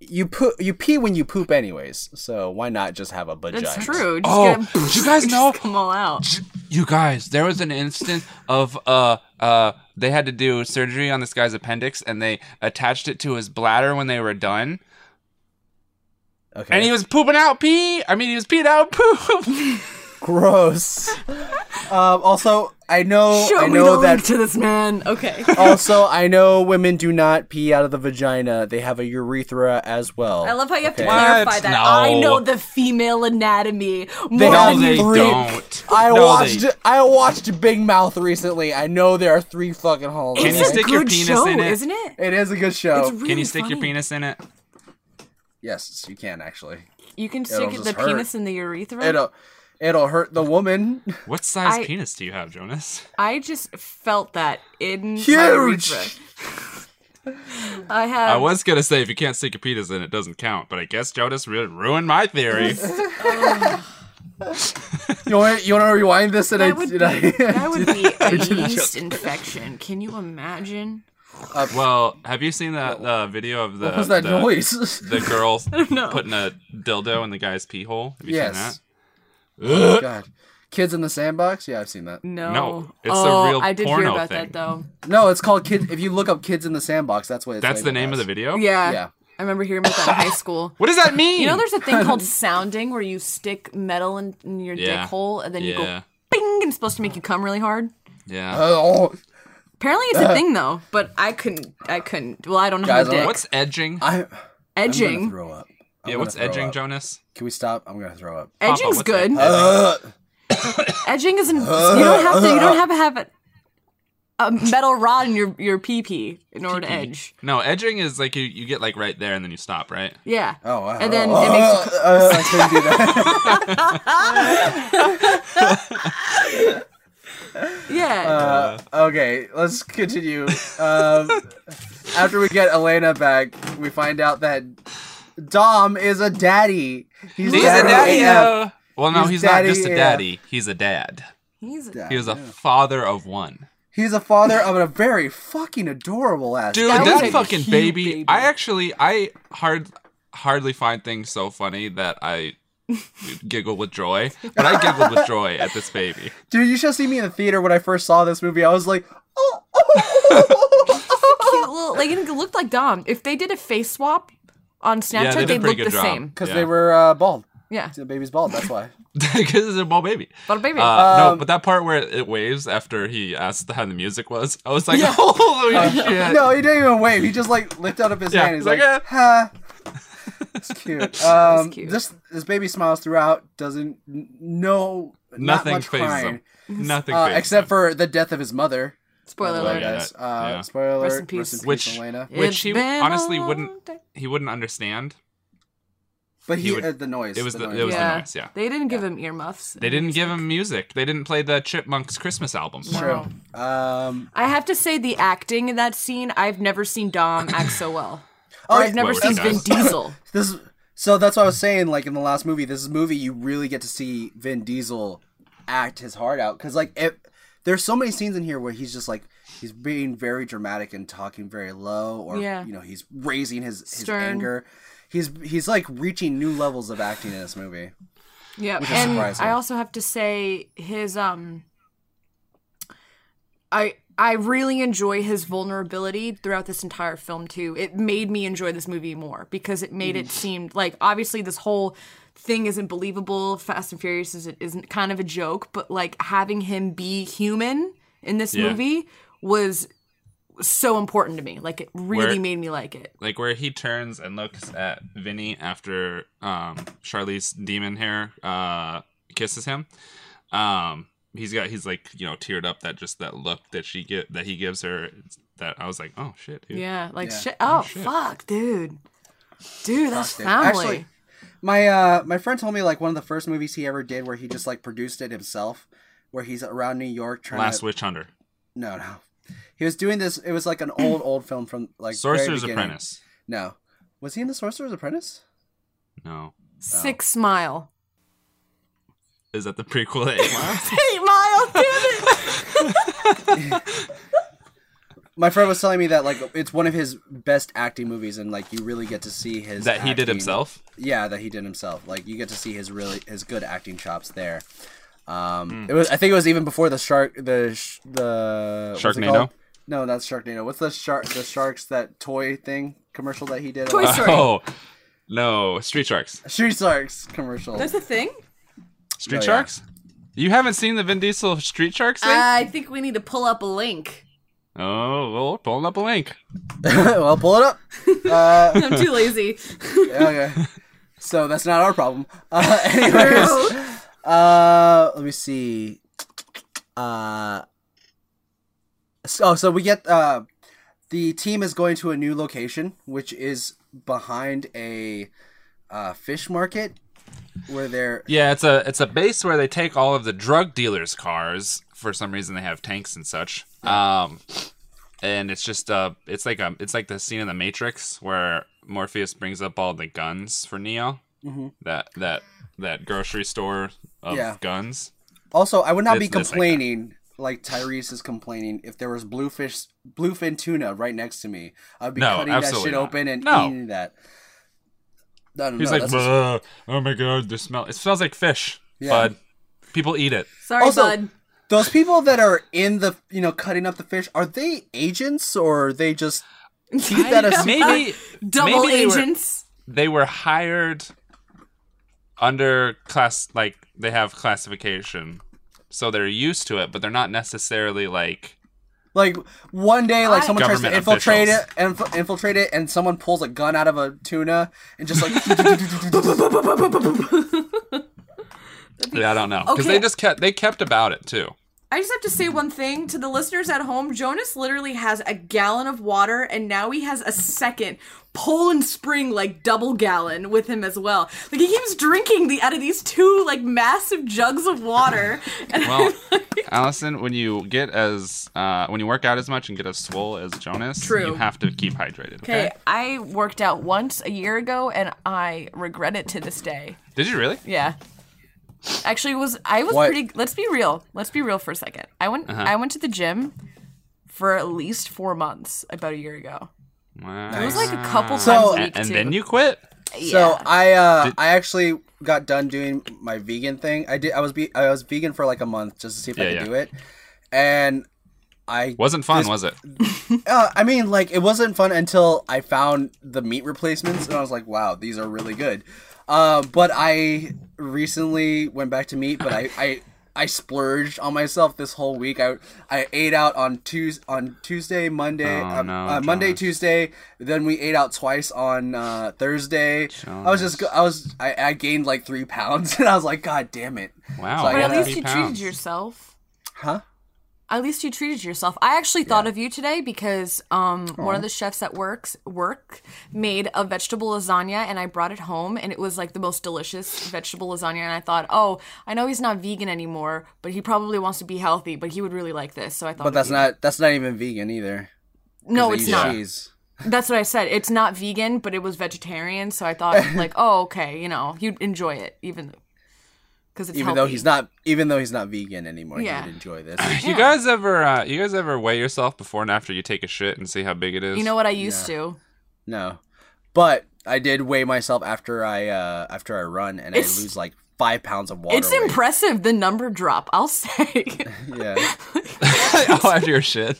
Speaker 3: you poo- You pee when you poop, anyways. So why not just have a vagina?
Speaker 1: That's true. Just
Speaker 2: Oh,
Speaker 1: get
Speaker 2: did you guys know?
Speaker 1: Come all out.
Speaker 2: You guys, there was an instance of uh uh they had to do surgery on this guy's appendix and they attached it to his bladder when they were done.
Speaker 3: Okay.
Speaker 2: And he was pooping out pee. I mean, he was peeing out poop.
Speaker 3: Gross. um, also, I know.
Speaker 1: Show
Speaker 3: I
Speaker 1: me the
Speaker 3: know
Speaker 1: link
Speaker 3: that.
Speaker 1: to this man. Okay.
Speaker 3: also, I know women do not pee out of the vagina. They have a urethra as well.
Speaker 7: I love how you have to
Speaker 3: Okay.
Speaker 7: clarify
Speaker 2: What?
Speaker 7: that.
Speaker 2: No.
Speaker 7: I know the female anatomy more
Speaker 3: have
Speaker 7: than
Speaker 3: three-
Speaker 7: you
Speaker 2: don't.
Speaker 3: I
Speaker 2: No, they-
Speaker 3: watched. I watched Big Mouth recently. I know there are three fucking holes.
Speaker 2: Can you
Speaker 1: It's a
Speaker 2: stick your
Speaker 1: good
Speaker 2: penis
Speaker 1: show,
Speaker 2: in it? Oh,
Speaker 1: isn't it?
Speaker 3: It is a good show.
Speaker 1: It's really
Speaker 2: Can you stick your
Speaker 1: funny.
Speaker 2: penis in it?
Speaker 3: yes, you can actually.
Speaker 1: You can
Speaker 3: It'll
Speaker 1: stick the
Speaker 3: just hurt. uh,
Speaker 1: penis in the urethra.
Speaker 3: It'll. It'll hurt the woman.
Speaker 2: What size
Speaker 1: I-
Speaker 2: penis do you have, Jonas?
Speaker 1: I just felt that in my
Speaker 3: Huge!
Speaker 1: urethra. I
Speaker 2: I
Speaker 1: have.
Speaker 2: was gonna say if you can't stick your penis in, it doesn't count. But I guess Jonas ru- ruined my theory.
Speaker 3: You want? You want to rewind this? And I.
Speaker 1: that would be,
Speaker 3: and I
Speaker 1: that would be a yeast infection. Can you imagine?
Speaker 2: well, have you seen that uh, video of the
Speaker 3: what was that
Speaker 2: the,
Speaker 3: noise?
Speaker 2: the girl putting a dildo in the guy's pee hole? Have you
Speaker 3: yes.
Speaker 2: seen that?
Speaker 3: God. Kids in the sandbox. Yeah, I've seen that.
Speaker 1: No.
Speaker 2: No, it's a
Speaker 1: oh,
Speaker 2: real
Speaker 1: I did hear
Speaker 2: porno
Speaker 1: about
Speaker 2: thing.
Speaker 1: that though.
Speaker 3: No, it's called kid. If you look up "Kids in the Sandbox," that's what it's
Speaker 2: That's the
Speaker 3: labeled
Speaker 2: name of
Speaker 3: as.
Speaker 2: the video.
Speaker 1: Yeah.
Speaker 3: Yeah.
Speaker 1: I remember hearing about that in high school.
Speaker 2: What does that mean?
Speaker 1: You know, there's a thing called sounding where you stick metal in, in your
Speaker 2: Yeah.
Speaker 1: dick hole and then you
Speaker 2: yeah,
Speaker 1: go bing and it's supposed to make you come really hard.
Speaker 2: yeah.
Speaker 3: Oh,
Speaker 1: Apparently it's
Speaker 3: Uh-huh.
Speaker 1: a thing though, but I couldn't. I couldn't. Well, I don't have
Speaker 3: Guys,
Speaker 1: a
Speaker 3: I'm-
Speaker 1: dick.
Speaker 2: what's edging?
Speaker 3: I. I'm gonna
Speaker 1: edging?
Speaker 3: throw up. I'm
Speaker 2: yeah,
Speaker 3: gonna
Speaker 2: what's
Speaker 3: throw
Speaker 2: edging,
Speaker 3: up.
Speaker 2: Jonas?
Speaker 3: Can we stop? I'm gonna throw up.
Speaker 1: Edging's
Speaker 2: what's
Speaker 1: good.
Speaker 3: Ugh. Uh-huh.
Speaker 1: Edging isn't. You don't have to. You don't have to have a, a metal rod in your your pee pee in order to edge.
Speaker 2: No, edging is like you, you get like right there and then you stop, right?
Speaker 1: Yeah.
Speaker 3: oh wow.
Speaker 1: And then
Speaker 3: Oh,
Speaker 1: it makes you-
Speaker 3: uh, I couldn't do that.
Speaker 1: Yeah.
Speaker 3: Uh, okay, let's continue. Um, after we get Elena back, we find out that Dom is a daddy. He's,
Speaker 2: He's a daddy. though. Well, no,
Speaker 3: He's
Speaker 2: he's, not
Speaker 3: daddy
Speaker 2: just a
Speaker 3: AF.
Speaker 2: daddy. He's a dad.
Speaker 1: He's
Speaker 3: Yeah.
Speaker 2: He was a father of one.
Speaker 3: He's a father of a very fucking adorable ass.
Speaker 2: Dude,
Speaker 1: That
Speaker 2: that,
Speaker 1: was a
Speaker 2: fucking
Speaker 1: cute
Speaker 2: baby,
Speaker 1: baby.
Speaker 2: I actually, I hard hardly find things so funny that I giggle with joy, but I giggled with joy at this baby.
Speaker 3: Dude, you should have seen me in the theater when I first saw this movie. I was like, oh,
Speaker 1: cute little. Like it looked like Dom. If they did a face swap on Snapchat,
Speaker 2: yeah, they
Speaker 1: they,
Speaker 2: did a
Speaker 1: looked
Speaker 2: pretty
Speaker 1: the
Speaker 2: good job.
Speaker 1: same.
Speaker 3: because
Speaker 2: yeah.
Speaker 3: they were uh, bald.
Speaker 1: Yeah.
Speaker 3: The baby's bald. That's why.
Speaker 2: because it's a small baby.
Speaker 1: But a baby.
Speaker 2: Uh, no,
Speaker 3: Um,
Speaker 2: but that part where it waves after he asked how the music was, I was like, holy shit.
Speaker 3: Uh, no, he didn't even wave. He just like lifted up his
Speaker 2: Yeah,
Speaker 3: hand. He's
Speaker 2: he's
Speaker 3: like,
Speaker 2: like, "Eh."
Speaker 3: ha. It's cute. Um,
Speaker 1: cute.
Speaker 3: This this baby smiles throughout. Doesn't n- no not
Speaker 2: Nothing
Speaker 3: much
Speaker 2: phases
Speaker 3: crying,
Speaker 2: him. Nothing
Speaker 3: uh,
Speaker 2: phases
Speaker 3: except
Speaker 2: him.
Speaker 3: for the death of his mother.
Speaker 1: Spoiler
Speaker 2: Oh,
Speaker 1: alert.
Speaker 2: yeah.
Speaker 3: Yes,
Speaker 2: that-
Speaker 3: uh,
Speaker 2: yeah.
Speaker 3: Spoiler alert.
Speaker 1: Rest in peace.
Speaker 2: which
Speaker 3: Elena.
Speaker 2: which he
Speaker 1: It's been a
Speaker 2: honestly
Speaker 1: long
Speaker 2: wouldn't
Speaker 1: day.
Speaker 2: he wouldn't understand.
Speaker 3: But he,
Speaker 2: he would-
Speaker 3: uh, the noise.
Speaker 2: It was the,
Speaker 3: noise.
Speaker 2: it was
Speaker 1: Yeah.
Speaker 2: the noise. Yeah,
Speaker 1: They didn't give him earmuffs.
Speaker 2: they didn't give him music. They didn't play the Chipmunks Christmas album. for him.
Speaker 3: true. Um,
Speaker 1: I have to say the acting in that scene, I've never seen Dom act so well.
Speaker 3: oh,
Speaker 1: Or I've never
Speaker 2: Well,
Speaker 1: seen Vin
Speaker 2: that's
Speaker 1: Diesel.
Speaker 3: this is so that's what I was saying. Like in the last movie, this is a movie you really get to see Vin Diesel act his heart out because like it, there's so many scenes in here where he's just like he's being very dramatic and talking very low, or
Speaker 1: Yeah.
Speaker 3: you know he's raising his, his
Speaker 1: Stern.
Speaker 3: anger. He's he's like reaching new levels of acting in this movie.
Speaker 1: Yeah,
Speaker 3: is
Speaker 1: and
Speaker 3: surprising.
Speaker 1: I also have to say his um I I really enjoy his vulnerability throughout this entire film too. It made me enjoy this movie more because it made it seem like obviously this whole thing isn't believable. Fast and Furious is isn't kind of a joke, but like having him be human in this
Speaker 2: Yeah.
Speaker 1: movie was so important to me. Like it really
Speaker 2: Where-
Speaker 1: made me like it.
Speaker 2: Like where he turns and looks at Vinny after um, Charlize Demon hair uh, kisses him. Um, he's got he's like you know teared up that just that look that she get that he gives her. it's- That I was like, oh shit, dude.
Speaker 1: Yeah, like
Speaker 3: Yeah.
Speaker 1: shit. Oh, fuck, dude. Dude, that's
Speaker 3: dude.
Speaker 1: family.
Speaker 3: Actually, My uh my friend told me like one of the first movies he ever did where he just like produced it himself, where he's around New York trying
Speaker 2: Last
Speaker 3: to
Speaker 2: Witch Hunter,
Speaker 3: no no. He was doing this. It was like an old, old film from like very
Speaker 2: Sorcerer's
Speaker 3: beginning.
Speaker 2: Apprentice.
Speaker 3: No, was he in the Sorcerer's Apprentice?
Speaker 2: No,
Speaker 1: Oh. Six Mile.
Speaker 2: is that the prequel? to Eight Mile?
Speaker 1: Eight Mile, damn it!
Speaker 3: My friend was telling me that like it's one of his best acting movies, and like you really get to see his
Speaker 2: that he did
Speaker 3: acting-
Speaker 2: himself.
Speaker 3: Yeah, that he did himself. Like you get to see his really his good acting chops there.
Speaker 2: Hmm.
Speaker 3: Um, it was I think it was even before the shark the sh- the what's it
Speaker 2: Sharknado?
Speaker 3: called? No, that's Sharknado. What's the shark the sharks that toy thing commercial that he did? Uh,
Speaker 1: Toy Story.
Speaker 2: Oh no, Street Sharks.
Speaker 3: Street Sharks commercial.
Speaker 1: That's a thing?
Speaker 2: Street
Speaker 3: Oh, yeah.
Speaker 2: Sharks. You haven't seen the Vin Diesel Street Sharks thing?
Speaker 1: I think we need to pull up a link.
Speaker 2: oh, well, pulling up a link.
Speaker 3: well, pull it up.
Speaker 1: I'm too lazy.
Speaker 3: Okay. So that's not our problem. Uh,
Speaker 1: Oh,
Speaker 3: anyways, uh, let me see. Uh, so, so we get uh, the team is going to a new location, which is behind a uh, fish market, where they're
Speaker 2: Yeah, it's a it's a base where they take all of the drug dealers' cars. For some reason, they have tanks and such. Um, and it's just uh, it's like a it's like the scene in the Matrix where Morpheus brings up all the guns for Neo. That that that grocery store of
Speaker 3: Yeah.
Speaker 2: guns.
Speaker 3: Also, I would not be
Speaker 2: It's this, like,
Speaker 3: complaining like Tyrese is complaining if there was bluefish, bluefin tuna right next to me. I'd be
Speaker 2: No,
Speaker 3: cutting that
Speaker 2: absolutely
Speaker 3: shit
Speaker 2: not.
Speaker 3: open and
Speaker 2: No.
Speaker 3: eating that. No, no,
Speaker 2: He's
Speaker 3: no,
Speaker 2: like,
Speaker 3: that's-
Speaker 2: "Bruh, oh my god, the smell. It smells like fish,
Speaker 3: Yeah.
Speaker 2: bud. People eat it.
Speaker 1: Sorry,
Speaker 3: Also-
Speaker 1: bud.
Speaker 3: those people that are in the you know cutting up the fish are they agents or are they just keep that as
Speaker 2: Maybe
Speaker 1: Double
Speaker 2: maybe
Speaker 1: agents.
Speaker 2: They were, they were hired under class, like they have classification, so they're used to it, but they're not necessarily like.
Speaker 3: like one day like someone tries to
Speaker 2: Government
Speaker 3: infiltrate
Speaker 2: officials.
Speaker 3: it and infiltrate it and someone pulls a gun out of a tuna and just like
Speaker 2: I don't know because
Speaker 1: Okay.
Speaker 2: they just kept they kept about it too.
Speaker 7: I just have to say one thing to the listeners at home. Jonas literally has a gallon of water, and now he has a second Poland Spring like double gallon with him as well. Like he keeps drinking the out of these two like massive jugs of water. And
Speaker 2: Well, Allison, when you get as uh, when you work out as much and get as swole as Jonas,
Speaker 7: True.
Speaker 2: you have to keep hydrated. Okay.
Speaker 1: Hey, I worked out once a year ago and I regret it to this day.
Speaker 2: Did you really?
Speaker 1: Yeah. Actually, it was I was
Speaker 3: What?
Speaker 1: pretty. Let's be real. Let's be real for a second. I went.
Speaker 2: Uh-huh.
Speaker 1: I went to the gym for at least four months about a year ago. It was like a couple times a
Speaker 3: So-
Speaker 2: and,
Speaker 1: week
Speaker 2: Ah. and
Speaker 1: too.
Speaker 2: then you quit.
Speaker 3: So
Speaker 1: Yeah.
Speaker 3: I uh
Speaker 2: Did-
Speaker 3: I actually got done doing my vegan thing. I did I was be- I was vegan for like a month just to see if I
Speaker 2: Yeah,
Speaker 3: could
Speaker 2: yeah.
Speaker 3: do it. And I
Speaker 2: Wasn't fun,
Speaker 3: This-
Speaker 2: was it?
Speaker 3: uh, I mean like it wasn't fun until I found the meat replacements and I was like, wow, these are really good. Uh, but I recently went back to meat, but I, I I splurged on myself this whole week. I I ate out on Tues on Tuesday, Monday,
Speaker 2: Oh,
Speaker 3: uh,
Speaker 2: no,
Speaker 3: uh, Monday,
Speaker 2: Jonas.
Speaker 3: Tuesday. Then we ate out twice on uh, Thursday. I was just go- I was I, I gained like three pounds and I was like, God damn it,
Speaker 2: Wow.
Speaker 3: So I
Speaker 1: But at
Speaker 3: Yeah.
Speaker 1: least
Speaker 2: Three
Speaker 1: you treated
Speaker 2: pounds.
Speaker 1: yourself.
Speaker 3: huh?
Speaker 1: At least you treated yourself. I actually thought of you today because um, one of the chefs at works work made a vegetable lasagna, and I brought it home, and it was like the most delicious vegetable lasagna. And I thought, oh, I know he's not vegan anymore, but he probably wants to be healthy, but he would really like this. So I thought,
Speaker 3: But that's
Speaker 1: of you.
Speaker 3: not that's not even vegan either.
Speaker 1: No,
Speaker 3: They
Speaker 1: it's
Speaker 3: use
Speaker 1: not.
Speaker 3: cheese.
Speaker 1: That's what I said. It's not vegan, but it was vegetarian, so I thought, like, oh, okay, you know, you'd enjoy it, even because it's
Speaker 3: even
Speaker 1: healthy.
Speaker 3: though he's not even though he's not vegan anymore
Speaker 1: Yeah.
Speaker 3: he would enjoy this
Speaker 2: You guys ever uh, you guys ever weigh yourself before and after you take a shit and see how big it is?
Speaker 1: You know what I used to.
Speaker 3: no but i did weigh myself after i uh after i run and
Speaker 1: It's-
Speaker 3: i lose like five pounds of water
Speaker 1: It's
Speaker 3: weight.
Speaker 1: impressive the number drop. I'll say.
Speaker 3: yeah
Speaker 2: oh, after your shit,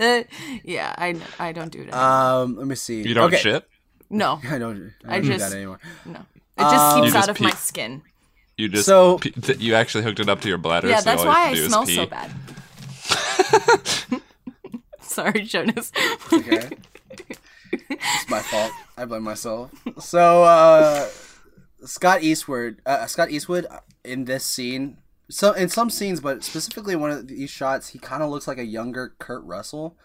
Speaker 1: Uh, yeah, I I don't do that.
Speaker 3: um let me see
Speaker 2: you don't
Speaker 3: okay.
Speaker 2: shit.
Speaker 1: no,
Speaker 3: i don't
Speaker 1: I
Speaker 3: i, don't do
Speaker 1: just-
Speaker 3: that anymore
Speaker 1: no, it just
Speaker 3: You
Speaker 1: seeps out
Speaker 2: just
Speaker 1: of
Speaker 2: pee-
Speaker 1: my skin.
Speaker 2: You just
Speaker 3: So-
Speaker 2: pe- th- you actually hooked it up to your bladder.
Speaker 1: Yeah,
Speaker 2: so
Speaker 1: that's
Speaker 2: all you have
Speaker 1: why
Speaker 2: to
Speaker 1: I
Speaker 2: do is
Speaker 1: smell
Speaker 2: pee.
Speaker 1: so bad. Sorry, Jonas.
Speaker 3: okay it's my fault i blame myself so uh scott eastwood uh, scott eastwood in this scene so in some scenes but specifically one of these shots he kind of looks like a younger kurt russell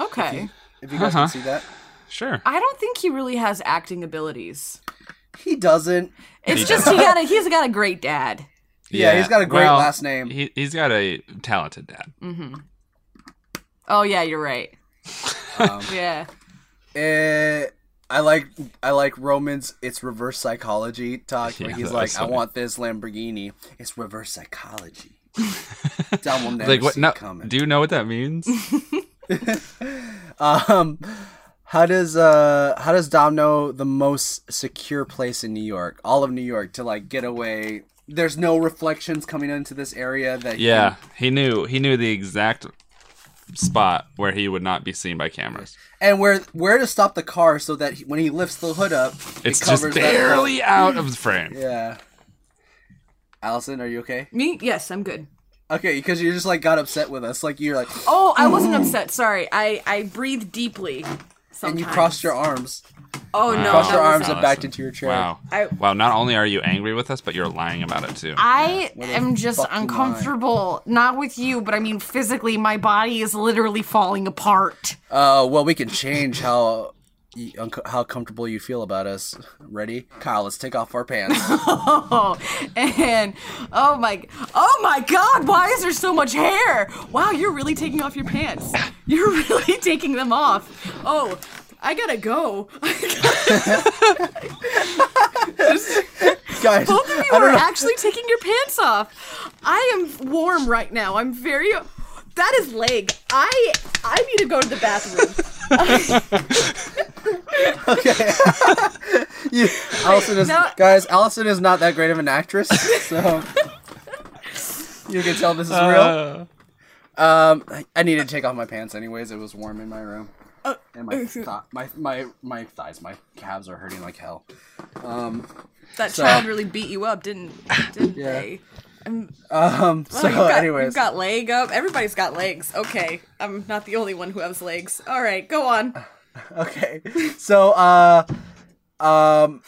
Speaker 1: okay,
Speaker 3: if you guys
Speaker 2: Uh-huh.
Speaker 3: can see that
Speaker 2: Sure.
Speaker 1: I don't think he really has acting abilities.
Speaker 3: he doesn't
Speaker 1: It's just he got a he's got a great dad.
Speaker 3: Yeah, he's got a great last name.
Speaker 2: He, he's got a talented dad.
Speaker 1: Mm-hmm. Oh yeah, you're right.
Speaker 3: Um,
Speaker 1: Yeah.
Speaker 3: Eh, I like I like Roman's it's reverse psychology talk where
Speaker 2: Yeah,
Speaker 3: he's
Speaker 2: that
Speaker 3: like
Speaker 2: was
Speaker 3: I
Speaker 2: funny.
Speaker 3: want this Lamborghini. It's reverse psychology. Dumb will never
Speaker 2: Like what?
Speaker 3: see
Speaker 2: No,
Speaker 3: it coming.
Speaker 2: do you know what that means?
Speaker 3: um, how does uh how does Dom know the most secure place in New York, all of New York, to like get away? There's no reflections coming into this area that he-
Speaker 2: yeah, he knew he knew the exact spot where he would not be seen by cameras.
Speaker 3: and where where to stop the car so that he, when he lifts the hood up,
Speaker 2: It's
Speaker 3: it
Speaker 2: just
Speaker 3: covers that whole-
Speaker 2: barely out of the frame.
Speaker 3: Yeah. Allison, are you okay?
Speaker 1: Me? Yes, I'm good.
Speaker 3: Okay, because you just like got upset with us. Like you're like,
Speaker 1: Oh, I wasn't upset. Sorry. I I breathe deeply. Sometimes.
Speaker 3: and you crossed your arms,
Speaker 1: Oh no.
Speaker 3: crossed
Speaker 1: that
Speaker 3: your
Speaker 1: was-
Speaker 3: arms, and backed
Speaker 2: Allison.
Speaker 3: into your chair.
Speaker 2: Wow.
Speaker 1: I-
Speaker 2: wow, not only are you angry with us, but you're lying about it too.
Speaker 1: I am just
Speaker 3: fucking lie.
Speaker 1: uncomfortable. Not with you, but I mean physically, my body is literally falling apart.
Speaker 3: Uh, well, we can change how you- unco- how comfortable you feel about us. Ready, Kyle? Let's take off our pants. Uh-huh.
Speaker 1: Oh, and oh my, oh my God! Why is there so much hair? Wow, you're really taking off your pants. You're really taking them off. Oh, I gotta go.
Speaker 3: Guys,
Speaker 1: Both of you
Speaker 3: I
Speaker 1: are
Speaker 3: don't know.
Speaker 1: actually taking your pants off. I am warm right now. I'm very. That is leg. I I need to go to the bathroom.
Speaker 3: You- Allison is
Speaker 1: No.
Speaker 3: guys. Allison is not that great of an actress, so you can tell this is
Speaker 2: Uh,
Speaker 3: real. Um, I, I needed to take off my pants anyways. It was warm in my room.
Speaker 1: Uh,
Speaker 3: and my, thigh my my my thighs, my calves are hurting like hell.
Speaker 1: That
Speaker 3: So-
Speaker 1: child really beat you up, didn't didn't
Speaker 3: Yeah.
Speaker 1: they?
Speaker 3: Um. So,
Speaker 1: you've got,
Speaker 3: anyways,
Speaker 1: you've got leg up. Everybody's got legs. Okay, I'm not the only one who has legs. All right, go on.
Speaker 3: okay. So, uh, um,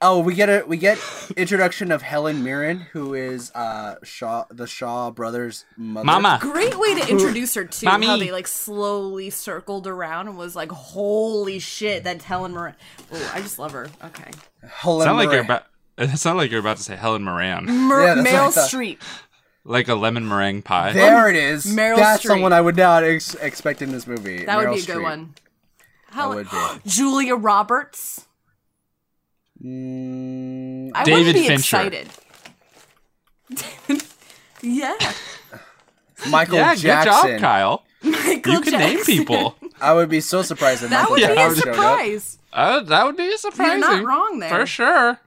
Speaker 3: Oh, we get a we get introduction of Helen Mirren, who is uh Shaw the Shaw brothers' mother.
Speaker 2: Mama.
Speaker 1: Great way to introduce her to how
Speaker 2: Mommy.
Speaker 1: they like slowly circled around and was like, "Holy shit!" That's Helen Moran. Oh, I just love her. Okay,
Speaker 3: Helen
Speaker 2: Sound like
Speaker 3: Mirren.
Speaker 2: you're about. It sounded like you're about to say Helen Moran,
Speaker 1: Mer-
Speaker 3: Yeah, that's what I
Speaker 1: Meryl
Speaker 3: thought.
Speaker 1: Streep.
Speaker 2: like a lemon meringue pie.
Speaker 3: There it is.
Speaker 1: Meryl
Speaker 3: That's
Speaker 1: Streep.
Speaker 3: someone I would not ex- expect in this movie.
Speaker 1: That
Speaker 3: Meryl
Speaker 1: would be a good
Speaker 3: Streep.
Speaker 1: one.
Speaker 3: That
Speaker 1: Helen
Speaker 3: would be.
Speaker 1: Julia Roberts.
Speaker 3: Mm,
Speaker 1: I
Speaker 2: David
Speaker 1: wouldn't be
Speaker 2: Fincher.
Speaker 1: excited. yeah,
Speaker 3: Michael
Speaker 2: yeah,
Speaker 3: Jackson.
Speaker 2: good job, Kyle.
Speaker 1: Michael
Speaker 2: You can name
Speaker 1: Jackson.
Speaker 2: people.
Speaker 3: I would be so surprised if
Speaker 1: That
Speaker 3: Michael
Speaker 1: would be a
Speaker 3: Jackson showed up.
Speaker 1: surprise.
Speaker 2: Uh, that would be surprising.
Speaker 1: wrong there.
Speaker 2: for sure.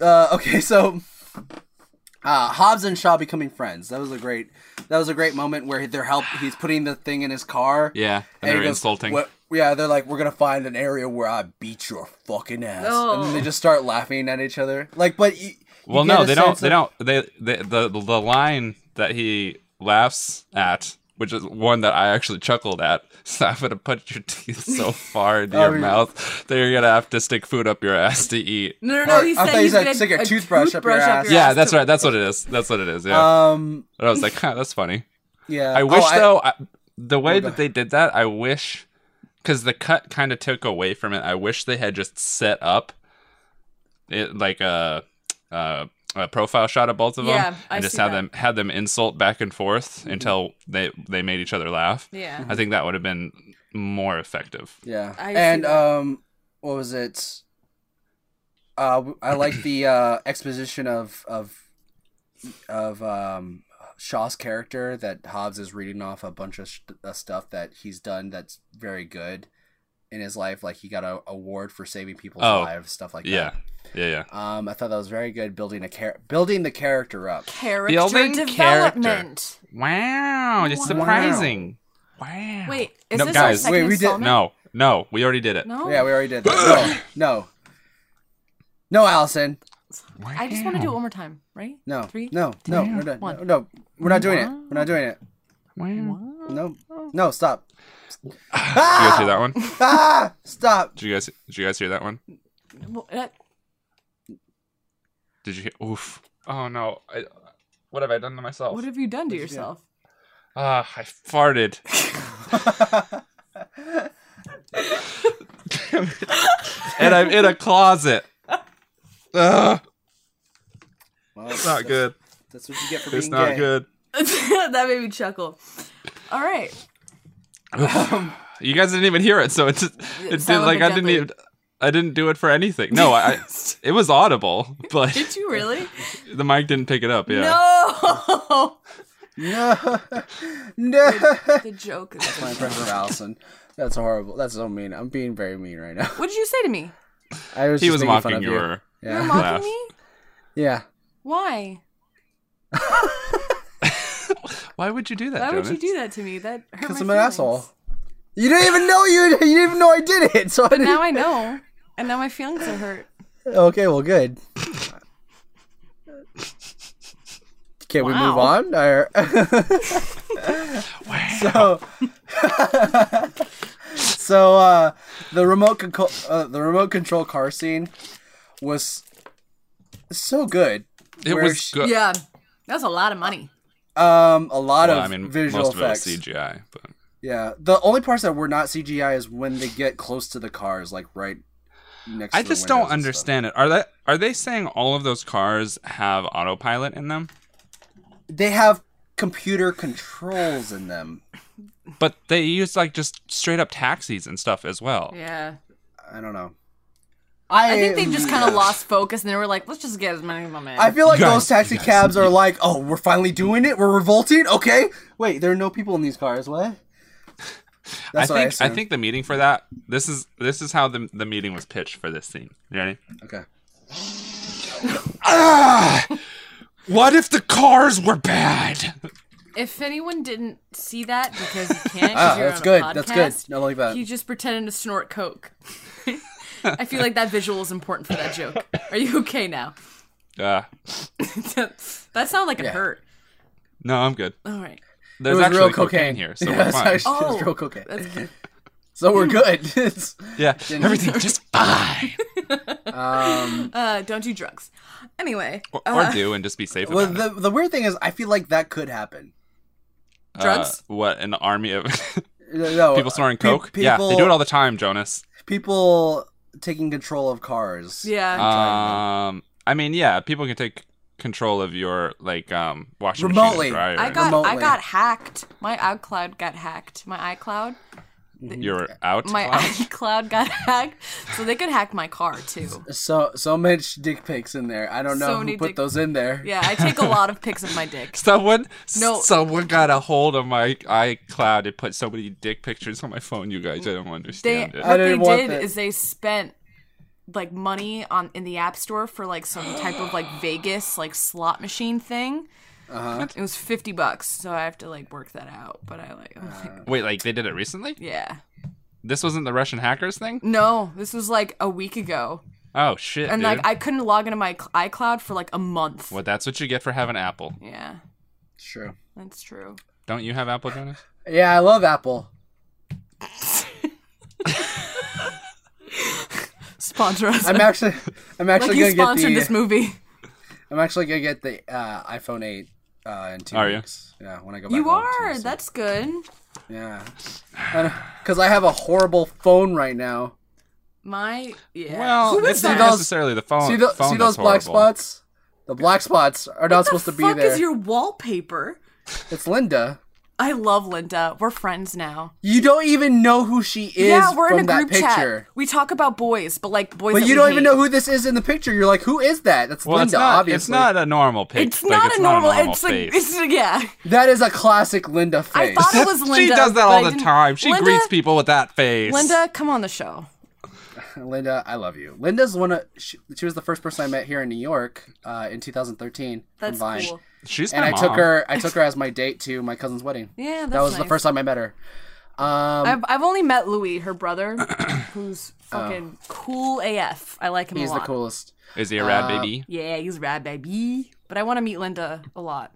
Speaker 3: Uh, okay, so uh, Hobbs and Shaw becoming friends. That was a great. That was a great moment where they're help. He's putting the thing in his car.
Speaker 2: Yeah, and,
Speaker 3: he
Speaker 2: they're
Speaker 3: goes,
Speaker 2: insulting.
Speaker 3: "What- Yeah, they're like, we're gonna find an area where I beat your fucking ass, and then they just start laughing at each other. Like, but you, you
Speaker 2: Well,
Speaker 3: get
Speaker 2: no,
Speaker 3: a
Speaker 2: they don't.
Speaker 3: sense
Speaker 2: They
Speaker 3: of-
Speaker 2: don't. They, they the the line that he laughs at, which is one that I actually chuckled at. So I'm gonna put your teeth so far into your
Speaker 3: Oh, yeah.
Speaker 2: mouth that you're gonna have to stick food up your ass to eat.
Speaker 1: No, no, no.
Speaker 3: Oh, I
Speaker 1: He
Speaker 3: thought
Speaker 1: said
Speaker 3: you
Speaker 1: he's
Speaker 3: said
Speaker 1: gonna
Speaker 3: stick a toothbrush up your ass.
Speaker 2: Yeah, that's right. That's what it is. That's what it is. Yeah.
Speaker 3: Um,
Speaker 2: and I was like, huh, that's funny.
Speaker 3: yeah.
Speaker 2: I
Speaker 3: Oh,
Speaker 2: wish though I, the
Speaker 1: Oh,
Speaker 2: way that they did that, I wish because the cut kind of took away from it. I wish they had just set up it like a a, a profile shot of both of
Speaker 1: Yeah,
Speaker 2: them
Speaker 1: I
Speaker 2: and just
Speaker 1: see
Speaker 2: have
Speaker 1: that. Mm-hmm.
Speaker 2: them had them insult back and forth until they they made each other laugh.
Speaker 3: Mm-hmm.
Speaker 1: Yeah.
Speaker 2: I think that would have been more effective.
Speaker 3: Yeah.
Speaker 1: I see
Speaker 3: and
Speaker 1: that.
Speaker 3: um what was it? Uh w- I like the uh exposition of of of um Shaw's character that Hobbs is reading off a bunch of st- uh, stuff that he's done that's very good in his life like he got a award for saving people's
Speaker 2: Oh,
Speaker 3: lives stuff like
Speaker 2: Yeah.
Speaker 3: that.
Speaker 2: Yeah, yeah.
Speaker 3: Um I thought that was very good building a char- building the character up.
Speaker 1: Character
Speaker 2: Building
Speaker 1: development.
Speaker 2: Wow, it's surprising. Wow.
Speaker 1: Wait, is
Speaker 2: No,
Speaker 1: this our
Speaker 2: guys.
Speaker 1: second
Speaker 3: Wait, we did-
Speaker 1: installment?
Speaker 2: No, no, we already did it.
Speaker 1: No.
Speaker 3: Yeah, we already did that. No. No. No, Allison.
Speaker 1: I just want to do it one more time. Ready?
Speaker 3: No.
Speaker 1: Three,
Speaker 3: No. No. We're done. No, no. We're not doing it. We're not doing it. No. No. Stop.
Speaker 2: Did you guys hear that one?
Speaker 3: Ah! Stop.
Speaker 2: Did you guys? Did you guys hear that one?
Speaker 1: Well, uh,
Speaker 2: Did you hear? Oof. Oh no. I, what have I done to myself?
Speaker 1: What have you done to yourself?
Speaker 2: Ah, I farted. Damn it. and I'm in a closet. Ugh,
Speaker 3: Well,
Speaker 2: it's not good.
Speaker 3: That's what you get for being
Speaker 2: It's not
Speaker 3: gay.
Speaker 2: good.
Speaker 1: that made me chuckle. All right.
Speaker 2: You guys didn't even hear it, so it just, it did
Speaker 1: sounded
Speaker 2: like I didn't
Speaker 1: deadly.
Speaker 2: even I didn't do it for anything. No, I, I it was audible, but
Speaker 1: Did you really?
Speaker 2: the mic didn't pick it up. Yeah.
Speaker 1: No.
Speaker 3: No. No.
Speaker 1: the joke. Is
Speaker 3: My friend from Allison. That's horrible. That's so mean. I'm being very mean right now.
Speaker 1: what did you say to me?
Speaker 3: I was
Speaker 2: He
Speaker 3: just
Speaker 2: was
Speaker 3: making fun
Speaker 2: mocking
Speaker 3: of you.
Speaker 2: your.
Speaker 1: You were
Speaker 3: Yeah.
Speaker 2: Laugh.
Speaker 1: mocking me.
Speaker 3: Yeah.
Speaker 1: Why?
Speaker 2: Why would you do that?
Speaker 1: Why would you
Speaker 2: Jonas?
Speaker 1: do that to me? That hurt my
Speaker 3: Because I'm an
Speaker 1: feelings.
Speaker 3: asshole. You didn't even know you. You didn't even know I did it. So I didn't.
Speaker 1: Now I know, and now my feelings are hurt.
Speaker 3: Okay. Well, good. Can we move on? Or... So, so uh, the remote control, uh, the remote control car scene was so good.
Speaker 2: It
Speaker 3: Where
Speaker 2: was
Speaker 3: she-
Speaker 2: good.
Speaker 1: Yeah, that's a lot of money.
Speaker 3: Um, a lot
Speaker 2: Well,
Speaker 3: of
Speaker 2: I mean,
Speaker 3: visual
Speaker 2: most
Speaker 3: effects.
Speaker 2: of it was CGI, but
Speaker 3: Yeah, the only parts that were not CGI is when they get close to the cars, like right next.
Speaker 2: I
Speaker 3: to the
Speaker 2: just don't
Speaker 3: windows and stuff.
Speaker 2: understand it. Are that are they saying all of those cars have autopilot in them?
Speaker 3: They have computer controls in them.
Speaker 2: But they use like just straight up taxis and stuff as well.
Speaker 1: Yeah,
Speaker 3: I don't know.
Speaker 1: I think they just kind of lost focus, and they were like, "Let's just get as many of them in."
Speaker 3: I feel like
Speaker 2: Guys,
Speaker 3: those taxi cabs are like, oh, we're finally doing it. We're revolting. Okay. Wait, there are no people in these cars. What?
Speaker 2: I
Speaker 3: That's what I
Speaker 2: think I,
Speaker 3: assumed.
Speaker 2: think the meeting for that this is this is how the the meeting was pitched for this scene. You ready?
Speaker 3: Okay. Ah!
Speaker 2: What if the cars were bad?
Speaker 1: If anyone didn't see that, because you can't, 'cause
Speaker 3: Ah,
Speaker 1: you're
Speaker 3: that's
Speaker 1: on a
Speaker 3: good. That's
Speaker 1: podcast,
Speaker 3: good. I like that.
Speaker 1: He just pretended to snort coke. I feel like that visual is important for that joke. Are you okay now?
Speaker 2: Uh,
Speaker 1: that sounded like it hurt.
Speaker 2: no, I'm good.
Speaker 1: All right.
Speaker 2: There's
Speaker 3: was
Speaker 2: actually
Speaker 3: real
Speaker 2: cocaine.
Speaker 3: cocaine.
Speaker 2: here, so
Speaker 3: Yeah,
Speaker 2: we're
Speaker 3: it's
Speaker 2: fine.
Speaker 3: actually- it was
Speaker 1: Oh,
Speaker 3: real cocaine.
Speaker 1: That's good.
Speaker 3: So we're good. It's- Uh,
Speaker 2: yeah, everything's just fine.
Speaker 3: Um,
Speaker 1: Uh, don't do drugs. Anyway, uh,
Speaker 2: or, or do and just be safe.
Speaker 3: well,
Speaker 2: about it.
Speaker 3: the the weird thing is, I feel like that could happen.
Speaker 2: Uh,
Speaker 1: drugs?
Speaker 2: what an army of
Speaker 3: No,
Speaker 2: people snorting
Speaker 3: Oh, pe-
Speaker 2: coke. yeah, they
Speaker 3: people-
Speaker 2: do it all the time, Jonas.
Speaker 3: people taking control of cars.
Speaker 1: yeah.
Speaker 2: Um, I mean, yeah, people can take control of your like um washing
Speaker 3: Remotely.
Speaker 2: machine and dryer.
Speaker 1: I got I
Speaker 3: remotely.
Speaker 1: got hacked. My iCloud got hacked. My iCloud.
Speaker 2: you're out.
Speaker 1: My
Speaker 2: Cloud?
Speaker 1: iCloud got hacked. So they could hack my car too.
Speaker 3: So so much dick pics in there. I don't know
Speaker 1: So many
Speaker 3: who put
Speaker 1: dick-
Speaker 3: those in there.
Speaker 1: Yeah, I take a lot of pics of my dick.
Speaker 2: Someone,
Speaker 1: No.
Speaker 2: no. someone got a hold of my iCloud and put so many dick pictures on my phone. You guys, I don't
Speaker 1: They
Speaker 2: understand it.
Speaker 1: what they uh,
Speaker 3: didn't want
Speaker 1: did
Speaker 3: that.
Speaker 1: is they spent like money on in the app store for like some type of like Vegas like slot machine thing. Uh-huh. It was fifty bucks, so I have to like work that out. But I like, I'm
Speaker 3: Uh.
Speaker 1: like
Speaker 2: Wait, like they did it recently?
Speaker 1: yeah.
Speaker 2: This wasn't the Russian hackers thing?
Speaker 1: No, this was like a week ago,
Speaker 2: Oh shit,
Speaker 1: and
Speaker 2: dude.
Speaker 1: like I couldn't log into my cl- iCloud for like a month.
Speaker 2: well, that's what you get for having Apple.
Speaker 1: Yeah,
Speaker 3: Sure.
Speaker 1: that's true.
Speaker 2: Don't you have Apple, Jonas?
Speaker 3: Yeah, I love Apple.
Speaker 1: Sponsor us.
Speaker 3: I'm actually I'm
Speaker 1: like
Speaker 3: actually
Speaker 1: you
Speaker 3: gonna get
Speaker 1: sponsored
Speaker 3: the
Speaker 1: this movie.
Speaker 3: I'm actually gonna get the uh, iPhone 8 uh, in two
Speaker 2: Are you?
Speaker 3: weeks. Yeah, when I go back.
Speaker 1: You
Speaker 3: home, too,
Speaker 1: are.
Speaker 3: so-
Speaker 1: That's good.
Speaker 3: yeah. Because I have a horrible phone right now.
Speaker 1: My yeah.
Speaker 2: Well,
Speaker 3: Who is
Speaker 2: it's not
Speaker 3: that?
Speaker 2: necessarily the phone.
Speaker 3: see, tho-
Speaker 2: Oh, phone
Speaker 3: see those
Speaker 2: that's
Speaker 3: black
Speaker 2: horrible.
Speaker 3: spots? The black spots are not supposed to be
Speaker 1: fuck
Speaker 3: there.
Speaker 1: is your wallpaper?
Speaker 3: It's Linda.
Speaker 1: I love Linda. We're friends now.
Speaker 3: You don't even know who she is
Speaker 1: yeah, we're
Speaker 3: from
Speaker 1: in a
Speaker 3: that
Speaker 1: group
Speaker 3: picture.
Speaker 1: chat. We talk about boys, but like boys.
Speaker 3: But
Speaker 1: that
Speaker 3: you
Speaker 1: we
Speaker 3: don't even
Speaker 1: hate.
Speaker 3: know who this is in the picture. You're like, who is that? That's
Speaker 2: Well,
Speaker 3: Linda,
Speaker 2: it's not.
Speaker 3: obviously.
Speaker 2: It's not a normal picture.
Speaker 1: It's not a normal. it's
Speaker 2: face.
Speaker 1: like it's yeah.
Speaker 3: That is a classic Linda
Speaker 1: I
Speaker 3: face.
Speaker 1: thought it was Linda.
Speaker 2: she does
Speaker 1: but
Speaker 2: that
Speaker 1: I
Speaker 2: all the
Speaker 1: didn't-
Speaker 2: time. She
Speaker 1: Linda-
Speaker 2: greets people with that face.
Speaker 1: Linda, come on the show.
Speaker 3: Linda, I love you. Linda's one of she, she was the first person I met here in New York uh, in 2013
Speaker 1: That's
Speaker 3: from Vine.
Speaker 1: cool.
Speaker 2: she's
Speaker 3: And
Speaker 2: my
Speaker 3: I
Speaker 2: mom.
Speaker 3: took her. I took her as my date to my cousin's wedding.
Speaker 1: Yeah, that's
Speaker 3: that was the
Speaker 1: nice.
Speaker 3: first time I met her. Um,
Speaker 1: I've, I've only met Louis, her brother, who's fucking cool AF. I like him
Speaker 3: Oh. he's
Speaker 1: a
Speaker 3: the
Speaker 1: lot.
Speaker 3: coolest.
Speaker 2: Is he a rad
Speaker 3: uh,
Speaker 2: baby?
Speaker 1: Yeah, he's rad baby. But I want to meet Linda a lot.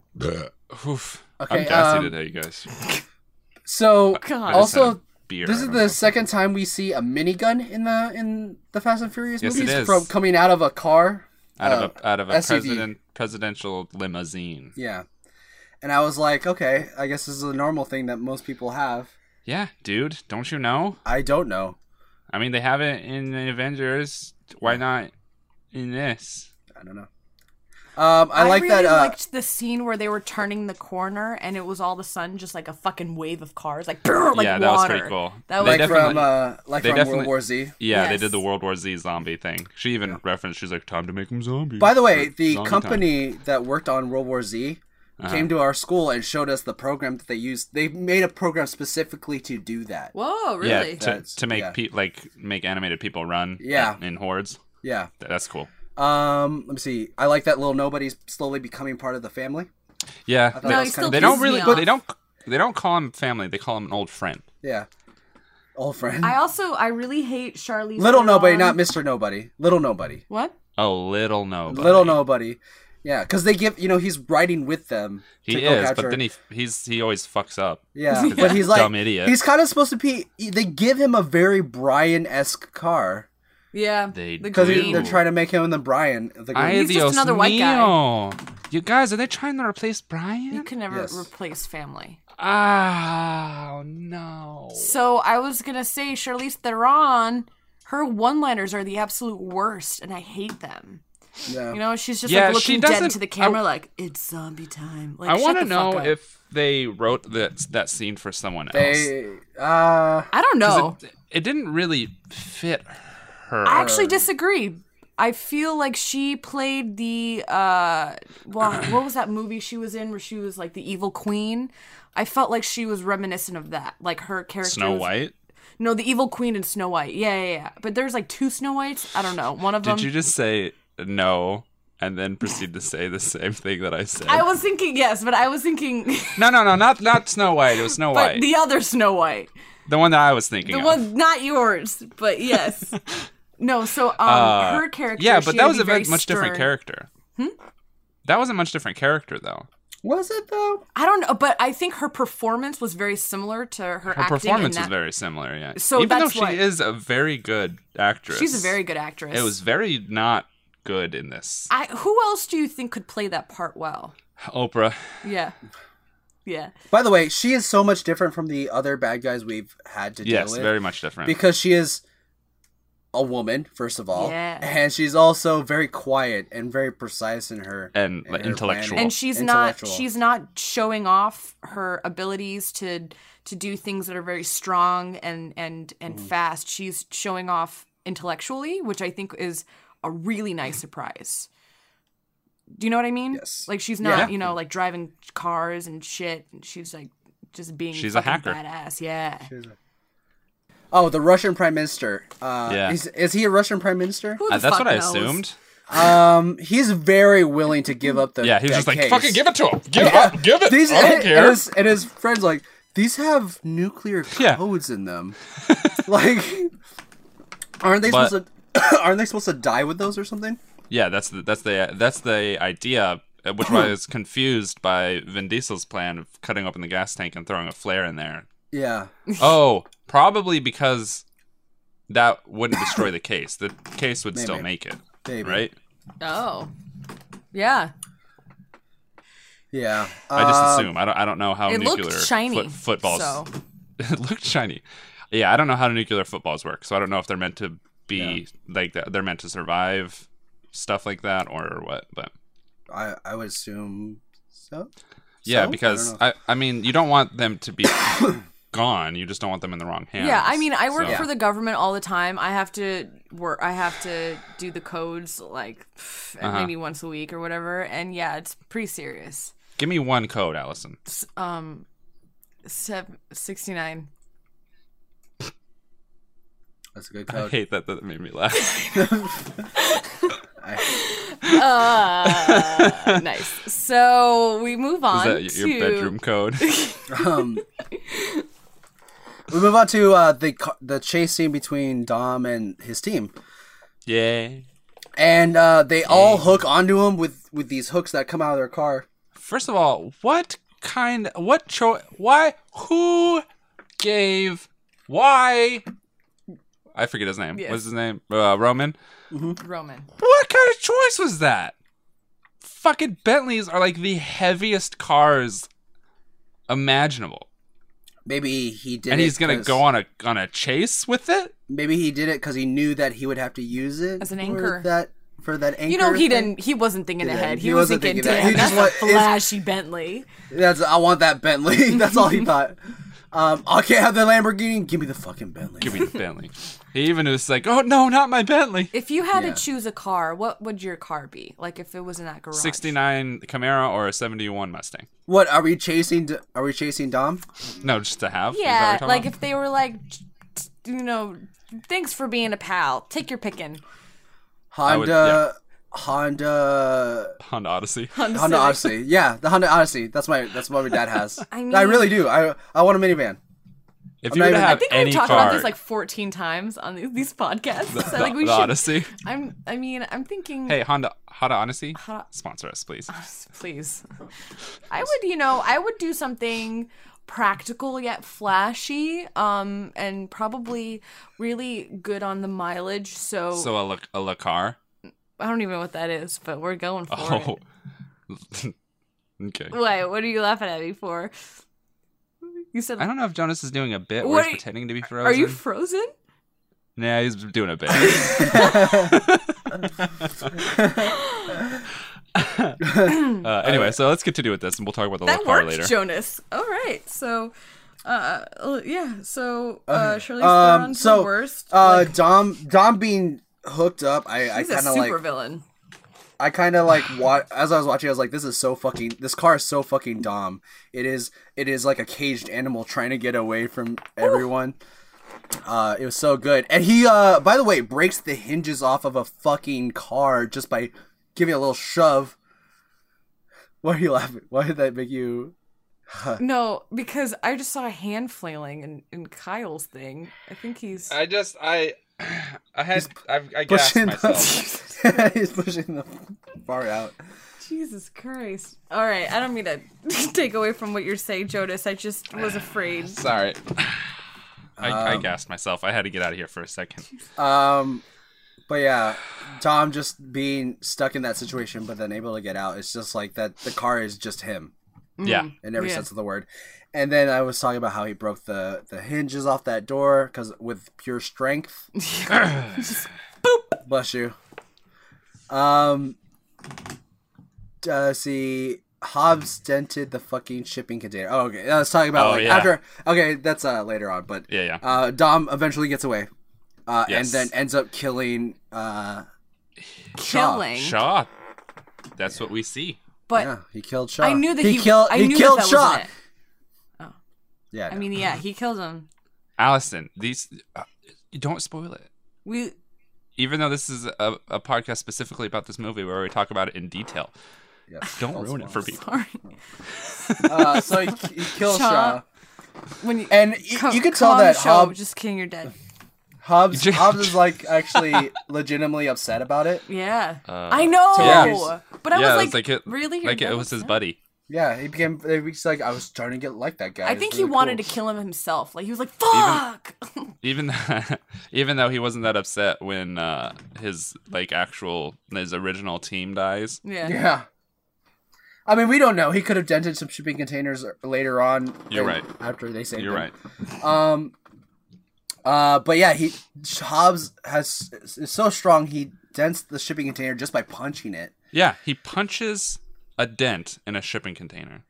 Speaker 2: Oof.
Speaker 3: Okay,
Speaker 2: I'm gassy
Speaker 3: um,
Speaker 2: today, you guys.
Speaker 3: So
Speaker 1: God.
Speaker 3: also,
Speaker 2: Beer.
Speaker 3: this is the second time we see a minigun in the in the Fast and Furious
Speaker 2: Yes, it
Speaker 3: movies
Speaker 2: is.
Speaker 3: from coming out of a car.
Speaker 2: out of
Speaker 3: uh,
Speaker 2: a out of a
Speaker 3: SUV.
Speaker 2: president presidential limousine.
Speaker 3: Yeah. And I was like, okay, I guess this is a normal thing that most people have.
Speaker 2: Yeah, dude. Don't you know?
Speaker 3: I don't know.
Speaker 2: I mean, they have it in the Avengers. Why not in this?
Speaker 3: I don't know. Um, I, like
Speaker 1: really
Speaker 3: that. Uh,
Speaker 1: liked the scene where they were turning the corner and it was all of a sudden just like a fucking wave of cars, like brrr, like
Speaker 2: yeah,
Speaker 1: water.
Speaker 2: that was pretty cool.
Speaker 1: That
Speaker 2: They
Speaker 1: was
Speaker 3: like
Speaker 2: definitely-
Speaker 3: from uh, like
Speaker 2: they
Speaker 3: from
Speaker 2: definitely-
Speaker 3: World War Z.
Speaker 2: Yeah, they
Speaker 1: Yes.
Speaker 2: did the World War Z zombie thing. She even referenced, she's like, time to make them zombies.
Speaker 3: By the way,
Speaker 2: Or
Speaker 3: the
Speaker 2: zombie time. Uh-huh.
Speaker 3: company that worked on World War Z came to our school and showed us the program that they used. They made a program specifically to do that.
Speaker 1: Whoa,
Speaker 2: Yeah,
Speaker 1: really?
Speaker 2: to,
Speaker 3: That's-
Speaker 2: to make
Speaker 3: yeah.
Speaker 2: pe- like make animated people run.
Speaker 3: Yeah.
Speaker 2: in, in hordes.
Speaker 3: Yeah.
Speaker 2: Th- That's cool.
Speaker 3: Um, let me see. I like that little nobody's slowly becoming part of the family.
Speaker 2: Yeah,
Speaker 3: that
Speaker 1: no,
Speaker 2: they,
Speaker 1: he
Speaker 3: was
Speaker 1: still
Speaker 2: they
Speaker 3: kinda-
Speaker 1: pisses
Speaker 2: don't
Speaker 1: me
Speaker 2: really.
Speaker 1: off.
Speaker 2: They don't. They don't call him family. They call him an old friend.
Speaker 3: Yeah. Old friend.
Speaker 1: I also I really hate Charlize.
Speaker 3: Little
Speaker 1: Theron.
Speaker 3: nobody, not Mr. Nobody. Little nobody.
Speaker 1: what?
Speaker 2: Oh, little nobody.
Speaker 3: Little nobody. Yeah, because they give you know he's riding with them. to
Speaker 2: He
Speaker 3: go
Speaker 2: is,
Speaker 3: capture-
Speaker 2: but then he he's he always fucks up.
Speaker 3: yeah,
Speaker 2: He's a
Speaker 3: but he's like
Speaker 2: dumb idiot.
Speaker 3: He's kind of supposed to be. They give him a very Brian esque car
Speaker 1: Yeah,
Speaker 2: They
Speaker 1: the
Speaker 3: because
Speaker 2: do.
Speaker 1: green.
Speaker 3: they're trying to make him the Brian. The green-
Speaker 1: He's just another white guy.
Speaker 2: guy. You guys, are they trying to replace
Speaker 1: You
Speaker 2: Brian?
Speaker 1: can never
Speaker 3: Yes.
Speaker 1: replace family.
Speaker 2: Oh no.
Speaker 1: So I was gonna say Charlize Theron. Her one-liners are the absolute worst, and I hate them.
Speaker 3: yeah.
Speaker 1: You know, she's just
Speaker 2: Yeah,
Speaker 1: like
Speaker 2: she
Speaker 1: looking dead
Speaker 2: doesn't-
Speaker 1: into the camera, like it's zombie time. Like,
Speaker 2: I
Speaker 1: want to
Speaker 2: know if they wrote that that scene for someone else.
Speaker 3: they uh
Speaker 1: I don't know.
Speaker 2: It, it didn't really fit her.
Speaker 1: I actually disagree. I feel like she played the uh, well, what was that movie she was in where she was like the evil queen? I felt like she was reminiscent of that, like her character.
Speaker 2: Snow
Speaker 1: was-
Speaker 2: White.
Speaker 1: No, the evil queen and Snow White. Yeah, yeah, yeah. But there's like two Snow Whites. I don't know. One of
Speaker 2: Did
Speaker 1: them.
Speaker 2: you just say no and then proceed to say the same thing that I said?
Speaker 1: I was thinking yes, but I was thinking,
Speaker 2: no, no, no, not not Snow White. It was Snow
Speaker 1: but
Speaker 2: White,
Speaker 1: the other Snow White,
Speaker 2: the one that I was thinking
Speaker 1: the
Speaker 2: of.
Speaker 1: one not yours, but yes. No, so um, her character.
Speaker 2: Uh, yeah, but
Speaker 1: she
Speaker 2: that
Speaker 1: had
Speaker 2: was
Speaker 1: to
Speaker 2: a
Speaker 1: be very
Speaker 2: very much different
Speaker 1: stern. Hmm?
Speaker 2: character. That wasn't much different character though.
Speaker 3: Was it though?
Speaker 1: I don't know, but I think her performance was very similar to her,
Speaker 2: Her
Speaker 1: acting.
Speaker 2: performance
Speaker 1: in
Speaker 2: was
Speaker 1: that-
Speaker 2: very similar. Yeah.
Speaker 1: So
Speaker 2: even though
Speaker 1: that's
Speaker 2: she
Speaker 1: what-
Speaker 2: is a very good actress,
Speaker 1: She's a very good actress.
Speaker 2: It was very not good in this.
Speaker 1: I, who else do you think could play that part well?
Speaker 2: Oprah.
Speaker 1: Yeah. Yeah.
Speaker 3: By the way, she is so much different from the other bad guys we've had to deal
Speaker 2: Yes,
Speaker 3: with.
Speaker 2: very much different.
Speaker 3: because she is a woman, first of all,
Speaker 1: Yeah.
Speaker 3: and she's also very quiet and very precise in her
Speaker 2: And,
Speaker 3: in
Speaker 2: like,
Speaker 3: her
Speaker 2: intellectual.
Speaker 3: planning.
Speaker 1: and she's not
Speaker 3: Oh, Intellectual.
Speaker 1: she's not showing off her abilities to to do things that are very strong and and and
Speaker 3: Mm.
Speaker 1: fast she's showing off intellectually which i think is a really nice surprise do you know what i mean
Speaker 3: Yes.
Speaker 1: like she's not
Speaker 3: Yeah.
Speaker 1: you know like driving cars and shit and she's like just being
Speaker 2: She's a
Speaker 1: fucking
Speaker 2: hacker.
Speaker 1: badass yeah
Speaker 3: Oh, the Russian prime minister. Uh,
Speaker 2: Yeah.
Speaker 3: is, is he a Russian prime minister?
Speaker 1: Who the
Speaker 2: Uh, that's
Speaker 1: fuck
Speaker 2: what I
Speaker 1: knows?
Speaker 2: assumed.
Speaker 3: Um, he's very willing to give up the.
Speaker 2: Yeah, he's
Speaker 3: that
Speaker 2: just like,
Speaker 3: case.
Speaker 2: fucking give it to him. Give it up. Give it.
Speaker 3: These
Speaker 2: I don't
Speaker 3: and,
Speaker 2: care.
Speaker 3: And, his, and his friends like these have nuclear
Speaker 2: Yeah.
Speaker 3: codes in them. like, aren't they
Speaker 2: But-
Speaker 3: supposed to? aren't they supposed to die with those or something?
Speaker 2: Yeah, that's the that's the that's the idea, uh, which was confused by Vin Diesel's plan of cutting open the gas tank and throwing a flare in there.
Speaker 3: Yeah.
Speaker 2: Oh, probably because that wouldn't destroy the case. The case would still
Speaker 3: Maybe.
Speaker 2: make it,
Speaker 3: Maybe.
Speaker 2: right?
Speaker 1: oh yeah
Speaker 3: Yeah.
Speaker 2: I just
Speaker 3: Um,
Speaker 2: assume. I don't. I don't know how
Speaker 1: it
Speaker 2: nuclear
Speaker 1: looked shiny
Speaker 2: foot- footballs.
Speaker 1: so
Speaker 2: it looked shiny. Yeah, I don't know how nuclear footballs work, so I don't know if they're meant to be like that. They're meant to survive stuff like that or what. But
Speaker 3: I, I would assume so.
Speaker 2: yeah,
Speaker 3: So?
Speaker 2: because
Speaker 3: I
Speaker 2: I, I, mean, you don't want them to be gone. You just don't want them in the wrong hands.
Speaker 1: Yeah, I mean, I work
Speaker 2: So-
Speaker 1: for the government all the time. I have to work. I have to do the codes like pff,
Speaker 2: Uh-huh.
Speaker 1: maybe once a week or whatever. And yeah, it's pretty serious.
Speaker 2: Give me one code, Allison.
Speaker 1: S- Um, seven, 69.
Speaker 3: that's a good
Speaker 2: I
Speaker 3: code.
Speaker 2: hate that. That made me laugh.
Speaker 1: Uh, nice. So we move
Speaker 2: Is
Speaker 1: on
Speaker 2: that y-
Speaker 1: to
Speaker 2: your bedroom code?
Speaker 3: um, we move on to uh, the ca- the chase scene between Dom and his team,
Speaker 2: yeah.
Speaker 3: and uh, they all hook onto him with with these hooks that come out of their car.
Speaker 2: First of all, what kind? What choice? Why? Who gave? Why? I forget his name.
Speaker 1: Yes.
Speaker 2: What's his name? Uh, Roman.
Speaker 1: Roman.
Speaker 2: What kind of choice was that? Fucking Bentleys are like the heaviest cars imaginable,
Speaker 3: Maybe he did.
Speaker 2: and
Speaker 3: it
Speaker 2: he's gonna
Speaker 3: 'cause-
Speaker 2: go on a on a chase with it.
Speaker 3: Maybe he did it because he knew that he would have to use it
Speaker 1: As an
Speaker 3: for
Speaker 1: anchor.
Speaker 3: That for that anchor.
Speaker 1: You know he
Speaker 3: thing.
Speaker 1: didn't. He wasn't thinking
Speaker 3: Yeah,
Speaker 1: ahead.
Speaker 3: he
Speaker 1: He, wasn't
Speaker 3: wasn't
Speaker 1: thinking. Damn,
Speaker 3: thinking ahead.
Speaker 1: that's
Speaker 3: He
Speaker 1: a
Speaker 3: just wa- is-
Speaker 1: flashy Bentley.
Speaker 3: That's I want that Bentley. That's all he thought. Um, I can't have the Lamborghini. Give me the fucking Bentley.
Speaker 2: Give me the Bentley. he even was like, "Oh no, not my Bentley."
Speaker 1: If you had
Speaker 3: Yeah.
Speaker 1: to choose a car, what would your car be? Like if it was in that garage.
Speaker 2: 69 Camaro or a 71 Mustang?
Speaker 3: what are we chasing? D- Are we chasing Dom?
Speaker 2: No, just to have. Is that what
Speaker 1: Yeah,
Speaker 2: you're talking
Speaker 1: like
Speaker 2: about?
Speaker 1: if they were like, t- t- you know, thanks for being a pal. Take your picking.
Speaker 3: Honda.
Speaker 2: would-
Speaker 3: Honda.
Speaker 2: Honda Odyssey.
Speaker 3: Honda Odyssey. Yeah, the Honda Odyssey. That's my. That's what my dad has. I,
Speaker 1: mean-
Speaker 3: really do. I I want a minivan.
Speaker 2: If
Speaker 3: I'm
Speaker 2: you were
Speaker 3: not
Speaker 2: to
Speaker 3: even- I
Speaker 2: have
Speaker 1: I think
Speaker 2: any
Speaker 1: we've talked
Speaker 2: car,
Speaker 1: about this like 14 times on these, these podcasts. I think we
Speaker 2: the
Speaker 1: should.
Speaker 2: Odyssey.
Speaker 1: I'm. I mean, I'm thinking.
Speaker 2: Hey, Honda, Honda Odyssey,
Speaker 1: Honda-
Speaker 2: sponsor us, please.
Speaker 1: Please. I would, you know, I would do something practical yet flashy, um, and probably really good on the mileage. So,
Speaker 2: So a La, a La car.
Speaker 1: I don't even know what that is, but we're going for
Speaker 2: Oh.
Speaker 1: it.
Speaker 2: okay.
Speaker 1: Wait, what are you laughing at me for? You said,
Speaker 2: I don't know if Jonas is doing a bit or
Speaker 1: What
Speaker 2: he's
Speaker 1: are you-
Speaker 2: pretending to be frozen.
Speaker 1: "Are you frozen?"
Speaker 2: nah, he's doing a bit. uh, anyway, so let's continue with this, and we'll talk about the
Speaker 1: that
Speaker 2: La car
Speaker 1: worked,
Speaker 2: later.
Speaker 1: Jonas. All right, so, uh, uh, yeah, so uh, Shirley's
Speaker 3: Um.
Speaker 1: um,
Speaker 3: So.
Speaker 1: the worst.
Speaker 3: Uh. Dom. Dom being hooked up. I. I
Speaker 1: He's a
Speaker 3: kind
Speaker 1: super
Speaker 3: of like.
Speaker 1: villain.
Speaker 3: I kind of like wa- as I was watching. I was like, "This is so fucking. This car is so fucking Dom. It is. It is like a caged animal trying to get away from everyone." Uh, it was so good, and he, uh, by the way, breaks the hinges off of a fucking car just by giving a little shove. Why are you laughing? Why did that make you?
Speaker 1: No, because I just saw a hand flailing in, in Kyle's thing. I think he's.
Speaker 2: I just I I had I've, I gassed
Speaker 3: gassed Pushing myself.
Speaker 2: myself.
Speaker 3: He's pushing the far out.
Speaker 1: Jesus Christ. All right, I don't mean to take away from what you're saying, Jonas. I just was afraid.
Speaker 2: Sorry. I, I gassed myself. I had to get out of here for a second.
Speaker 3: Um, but yeah, Tom just being stuck in that situation, but then able to get out. It's just like that. The car is just him
Speaker 2: Yeah.
Speaker 3: in every sense of the word. And then I was talking about how he broke the the hinges off that door because with pure strength. Bless you. Um. Uh, see, Hobbs dented the fucking shipping container. Oh, okay. I was talking about
Speaker 2: Oh,
Speaker 3: like
Speaker 2: yeah.
Speaker 3: after. Okay, that's uh later on, but
Speaker 2: Yeah, yeah.
Speaker 3: Uh, Dom eventually gets away, uh,
Speaker 2: Yes.
Speaker 3: and then ends up killing. Uh, Shaw.
Speaker 1: Killing.
Speaker 2: Shaw. That's what we see.
Speaker 1: But
Speaker 3: Yeah, he killed Shaw.
Speaker 1: I knew that
Speaker 3: he,
Speaker 1: he,
Speaker 3: killed.
Speaker 1: I
Speaker 3: he
Speaker 1: knew
Speaker 3: killed
Speaker 1: that, that
Speaker 3: Shaw.
Speaker 1: wasn't it.
Speaker 3: Yeah,
Speaker 1: I mean, yeah, he killed him.
Speaker 2: Allison, these. Uh, don't spoil it.
Speaker 1: We
Speaker 2: Even though this is a, a podcast specifically about this movie where we talk about it in detail, don't ruin it for people.
Speaker 1: sorry.
Speaker 3: Uh, so he, he kills
Speaker 1: Shaw.
Speaker 3: Shaw.
Speaker 1: When you
Speaker 3: And y-
Speaker 1: co-
Speaker 3: you could tell
Speaker 1: come
Speaker 3: that
Speaker 1: show,
Speaker 3: Hob-
Speaker 1: just kidding, you're dead.
Speaker 3: Hobbs, Hobbs is like actually legitimately upset about it.
Speaker 1: Yeah,
Speaker 2: Uh,
Speaker 1: I know.
Speaker 3: yeah.
Speaker 1: But I
Speaker 2: yeah,
Speaker 1: was
Speaker 2: it's
Speaker 1: like,
Speaker 2: it,
Speaker 1: really? You're
Speaker 2: Like it
Speaker 1: dead
Speaker 2: was his
Speaker 1: upset?
Speaker 2: buddy.
Speaker 3: Yeah, he became. He's like, I was trying to get like that guy.
Speaker 1: I
Speaker 3: It's
Speaker 1: think he
Speaker 3: really
Speaker 1: wanted
Speaker 3: cool."
Speaker 1: to kill him himself. Like he was like, "Fuck!"
Speaker 2: Even even though he wasn't that upset when uh, his like actual his original team dies.
Speaker 1: yeah.
Speaker 3: Yeah. I mean, we don't know. He could have dented some shipping containers later on.
Speaker 2: You're
Speaker 3: and-
Speaker 2: right.
Speaker 3: After they saved
Speaker 2: You're
Speaker 3: him.
Speaker 2: right.
Speaker 3: Um, uh, but yeah, he Hobbs has is so strong. He dents the shipping container just by punching it.
Speaker 2: Yeah, he punches a dent in a shipping container.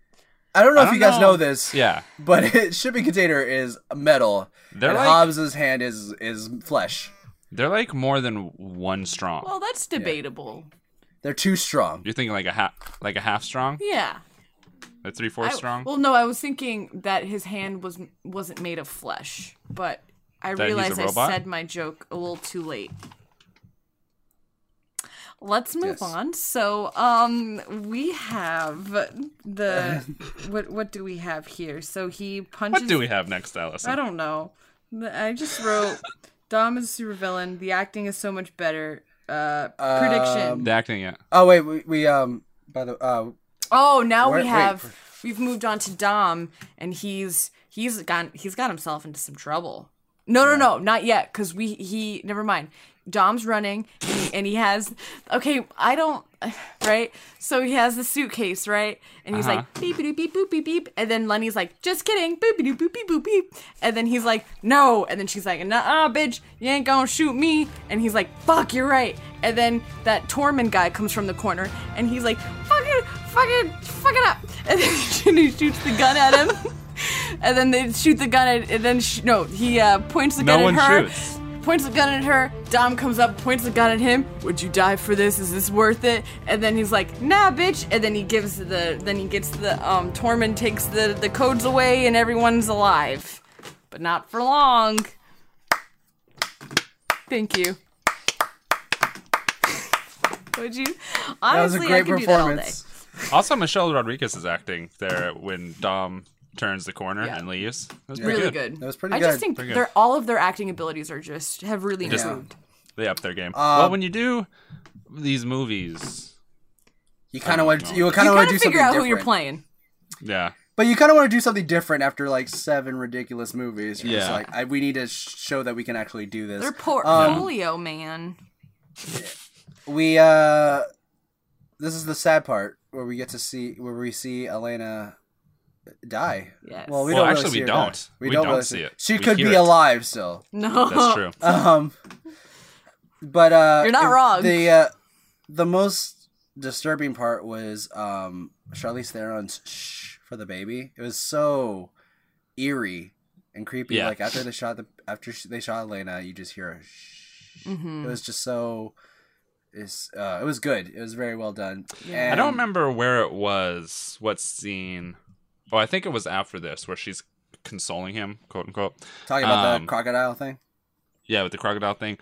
Speaker 3: I don't know
Speaker 2: I
Speaker 3: if
Speaker 2: don't
Speaker 3: you guys know,
Speaker 2: know.
Speaker 3: this,
Speaker 2: Yeah.
Speaker 3: but shipping container is metal,
Speaker 2: They're
Speaker 3: and
Speaker 2: like-
Speaker 3: Hobbs's hand is is flesh.
Speaker 2: They're like more than one strong.
Speaker 1: Well, that's debatable.
Speaker 3: They're too strong.
Speaker 2: You're thinking like a half like a half strong?
Speaker 1: Yeah.
Speaker 2: A three fourths
Speaker 1: I-
Speaker 2: strong?
Speaker 1: Well, no, I was thinking that his hand was wasn't made of flesh, but I
Speaker 2: That he's a
Speaker 1: realized I
Speaker 2: robot?
Speaker 1: said my joke a little too late. Let's move
Speaker 3: Yes.
Speaker 1: on. So, um, we have the what? What do we have here? So he punches.
Speaker 2: what do we have next, Allison?
Speaker 1: I don't know. I just wrote Dom is a supervillain. The acting is so much better. Uh, prediction.
Speaker 2: The acting it.
Speaker 3: Oh wait, we, we um by the uh
Speaker 1: Oh, now
Speaker 3: Where-
Speaker 1: we
Speaker 3: wait.
Speaker 1: have we've moved on to Dom, and he's he's got he's got himself into some trouble. No, no, no, not yet, because we he never mind. Dom's running, and he, and he has okay. I don't right. So he has the suitcase right, and he's
Speaker 3: Uh-huh.
Speaker 1: like beep beep beep boop beep beep, and then Lenny's like just kidding boop beep boop beep boop beep, and then he's like no, and then she's like nah bitch you ain't gonna shoot me, and he's like fuck you're right, and then that Tormund guy comes from the corner, and he's like fucking fucking fuck it up, and then he shoots the gun at him. And then they shoot the gun at, and then sh- no, he uh, points the
Speaker 2: No
Speaker 1: gun
Speaker 2: one
Speaker 1: at her.
Speaker 2: shoots.
Speaker 1: Points the gun at her. Dom comes up, points the gun at him. Would you die for this? Is this worth it? And then he's like, Nah, bitch. And then he gives the, then he gets the, um, Tormund takes the the codes away, and everyone's alive, but not for long. Thank you. Would you?
Speaker 3: that was a
Speaker 1: Honestly, I
Speaker 3: great
Speaker 1: could do that all day.
Speaker 3: performance.
Speaker 2: Also Michelle Rodriguez is acting there when Dom turns the corner
Speaker 1: Yeah.
Speaker 2: and leaves. That was pretty
Speaker 1: Really
Speaker 2: good.
Speaker 1: good.
Speaker 3: That was pretty
Speaker 1: I
Speaker 3: good.
Speaker 1: just think
Speaker 2: Pretty good.
Speaker 1: they're all of their acting abilities are just have really
Speaker 2: Just-
Speaker 1: improved.
Speaker 2: They upped their game.
Speaker 1: Um,
Speaker 2: well when you do these movies.
Speaker 3: You kind of want to, you kind
Speaker 1: you
Speaker 3: of
Speaker 1: gotta
Speaker 3: want to do something
Speaker 1: figure out
Speaker 3: different.
Speaker 1: who you're playing.
Speaker 2: Yeah.
Speaker 3: But you kind of want to do something different after like seven ridiculous movies. You're just
Speaker 2: Yeah.
Speaker 3: like I, we need to sh- show that we can actually do this.
Speaker 1: Their
Speaker 3: Um,
Speaker 1: portfolio, man.
Speaker 3: we uh this is the sad part where we get to see where we see Elena die.
Speaker 1: Yes.
Speaker 3: Well, we
Speaker 2: Well,
Speaker 3: don't
Speaker 2: actually,
Speaker 3: really see
Speaker 2: we
Speaker 3: her die.
Speaker 2: don't. We don't
Speaker 3: really
Speaker 2: see it.
Speaker 3: She
Speaker 2: We
Speaker 3: could
Speaker 2: hear
Speaker 3: be
Speaker 2: it.
Speaker 3: alive still.
Speaker 1: No,
Speaker 2: That's true.
Speaker 3: Um but uh
Speaker 1: You're not
Speaker 3: it-
Speaker 1: wrong.
Speaker 3: The uh the most disturbing part was um Charlize Theron's shh for the baby. It was so eerie and creepy
Speaker 2: Yeah.
Speaker 3: like after they shot the after sh- they shot Elena, you just hear a shh.
Speaker 1: Mm-hmm.
Speaker 3: It was just so it's uh it was good. It was very well done.
Speaker 2: I
Speaker 3: And-
Speaker 2: don't remember where it was, what scene. Oh, I think it was after this where she's consoling him, quote unquote.
Speaker 3: Talking about
Speaker 2: Um,
Speaker 3: the crocodile thing.
Speaker 2: Yeah, with the crocodile thing.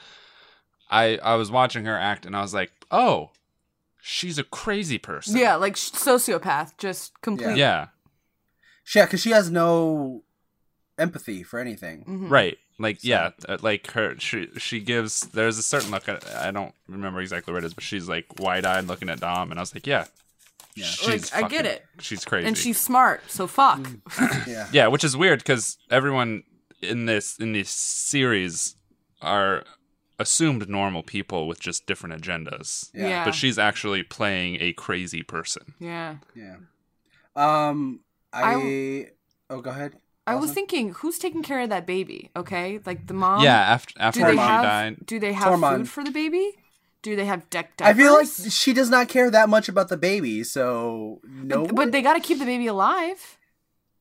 Speaker 2: I I was watching her act and I was like, "Oh, she's a crazy person."
Speaker 1: Yeah, like sh- sociopath, just complete.
Speaker 2: Yeah.
Speaker 3: Yeah, because she has no empathy for anything.
Speaker 1: Hmm.
Speaker 2: Right. Like yeah, uh, like her she she gives there's a certain look at, I don't remember exactly where it is, but she's like wide eyed looking at Dom, and I was like yeah, she's
Speaker 1: Like, I get
Speaker 2: fucking-
Speaker 1: it.
Speaker 2: she's crazy
Speaker 1: and she's smart, so fuck.
Speaker 3: Mm,
Speaker 1: Mm.
Speaker 2: yeah, which is weird because everyone in this in this series are assumed normal people with just different agendas,
Speaker 3: Yeah.
Speaker 1: Yeah.
Speaker 2: but she's actually playing a crazy person.
Speaker 1: yeah.
Speaker 3: Yeah. Um. I.
Speaker 1: I-
Speaker 3: oh, go ahead.
Speaker 1: I was
Speaker 3: Allison?
Speaker 1: thinking, who's taking care of that baby? Okay, like the mom.
Speaker 2: yeah, after
Speaker 1: Um, Do
Speaker 2: after
Speaker 1: they
Speaker 2: she
Speaker 1: have?
Speaker 2: died,
Speaker 1: Do they have
Speaker 3: Tormund.
Speaker 1: food for the baby? Do they have deck
Speaker 3: I
Speaker 1: diapers?
Speaker 3: feel like she does not care that much about the baby, so no.
Speaker 1: but they got to keep the baby alive,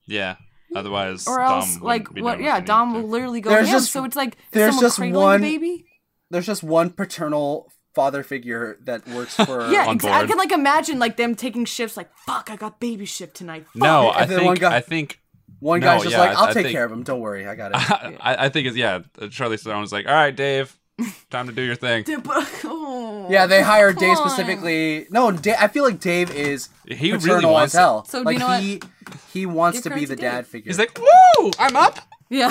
Speaker 2: yeah. Otherwise,
Speaker 1: or else,
Speaker 2: Dom
Speaker 1: like,
Speaker 2: wouldn't be
Speaker 1: what?
Speaker 2: doing
Speaker 1: Yeah,
Speaker 2: he
Speaker 1: Dom
Speaker 2: needed
Speaker 1: will
Speaker 2: to.
Speaker 1: literally go
Speaker 3: There's
Speaker 1: in.
Speaker 3: just-
Speaker 1: So it's like, is
Speaker 3: there's
Speaker 1: someone
Speaker 3: just
Speaker 1: cradling
Speaker 3: one-
Speaker 1: the baby?
Speaker 3: There's just one paternal father figure that works for.
Speaker 1: Yeah,
Speaker 2: on
Speaker 1: ex- I
Speaker 2: board.
Speaker 1: can like imagine like them taking shifts. Like, fuck, I got baby shift tonight. Fuck.
Speaker 2: No, I
Speaker 3: And then one
Speaker 2: think
Speaker 3: guy-
Speaker 2: I think
Speaker 3: One
Speaker 2: No,
Speaker 3: guy's just
Speaker 2: yeah,
Speaker 3: like,
Speaker 2: I-
Speaker 3: "I'll
Speaker 2: I
Speaker 3: take
Speaker 2: think-
Speaker 3: care of him. Don't worry, I got it."
Speaker 2: I, I think it's yeah. Charlie Theron was like, "All right, Dave, time to do your thing."
Speaker 1: Oh.
Speaker 3: Yeah, they hired Dave
Speaker 1: on.
Speaker 3: specifically. No, Da- I feel like Dave is
Speaker 2: He really
Speaker 3: paternal
Speaker 2: wants
Speaker 3: as hell.
Speaker 1: So do
Speaker 3: like
Speaker 1: you know what?
Speaker 3: he he wants
Speaker 1: Give
Speaker 3: to be
Speaker 1: credit
Speaker 3: the
Speaker 1: to
Speaker 3: dad
Speaker 1: Dave.
Speaker 3: figure.
Speaker 2: He's like, "Woo, I'm up."
Speaker 1: yeah.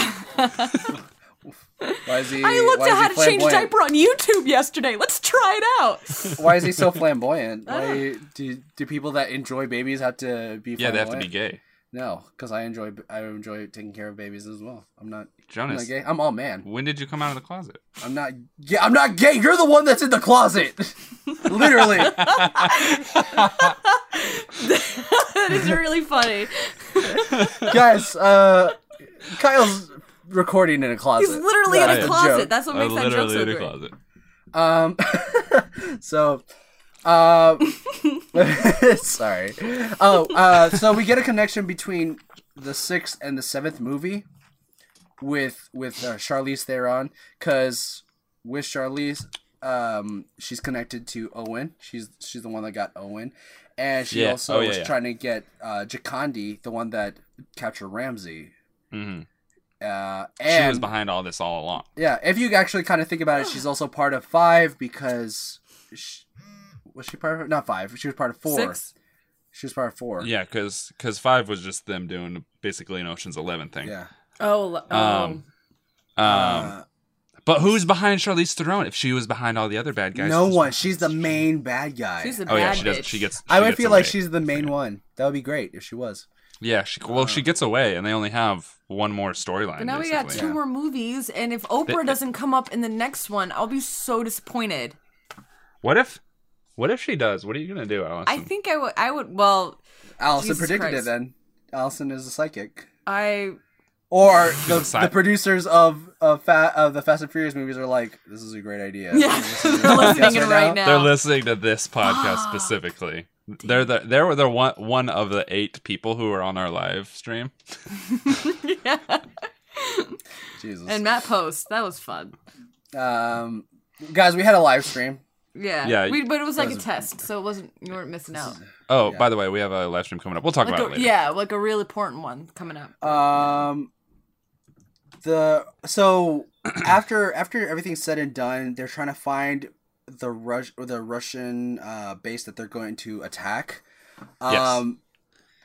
Speaker 3: why is he?
Speaker 1: I looked
Speaker 3: why is
Speaker 1: at
Speaker 3: he
Speaker 1: how to change
Speaker 3: flamboyant?
Speaker 1: diaper on YouTube yesterday. Let's try it out.
Speaker 3: Why is he so flamboyant? Why do do people that enjoy babies have to be? Flamboyant?
Speaker 2: Yeah, they have to be gay.
Speaker 3: No, because I enjoy I enjoy taking care of babies as well. I'm not. I'm not
Speaker 2: Jonas,
Speaker 3: gay. I'm all man.
Speaker 2: when did you come out of the closet?
Speaker 3: I'm not. Yeah, I'm not gay. You're the one that's in the closet. Literally.
Speaker 1: that is really funny.
Speaker 3: Guys, uh, Kyle's recording in a closet.
Speaker 1: He's literally in
Speaker 3: That's
Speaker 1: a
Speaker 2: a
Speaker 1: closet.
Speaker 3: joke.
Speaker 1: That's what
Speaker 2: I'm
Speaker 1: makes that joke
Speaker 2: literally
Speaker 1: so
Speaker 2: in a
Speaker 1: great.
Speaker 2: closet.
Speaker 3: Um, so, uh, sorry. Oh, uh, so we get a connection between the sixth and the seventh movie with with uh, Charlize Theron because with Charlize, um, she's connected to Owen. She's she's the one that got Owen, and she
Speaker 2: Yeah.
Speaker 3: also
Speaker 2: Oh, yeah,
Speaker 3: was
Speaker 2: yeah.
Speaker 3: trying to get uh, Jacondi, the one that captured Ramsey.
Speaker 2: hmm
Speaker 3: Uh, and
Speaker 2: She was behind all this all along.
Speaker 3: yeah, if you actually kind of think about it, she's also part of five because she, was she part of not five? She was part of four.
Speaker 1: Six.
Speaker 3: She was part of four.
Speaker 2: Yeah, because five was just them doing basically an Ocean's Eleven thing.
Speaker 3: yeah. Uh,
Speaker 1: Oh, l- oh.
Speaker 2: Um, um, but who's behind Charlize Theron? If she was behind all the other bad guys,
Speaker 3: no
Speaker 2: who's-
Speaker 3: one. She's the main bad guy.
Speaker 1: she's a
Speaker 2: Oh
Speaker 1: bad
Speaker 2: yeah, she
Speaker 1: bitch.
Speaker 2: does. She gets. She
Speaker 3: I would
Speaker 2: gets
Speaker 3: feel like
Speaker 2: away.
Speaker 3: she's the main one. That would be great if she was.
Speaker 2: Yeah, she, well,
Speaker 3: Uh.
Speaker 2: she gets away, and they only have one more storyline.
Speaker 1: But now we got
Speaker 2: basically.
Speaker 1: two more movies, and if Oprah doesn't come up in the next one, I'll be so disappointed.
Speaker 2: What if? What if she does? What are you gonna do, Allison?
Speaker 1: I think I would. I would. Well,
Speaker 3: Allison
Speaker 1: Jesus
Speaker 3: predicted it.
Speaker 1: Christ.
Speaker 3: Then Allison is a psychic,
Speaker 1: I.
Speaker 3: or the,
Speaker 2: Sci-
Speaker 3: the producers of of, fa- of the Fast and Furious movies are like, "This is a great idea."
Speaker 1: Yeah, they're listening in right now.
Speaker 2: they're listening to this podcast specifically. They're the they were the one one of the eight people who were on our live stream.
Speaker 3: Jesus.
Speaker 1: And Matt Post, that was fun.
Speaker 3: um, guys, we had a live stream.
Speaker 1: Yeah,
Speaker 2: Yeah.
Speaker 1: We, but it was like a test, so it wasn't. You weren't missing out.
Speaker 2: Oh, by the way, we have a live stream coming up. We'll talk
Speaker 1: Like
Speaker 2: about it
Speaker 1: a,
Speaker 2: later.
Speaker 1: yeah, like a real important one coming up.
Speaker 3: Um, the so after after everything's said and done, they're trying to find the rush or the Russian uh, base that they're going to attack.
Speaker 2: Yes.
Speaker 3: Um,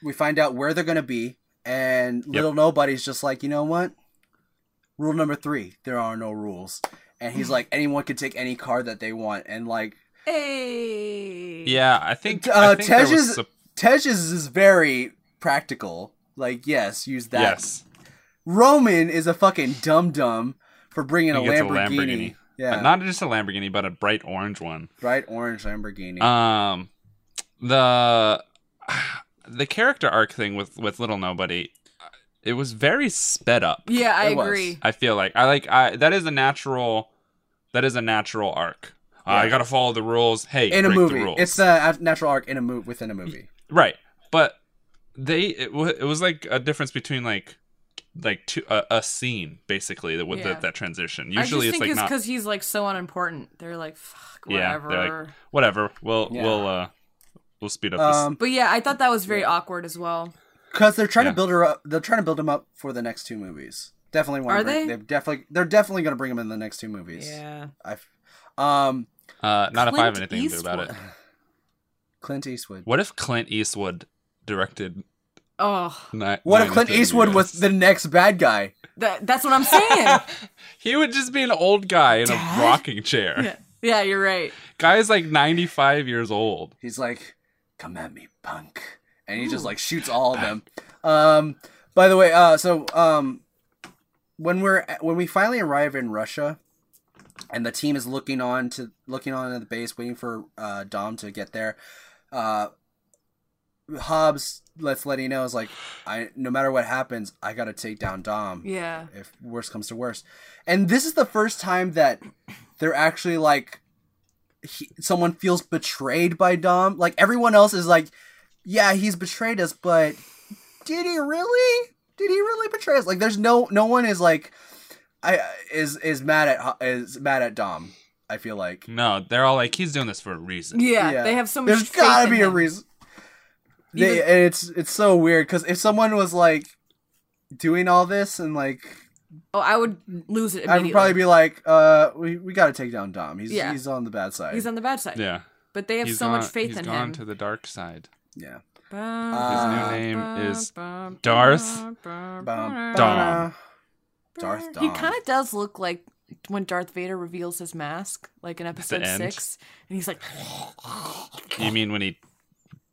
Speaker 3: we find out where they're going to be, and little nobody's just like, you know what? Rule number three: there are no rules. And
Speaker 2: Hmm.
Speaker 3: he's like, anyone can take any car that they want, and like
Speaker 1: Hey.
Speaker 2: Yeah, I think,
Speaker 3: uh,
Speaker 2: I think there was
Speaker 3: Tej is
Speaker 2: sup-
Speaker 3: Tej is, is very practical. Like, yes, use that.
Speaker 2: yes,
Speaker 3: Roman is a fucking dum dum for bringing a
Speaker 2: He gets a
Speaker 3: Lamborghini.
Speaker 2: Lamborghini.
Speaker 3: Yeah,
Speaker 2: not just a Lamborghini, but a bright orange one.
Speaker 3: bright orange Lamborghini.
Speaker 2: Um, the the character arc thing with with little nobody, uh, it was very sped up.
Speaker 1: Yeah, I
Speaker 3: It was.
Speaker 1: agree.
Speaker 2: I feel like I like I that is a natural, that is a natural arc. Uh, I gotta follow the rules. Hey,
Speaker 3: in a
Speaker 2: break
Speaker 3: movie,
Speaker 2: the rules.
Speaker 3: it's the uh, natural arc in a movie within a movie.
Speaker 2: Right, but they it, w- it was like a difference between like like two, a a scene basically that with
Speaker 1: Yeah.
Speaker 2: that that transition.
Speaker 1: I just
Speaker 2: Usually it's
Speaker 1: think
Speaker 2: like
Speaker 1: it's
Speaker 2: not
Speaker 1: because he's like so unimportant. They're like, fuck,
Speaker 2: yeah
Speaker 1: whatever.
Speaker 2: they're like whatever. We'll
Speaker 3: Yeah.
Speaker 2: we'll uh we'll speed up
Speaker 3: Um,
Speaker 1: but yeah, I thought that was very awkward as well.
Speaker 3: because they're trying
Speaker 2: Yeah.
Speaker 3: to build her up. They're trying to build him up for the next two movies. Definitely want.
Speaker 1: Are
Speaker 3: bring,
Speaker 1: they?
Speaker 3: They've definitely. They're definitely going to bring him in the next two movies.
Speaker 1: Yeah.
Speaker 3: I. Um,
Speaker 2: this. Uh, not if I have
Speaker 1: Clint
Speaker 2: anything to do about it.
Speaker 1: Eastwood.
Speaker 3: Clint Eastwood.
Speaker 2: What if Clint Eastwood directed
Speaker 1: Oh,
Speaker 2: Ni-
Speaker 3: What if
Speaker 2: nine
Speaker 3: Clint
Speaker 2: to ten
Speaker 3: Eastwood
Speaker 2: years.
Speaker 3: was the next bad guy?
Speaker 1: that, that's what I'm saying.
Speaker 2: He would just be an old guy in a rocking chair.
Speaker 1: yeah, you're right.
Speaker 2: Guy's like 95 years old.
Speaker 3: He's like, "Come at me, punk," and he just like shoots all of them. Um, by the way, uh, so um, when we're when we finally arrive in Russia, and the team is looking on to looking on at the base, waiting for uh, Dom to get there. Uh, Hobbs lets Letty know is like, I no matter what happens, I gotta take down Dom
Speaker 1: Yeah.
Speaker 3: if worse comes to worse. And this is the first time that they're actually like he, someone feels betrayed by Dom. Like everyone else is like, yeah, he's betrayed us, but did he really? Did he really betray us? Like there's no no one is like I is is mad at Ho- is mad at Dom. I feel like
Speaker 2: No, they're all like, he's doing this for a reason.
Speaker 1: Yeah,
Speaker 3: Yeah.
Speaker 1: they have so much.
Speaker 3: there's
Speaker 1: faith
Speaker 3: gotta
Speaker 1: in
Speaker 3: be a
Speaker 1: him.
Speaker 3: reason. They, and it's it's so weird because if someone was like doing all this and like
Speaker 1: Oh, I would lose it.
Speaker 3: I would
Speaker 1: Immediately.
Speaker 3: probably be like, uh, we, we got to take down Dom. He's
Speaker 1: Yeah.
Speaker 3: he's on the bad side.
Speaker 1: He's on the bad side.
Speaker 2: Yeah.
Speaker 1: But they have
Speaker 2: He's
Speaker 1: so much
Speaker 2: gone-
Speaker 1: faith
Speaker 2: he's
Speaker 1: in
Speaker 2: gone
Speaker 1: him.
Speaker 2: to the dark side.
Speaker 3: yeah.
Speaker 1: Bum,
Speaker 2: His new
Speaker 3: Uh,
Speaker 2: name is
Speaker 1: bum,
Speaker 2: Darth
Speaker 1: bum, bum,
Speaker 3: Bum,
Speaker 2: Dom.
Speaker 3: ba- Darth Dom.
Speaker 1: He kind of does look like when Darth Vader reveals his mask, like in episode
Speaker 2: end.
Speaker 1: six, and he's like,
Speaker 2: You mean when he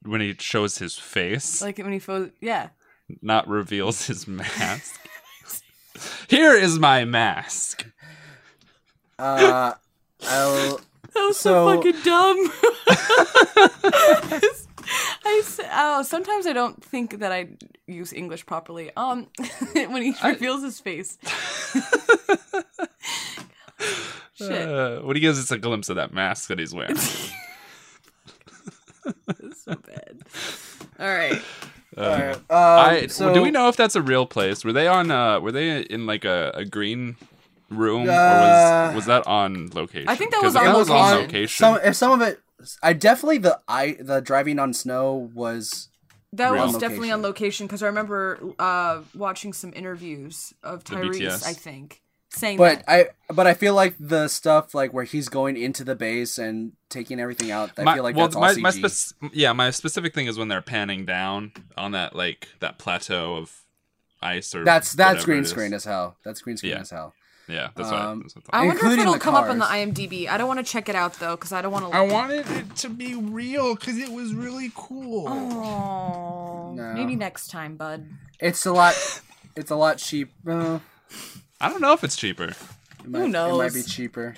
Speaker 2: when he shows his face,
Speaker 1: like when he fo- yeah,
Speaker 2: not reveals his mask? Here is my mask.
Speaker 3: Uh, I'll,
Speaker 1: that was so,
Speaker 3: So-
Speaker 1: fucking dumb. I s- oh, sometimes I don't think that I use English properly. Um, when he reveals his face, shit,
Speaker 2: Uh, what he gives us a glimpse of that mask that he's wearing.
Speaker 3: Um,
Speaker 1: that's so bad. All right,
Speaker 3: uh,
Speaker 2: I,
Speaker 3: so-
Speaker 2: do we know if that's a real place? Were they on? Uh, were they in like a, a green room, or
Speaker 3: Uh,
Speaker 2: was was that on location?
Speaker 1: I think that
Speaker 2: 'Cause
Speaker 1: was
Speaker 2: if
Speaker 1: on
Speaker 2: that was on
Speaker 1: location.
Speaker 2: location.
Speaker 3: Some if some of it, I definitely the I the driving on snow was
Speaker 1: that
Speaker 2: Real
Speaker 1: was definitely on location because I remember uh, watching some interviews of Tyrese.
Speaker 2: BTS.
Speaker 1: I think saying
Speaker 3: but
Speaker 1: that.
Speaker 3: I but I feel like the stuff like where he's going into the base and taking everything out. I feel like that's all
Speaker 2: my,
Speaker 3: CG.
Speaker 2: my spec- yeah, my specific thing is when they're panning down on that like that plateau of ice or
Speaker 3: that's that's
Speaker 2: whatever
Speaker 3: green
Speaker 2: it is.
Speaker 3: screen as hell. That's green screen
Speaker 2: Yeah.
Speaker 3: as hell.
Speaker 2: Yeah, that's what, I-
Speaker 3: Um,
Speaker 2: that's what I
Speaker 1: I
Speaker 2: thought.
Speaker 1: wonder if
Speaker 3: Including
Speaker 1: it'll
Speaker 3: the
Speaker 1: come up on the
Speaker 3: cars.
Speaker 1: IMDb. I don't want to check it out though because I don't want to.
Speaker 2: I wanted it to be real because it was really cool.
Speaker 1: Oh,
Speaker 3: No.
Speaker 1: maybe next time, bud.
Speaker 3: It's a lot. It's a lot cheap. Uh,
Speaker 2: I don't know if it's cheaper.
Speaker 3: it might, It might
Speaker 1: knows?
Speaker 3: be cheaper.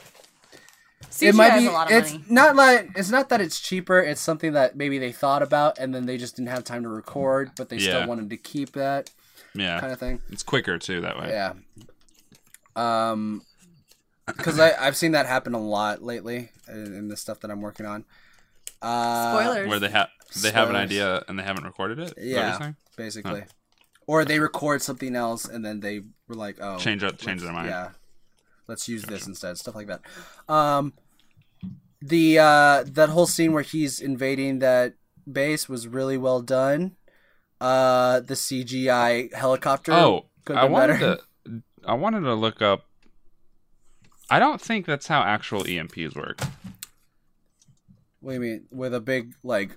Speaker 1: CGI is a lot of
Speaker 3: it's
Speaker 1: money.
Speaker 3: not like it's not that it's cheaper it's something that maybe they thought about and then they just didn't have time to record but they
Speaker 2: Yeah.
Speaker 3: still wanted to keep that
Speaker 2: Yeah,
Speaker 3: kind of thing
Speaker 2: it's quicker too that way.
Speaker 3: yeah um because i i've seen that happen a lot lately in, in the stuff that i'm working on uh
Speaker 1: Spoilers.
Speaker 2: Where they have they have an
Speaker 3: Spoilers.
Speaker 2: idea and they haven't recorded it. Is that what you're
Speaker 3: yeah
Speaker 2: saying?
Speaker 3: basically or they record something else and then they were like oh
Speaker 2: Change up- change their mind.
Speaker 3: yeah let's use this instead stuff like that um the uh that whole scene where he's invading that base was really well done uh the cgi helicopter
Speaker 2: Oh,
Speaker 3: could've
Speaker 2: I
Speaker 3: been
Speaker 2: wanted
Speaker 3: better.
Speaker 2: to. I wanted to look up. I don't think that's how actual EMPs work.
Speaker 3: what do you mean with a big like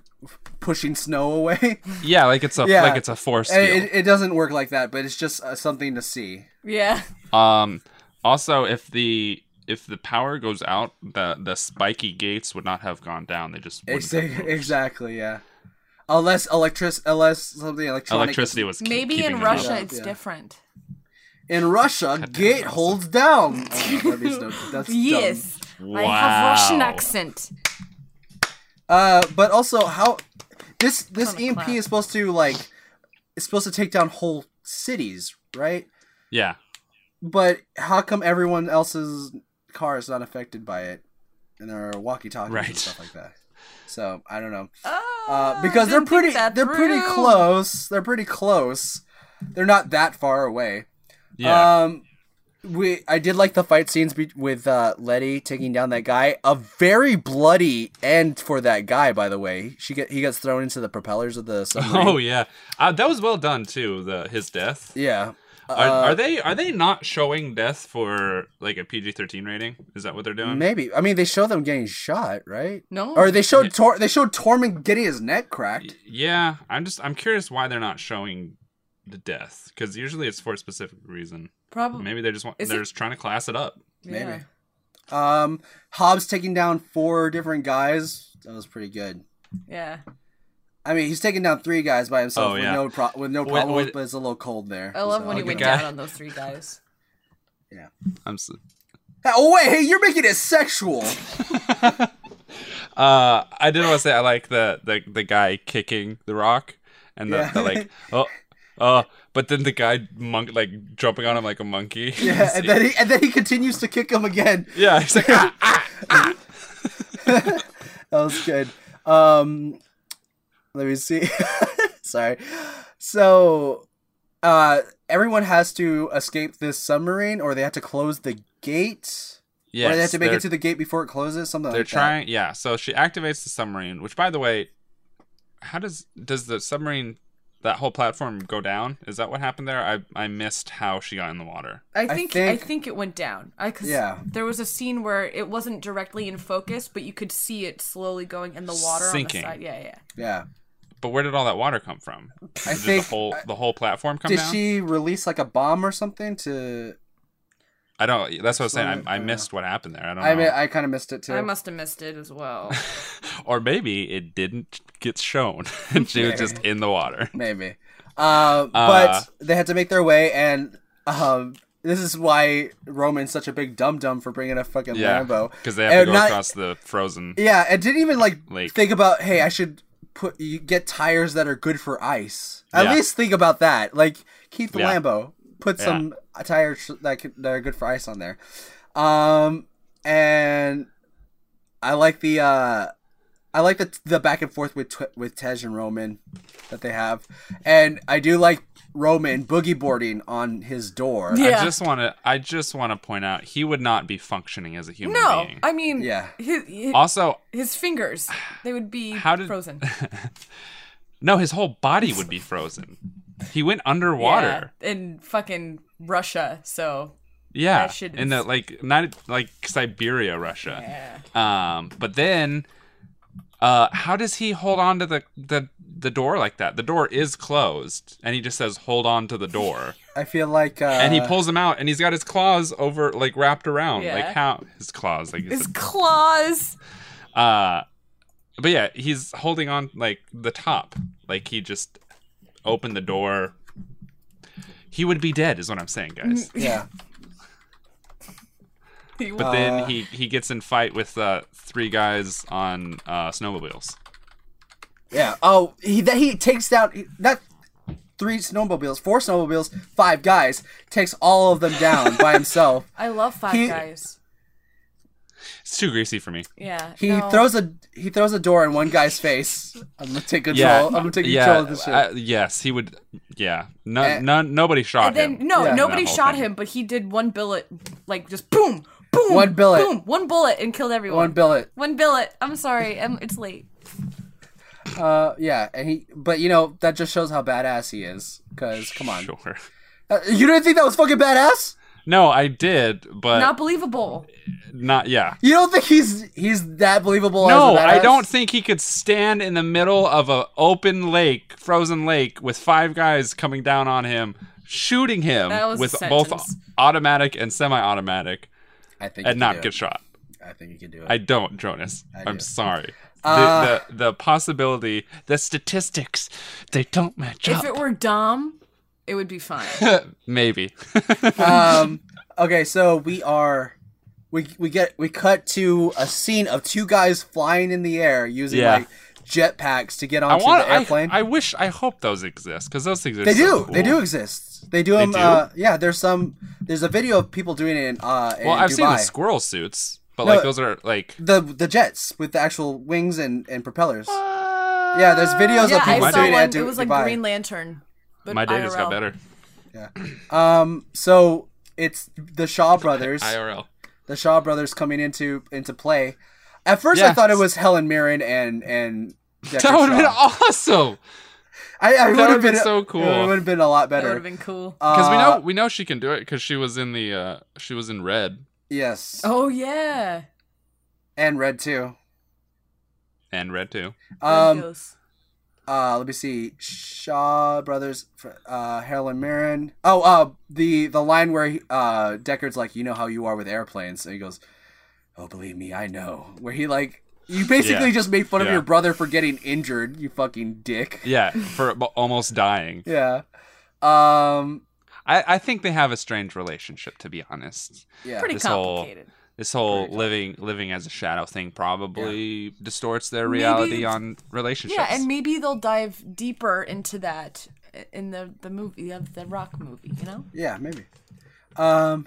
Speaker 3: pushing snow away
Speaker 2: Yeah, like it's a
Speaker 3: Yeah.
Speaker 2: like it's a force field.
Speaker 3: it, it doesn't work like that but it's just uh, something to see
Speaker 1: yeah,
Speaker 2: Um. Also, if the if the power goes out, the the spiky gates would not have gone down. They just wouldn't
Speaker 3: Ex-
Speaker 2: have moved.
Speaker 3: exactly yeah unless electric unless something electronic
Speaker 2: electricity was keep-
Speaker 1: maybe
Speaker 2: keeping
Speaker 1: in
Speaker 2: them
Speaker 1: Russia
Speaker 2: up.
Speaker 1: it's
Speaker 3: Yeah.
Speaker 1: different.
Speaker 3: In Russia, gate holds down. Oh,
Speaker 1: Yes, I
Speaker 2: Wow.
Speaker 1: have Russian accent.
Speaker 3: Uh, but also, how this this
Speaker 1: Kinda
Speaker 3: EMP
Speaker 1: clap.
Speaker 3: is supposed to like it's supposed to take down whole cities, right?
Speaker 2: Yeah,
Speaker 3: But how come everyone else's car is not affected by it, and there are walkie talkies
Speaker 2: Right.
Speaker 3: and stuff like that? So I don't know.
Speaker 1: Oh,
Speaker 3: Uh, because they're
Speaker 1: didn't think
Speaker 3: pretty
Speaker 1: that
Speaker 3: they're pretty
Speaker 1: through.
Speaker 3: close. They're pretty close. They're not that far away.
Speaker 2: yeah.
Speaker 3: Um, we I did like the fight scenes be- with uh, Letty taking down that guy. A very bloody end for that guy, by the way. She get he gets thrown into the propellers of the submarine.
Speaker 2: oh yeah, uh, that was well done too. The his death.
Speaker 3: yeah.
Speaker 2: Are, are they are they not showing death for like a PG thirteen rating? Is that what they're doing?
Speaker 3: Maybe. I mean, they show them getting shot, right?
Speaker 1: No.
Speaker 3: Or they showed Tor- they showed Tormund getting his neck cracked.
Speaker 2: Yeah, I'm just I'm curious why they're not showing the death because usually it's for a specific reason.
Speaker 1: Probably.
Speaker 2: Maybe they just want
Speaker 1: Is
Speaker 2: they're
Speaker 1: it-
Speaker 2: just trying to class it up.
Speaker 3: Maybe. Um, Hobbs taking down four different guys. That was pretty good.
Speaker 1: Yeah.
Speaker 3: I mean, he's taking down three guys by himself
Speaker 2: Oh,
Speaker 3: with
Speaker 2: yeah.
Speaker 3: no pro- with no problem,
Speaker 2: with-
Speaker 3: but it's a little cold there.
Speaker 1: I love
Speaker 3: so-
Speaker 1: when he
Speaker 2: the
Speaker 1: went
Speaker 2: guy-
Speaker 1: down on those three guys.
Speaker 2: I'm s-
Speaker 3: Oh wait, hey, you're making it sexual.
Speaker 2: uh I did want to say I like the the the guy kicking the rock and the,
Speaker 3: Yeah.
Speaker 2: the like oh oh but then the guy monk like jumping on him like a monkey.
Speaker 3: Yeah, and then he and then he continues to kick him again.
Speaker 2: yeah, he's like "Ah, ah."
Speaker 3: That was good. Um, let me see. Sorry. So, uh, everyone has to escape this submarine, or they have to close the gate, or
Speaker 2: Yes,
Speaker 3: they have to make
Speaker 2: they're-
Speaker 3: it to the gate before it closes. Something.
Speaker 2: They're
Speaker 3: like that.
Speaker 2: trying, yeah. So she activates the submarine, which, by the way, how does does the submarine that whole platform go down? Is that what happened there? I I missed how she got in the water.
Speaker 1: I think I think,
Speaker 3: think-
Speaker 1: it went down. I cause
Speaker 3: Yeah.
Speaker 1: There was a scene where it wasn't directly in focus, but you could see it slowly going in the water
Speaker 2: Sinking.
Speaker 1: on the side. Yeah, yeah.
Speaker 3: Yeah.
Speaker 2: But where did all that water come from?
Speaker 3: I
Speaker 2: Did
Speaker 3: think. uh,
Speaker 2: the whole the whole platform come
Speaker 3: Did
Speaker 2: down?
Speaker 3: she release like a bomb or something? To
Speaker 2: I don't. That's what I was saying.
Speaker 3: Sorry,
Speaker 2: I, I
Speaker 3: I don't
Speaker 2: missed what happened there. I don't
Speaker 3: uh, I
Speaker 2: know.
Speaker 3: mean, I kind of missed it too.
Speaker 1: I must have missed it as well.
Speaker 2: or maybe it didn't get shown, and she was just in the water.
Speaker 3: Maybe. Uh,
Speaker 2: Uh,
Speaker 3: but they had to make their way, and um, this is why Roman's such a big dum dum for bringing a fucking
Speaker 2: Yeah,
Speaker 3: Lambo.
Speaker 2: because they have
Speaker 3: And
Speaker 2: to go
Speaker 3: not-
Speaker 2: across the frozen.
Speaker 3: Yeah, and didn't even like
Speaker 2: Lake.
Speaker 3: think about hey, I should put you get tires that are good for ice. At
Speaker 2: Yeah.
Speaker 3: least think about that. Like keep the
Speaker 2: Yeah.
Speaker 3: Lambo, put some tires that could, that are good for ice on there. Um, and I like the uh, I like the the back and forth with Tw- with Tej and Roman that they have, and I do like Roman boogie boarding on his door.
Speaker 1: Yeah.
Speaker 2: I just want to. I just want to point out he would not be functioning as a human
Speaker 1: no,
Speaker 2: being.
Speaker 1: I mean,
Speaker 3: Yeah.
Speaker 1: his, his,
Speaker 2: also,
Speaker 1: his fingers, they would be
Speaker 2: How did-
Speaker 1: frozen.
Speaker 2: No, his whole body would be frozen. He went underwater.
Speaker 1: Yeah, in fucking Russia. So
Speaker 2: Yeah,
Speaker 1: That should-
Speaker 2: in the like not like Siberia, Russia. Um, but then, uh, how does he hold on to the the the door like that? The door is closed, and he just says, "Hold on to the door,"
Speaker 3: I feel like uh,
Speaker 2: and he pulls him out, and he's got his claws over like wrapped around, like
Speaker 1: Yeah.
Speaker 2: how his claws, like
Speaker 1: his claws.
Speaker 2: uh, but yeah, he's holding on like the top, like he just opened the door. He would be dead, is what I'm saying, guys.
Speaker 3: yeah.
Speaker 1: He
Speaker 2: But then he he gets in fight with uh, three guys on uh, snowmobiles.
Speaker 3: Yeah. Oh, he that he takes down he- that three snowmobiles, four snowmobiles, five guys takes all of them down by himself.
Speaker 1: I love Five
Speaker 3: he-
Speaker 1: Guys.
Speaker 2: It's too greasy for me.
Speaker 1: Yeah.
Speaker 3: He
Speaker 1: no.
Speaker 3: throws a he throws a door in one guy's face. I'm gonna take control. I'm gonna take
Speaker 2: yeah,
Speaker 3: control of this shit.
Speaker 2: uh, yes, he would. Yeah, no,
Speaker 3: Eh.
Speaker 2: no, nobody shot
Speaker 1: And then
Speaker 2: him.
Speaker 1: no,
Speaker 3: Yeah.
Speaker 1: nobody
Speaker 2: That whole
Speaker 1: shot
Speaker 2: thing.
Speaker 1: him, but he did one bullet, like just boom, boom,
Speaker 3: One bullet.
Speaker 1: boom, one bullet, and killed everyone.
Speaker 3: one billet.
Speaker 1: One billet. I'm sorry, i it's late.
Speaker 3: Uh, yeah, and he. But you know that just shows how badass he is. Cause come on,
Speaker 2: Sure.
Speaker 3: Uh, you didn't think that was fucking badass?
Speaker 2: No, I did, but
Speaker 1: Not
Speaker 2: not.
Speaker 1: believable.
Speaker 2: yeah.
Speaker 3: You don't think he's he's that believable?
Speaker 2: No,
Speaker 3: as a
Speaker 2: I
Speaker 3: badass?
Speaker 2: don't think he could stand in the middle of a open lake, frozen lake, with five guys coming down on him, shooting him
Speaker 1: That was a
Speaker 2: with
Speaker 1: sentence.
Speaker 2: both automatic and semi-automatic,
Speaker 3: I think
Speaker 2: and
Speaker 3: you
Speaker 2: not
Speaker 3: do
Speaker 2: get
Speaker 3: it.
Speaker 2: shot.
Speaker 3: I think you can do it.
Speaker 2: I don't, Jonas. I am
Speaker 3: do.
Speaker 2: sorry.
Speaker 3: Uh.
Speaker 2: the, the the possibility, the statistics, they don't match
Speaker 1: If
Speaker 2: up.
Speaker 1: it were Dom, it would be fine.
Speaker 2: Maybe.
Speaker 3: um okay so we are we we get we cut to a scene of two guys flying in the air using
Speaker 2: Yeah.
Speaker 3: like jetpacks to get
Speaker 2: I
Speaker 3: onto
Speaker 2: want.
Speaker 3: the airplane
Speaker 2: I, I wish. I hope those exist because those exist.
Speaker 3: they do they do exist they do them
Speaker 2: do?
Speaker 3: uh yeah there's some there's a video of people doing it in uh in
Speaker 2: Well, I've
Speaker 3: Dubai.
Speaker 2: seen the squirrel suits, but
Speaker 3: No.
Speaker 2: like those are like.
Speaker 3: the the jets with the actual wings and and propellers yeah there's videos
Speaker 1: yeah,
Speaker 3: of
Speaker 1: I
Speaker 3: people
Speaker 1: saw
Speaker 3: doing
Speaker 1: one.
Speaker 3: it at Du-
Speaker 1: it was like
Speaker 3: Dubai.
Speaker 1: Green Lantern. But
Speaker 2: My day just got
Speaker 1: IRL.
Speaker 2: better.
Speaker 3: um so it's the Shaw brothers
Speaker 2: IRL.
Speaker 3: the Shaw brothers coming into into play at first I
Speaker 2: Yeah.
Speaker 3: thought it was Helen Mirren and and Decker
Speaker 2: That would have been
Speaker 3: Shaw.
Speaker 2: awesome.
Speaker 3: I, I would
Speaker 2: would've
Speaker 3: have been,
Speaker 2: been so cool.
Speaker 3: It would have been a lot
Speaker 1: That would have
Speaker 3: better.
Speaker 1: been cool.
Speaker 2: Because we know
Speaker 3: Uh,
Speaker 2: we know she can do it because she was in the uh she was in red
Speaker 3: Yes.
Speaker 1: Oh yeah.
Speaker 3: And red too.
Speaker 2: and red too.
Speaker 3: Um.
Speaker 1: Ghosts.
Speaker 3: Uh. Let me see. Shaw Brothers. Uh. Harold and Marin. Oh. Uh. The the line where he, uh Deckard's like, you know how you are with airplanes, and he goes, "Oh, believe me, I know." Where he like, you basically
Speaker 2: Yeah.
Speaker 3: just made fun of
Speaker 2: Yeah.
Speaker 3: your brother for getting injured. You fucking dick.
Speaker 2: Yeah, for ab- almost dying.
Speaker 3: Yeah. Um.
Speaker 2: I I think they have a strange relationship to be honest.
Speaker 3: Yeah.
Speaker 1: Pretty
Speaker 2: This whole-
Speaker 1: complicated.
Speaker 2: This whole living living as a shadow thing probably distorts their reality
Speaker 1: it's-
Speaker 2: on relationships.
Speaker 1: Yeah, and maybe they'll dive deeper into that in the the movie of the Rock movie. You know,
Speaker 3: Yeah. Maybe. Um.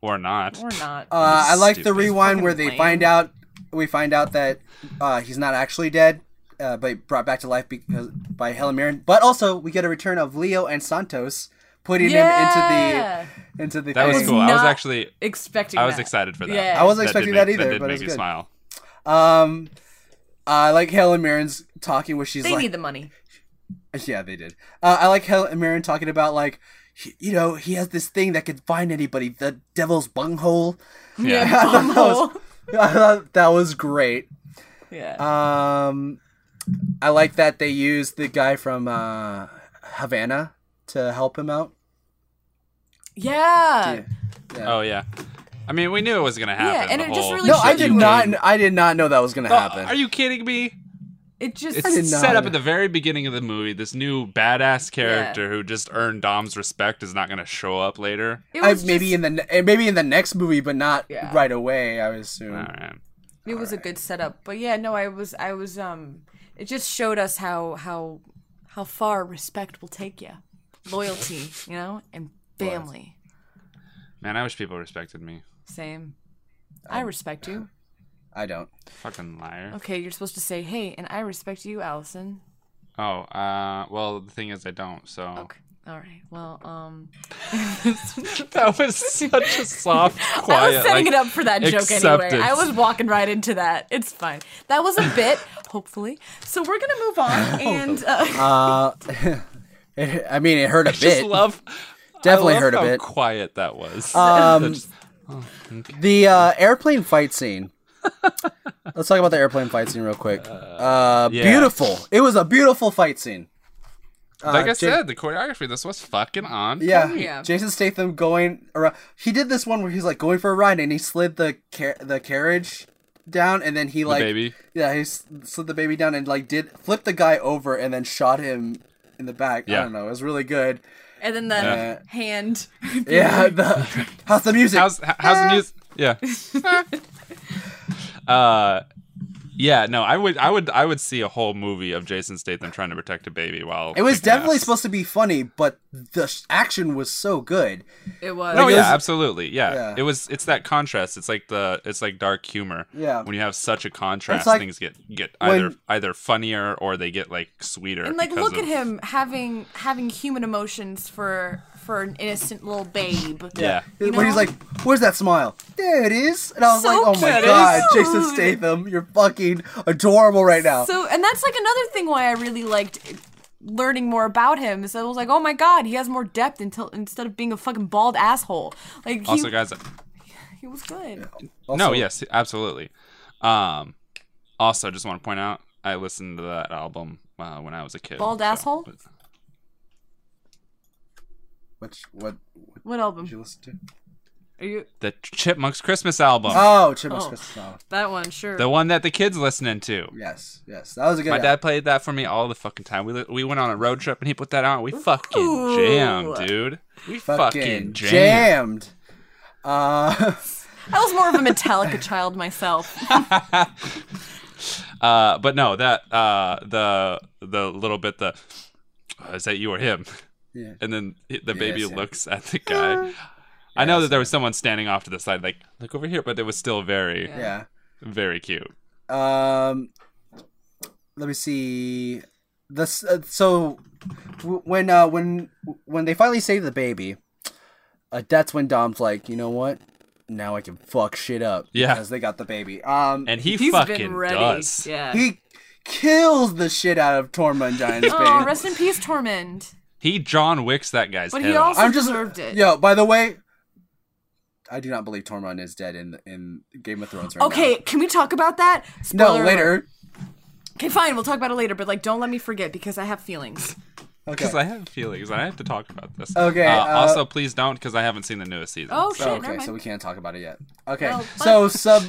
Speaker 2: or not.
Speaker 1: or not.
Speaker 3: Uh, I like the
Speaker 2: Stupid.
Speaker 3: rewind where they
Speaker 1: lame.
Speaker 3: find out we find out that uh, he's not actually dead, uh, but brought back to life because by Helen Mirren. But also we get a return of Leo and Santos, putting
Speaker 1: yeah.
Speaker 3: him into the into the.
Speaker 2: that was
Speaker 3: thing.
Speaker 2: cool. I was
Speaker 1: not
Speaker 2: actually
Speaker 1: expecting.
Speaker 2: I was
Speaker 1: that.
Speaker 2: excited for that.
Speaker 1: Yeah.
Speaker 3: I wasn't
Speaker 2: did
Speaker 3: expecting
Speaker 2: make-
Speaker 3: that either,
Speaker 2: did
Speaker 3: but
Speaker 2: make
Speaker 3: it was
Speaker 2: me
Speaker 3: good.
Speaker 2: smile.
Speaker 3: Um, I like Helen Mirren's talking where she's
Speaker 1: They
Speaker 3: like,
Speaker 1: need the money.
Speaker 3: yeah, they did. Uh, I like Helen Mirren talking about like. he- You know, he has this thing that can find anybody, the devil's bunghole.
Speaker 2: Yeah.
Speaker 3: I thought that was, I thought that was great.
Speaker 1: Yeah.
Speaker 3: Um, I like that they used the guy from uh, Havana to help him out.
Speaker 1: yeah.
Speaker 3: Yeah.
Speaker 2: Oh yeah. I mean, we knew it was gonna
Speaker 1: Yeah,
Speaker 2: happen.
Speaker 1: and
Speaker 2: the
Speaker 1: it just
Speaker 2: whole
Speaker 1: really
Speaker 3: No, I
Speaker 1: shit
Speaker 3: did
Speaker 1: you
Speaker 3: not.
Speaker 2: thing.
Speaker 3: I did not know that was gonna
Speaker 2: Oh,
Speaker 3: happen.
Speaker 2: Are you kidding me?
Speaker 1: It just
Speaker 2: It's
Speaker 3: not.
Speaker 2: set up at the very beginning of the movie. This new badass character who just earned Dom's respect is not going to show up later.
Speaker 1: it
Speaker 3: I-
Speaker 1: was
Speaker 3: maybe
Speaker 1: just,
Speaker 3: in the ne- eh, maybe in the next movie, but not
Speaker 1: Yeah.
Speaker 3: right away. I would assume.
Speaker 2: All right.
Speaker 1: it was a good setup. But yeah, no, I was I was um it just showed us how how how far respect will take you. Loyalty, you know, and family.
Speaker 2: Man, I wish people respected me.
Speaker 1: Same. I
Speaker 3: Um,
Speaker 1: respect you.
Speaker 3: I don't.
Speaker 2: Fucking liar.
Speaker 1: Okay, you're supposed to say, "Hey, and I respect you, Allison."
Speaker 2: Oh, uh, well, the thing is, I don't. So
Speaker 1: Okay. All right. Well, um,
Speaker 2: that was such a soft, quiet.
Speaker 1: I was setting
Speaker 2: like,
Speaker 1: it up for that joke anyway. I
Speaker 2: acceptance.
Speaker 1: was walking right into that. It's fine. That was a bit, hopefully. So we're gonna move on and uh,
Speaker 3: Uh, it, I mean, it hurt a
Speaker 2: I
Speaker 3: bit.
Speaker 2: Just love. I
Speaker 3: Definitely
Speaker 2: love
Speaker 3: hurt a
Speaker 2: how
Speaker 3: bit.
Speaker 2: Quiet that was.
Speaker 3: Um,
Speaker 2: Just-
Speaker 3: the uh, airplane fight scene. Let's talk about the airplane fight scene real quick. Uh,
Speaker 2: yeah.
Speaker 3: beautiful. It was a beautiful fight scene.
Speaker 2: like
Speaker 3: uh,
Speaker 2: I
Speaker 3: Jake-
Speaker 2: said, the choreography. This was fucking on.
Speaker 3: Yeah.
Speaker 1: Yeah.
Speaker 3: Jason Statham going around. He did this one where he's like going for a ride and he slid the car- the carriage down and then he like
Speaker 2: baby.
Speaker 3: yeah he s- slid the baby down and like did flip the guy over and then shot him in the back.
Speaker 2: Yeah.
Speaker 3: I don't know. It was really good.
Speaker 1: and then the
Speaker 3: Yeah.
Speaker 1: hand.
Speaker 3: Yeah. The, how's the music?
Speaker 2: how's h- how's the news? Yeah. uh, yeah. No, I would, I would, I would see a whole movie of Jason Statham trying to protect a baby while
Speaker 3: it was
Speaker 2: kicking
Speaker 3: definitely
Speaker 2: ass.
Speaker 3: supposed to be funny, but the sh- action was so good.
Speaker 1: It was.
Speaker 2: Oh
Speaker 3: it
Speaker 2: yeah,
Speaker 3: was-
Speaker 2: absolutely. Yeah.
Speaker 3: Yeah.
Speaker 2: it was. It's that contrast. It's like the. It's like dark humor.
Speaker 3: Yeah.
Speaker 2: When you have such a contrast,
Speaker 3: It's like
Speaker 2: things get get
Speaker 3: when-
Speaker 2: either either funnier or they get like sweeter.
Speaker 1: and like
Speaker 2: because
Speaker 1: look
Speaker 2: of-
Speaker 1: at him having having human emotions for for an innocent little babe
Speaker 2: Yeah.
Speaker 1: You
Speaker 3: When he's
Speaker 1: know?
Speaker 3: like, "Where's that smile?" There it is, and I was
Speaker 1: So
Speaker 3: like, "Oh my
Speaker 1: cute.
Speaker 3: god,
Speaker 1: That is
Speaker 3: Jason
Speaker 1: cute.
Speaker 3: Statham, you're fucking adorable right now."
Speaker 1: so and that's like another thing why i really liked learning more about him is i was like oh my god he has more depth until instead of being a fucking bald asshole like he,
Speaker 2: Also, guys.
Speaker 1: he was good
Speaker 2: no. Yes. Absolutely. Um. Also, just want to point out, I listened to that album uh, when I was a kid.
Speaker 1: Bald Asshole?
Speaker 3: Which what
Speaker 1: what album
Speaker 3: did you listen to?
Speaker 1: are you
Speaker 2: The Chipmunks Christmas album.
Speaker 3: Oh, Chipmunk's
Speaker 1: Oh.
Speaker 3: Christmas Song.
Speaker 1: that one sure
Speaker 2: The one that the kids listening to.
Speaker 3: Yes, yes, that was a good.
Speaker 2: My dad played that for me all the fucking time. We li- we went on a road trip and he put that on. We fucking
Speaker 1: Ooh.
Speaker 2: jammed, dude. We fucking,
Speaker 3: fucking
Speaker 2: jammed.
Speaker 3: jammed. Uh,
Speaker 1: i was more of a metallica child myself
Speaker 2: Uh, but no, that uh, the the little bit the "Uh, is that you or him,
Speaker 3: Yeah.
Speaker 2: and then he- the baby
Speaker 3: Yes, yeah.
Speaker 2: looks at the guy.
Speaker 1: Ah.
Speaker 2: I know that there was someone standing off to the side, like look over here, but it was still very
Speaker 3: yeah.
Speaker 2: very cute.
Speaker 3: Um, let me see. The s- uh, so w- when uh when when they finally save the baby, uh, that's when Dom's like, you know what? Now I can fuck shit up.
Speaker 2: Yeah.
Speaker 3: because they got the baby. Um,
Speaker 2: And he
Speaker 1: He's
Speaker 2: fucking
Speaker 1: been ready
Speaker 2: does.
Speaker 1: yeah
Speaker 3: he kills the shit out of Tormund in Giant's Pain.
Speaker 1: Oh, rest in peace, Tormund.
Speaker 2: He John Wicks that guy's
Speaker 1: But
Speaker 2: head
Speaker 1: he
Speaker 2: off.
Speaker 1: also
Speaker 3: I'm just
Speaker 1: deserved it.
Speaker 3: yo. By the way, I do not believe Tormund is dead in in Game of Thrones. Right
Speaker 1: Okay, can we talk about that?
Speaker 3: now.
Speaker 1: Spoiler
Speaker 3: no,
Speaker 1: alert.
Speaker 3: later.
Speaker 1: Okay, fine, we'll talk about it later, but like don't let me forget because I have feelings.
Speaker 3: Okay,
Speaker 2: Because I have feelings, and I have to talk about this.
Speaker 3: Okay,
Speaker 2: Uh,
Speaker 3: uh,
Speaker 2: also, please don't, because I haven't seen the newest season.
Speaker 1: Oh
Speaker 3: So,
Speaker 1: shit, never
Speaker 3: okay,
Speaker 1: mind.
Speaker 3: so we can't talk about it yet. Okay,
Speaker 1: Well,
Speaker 3: so sub.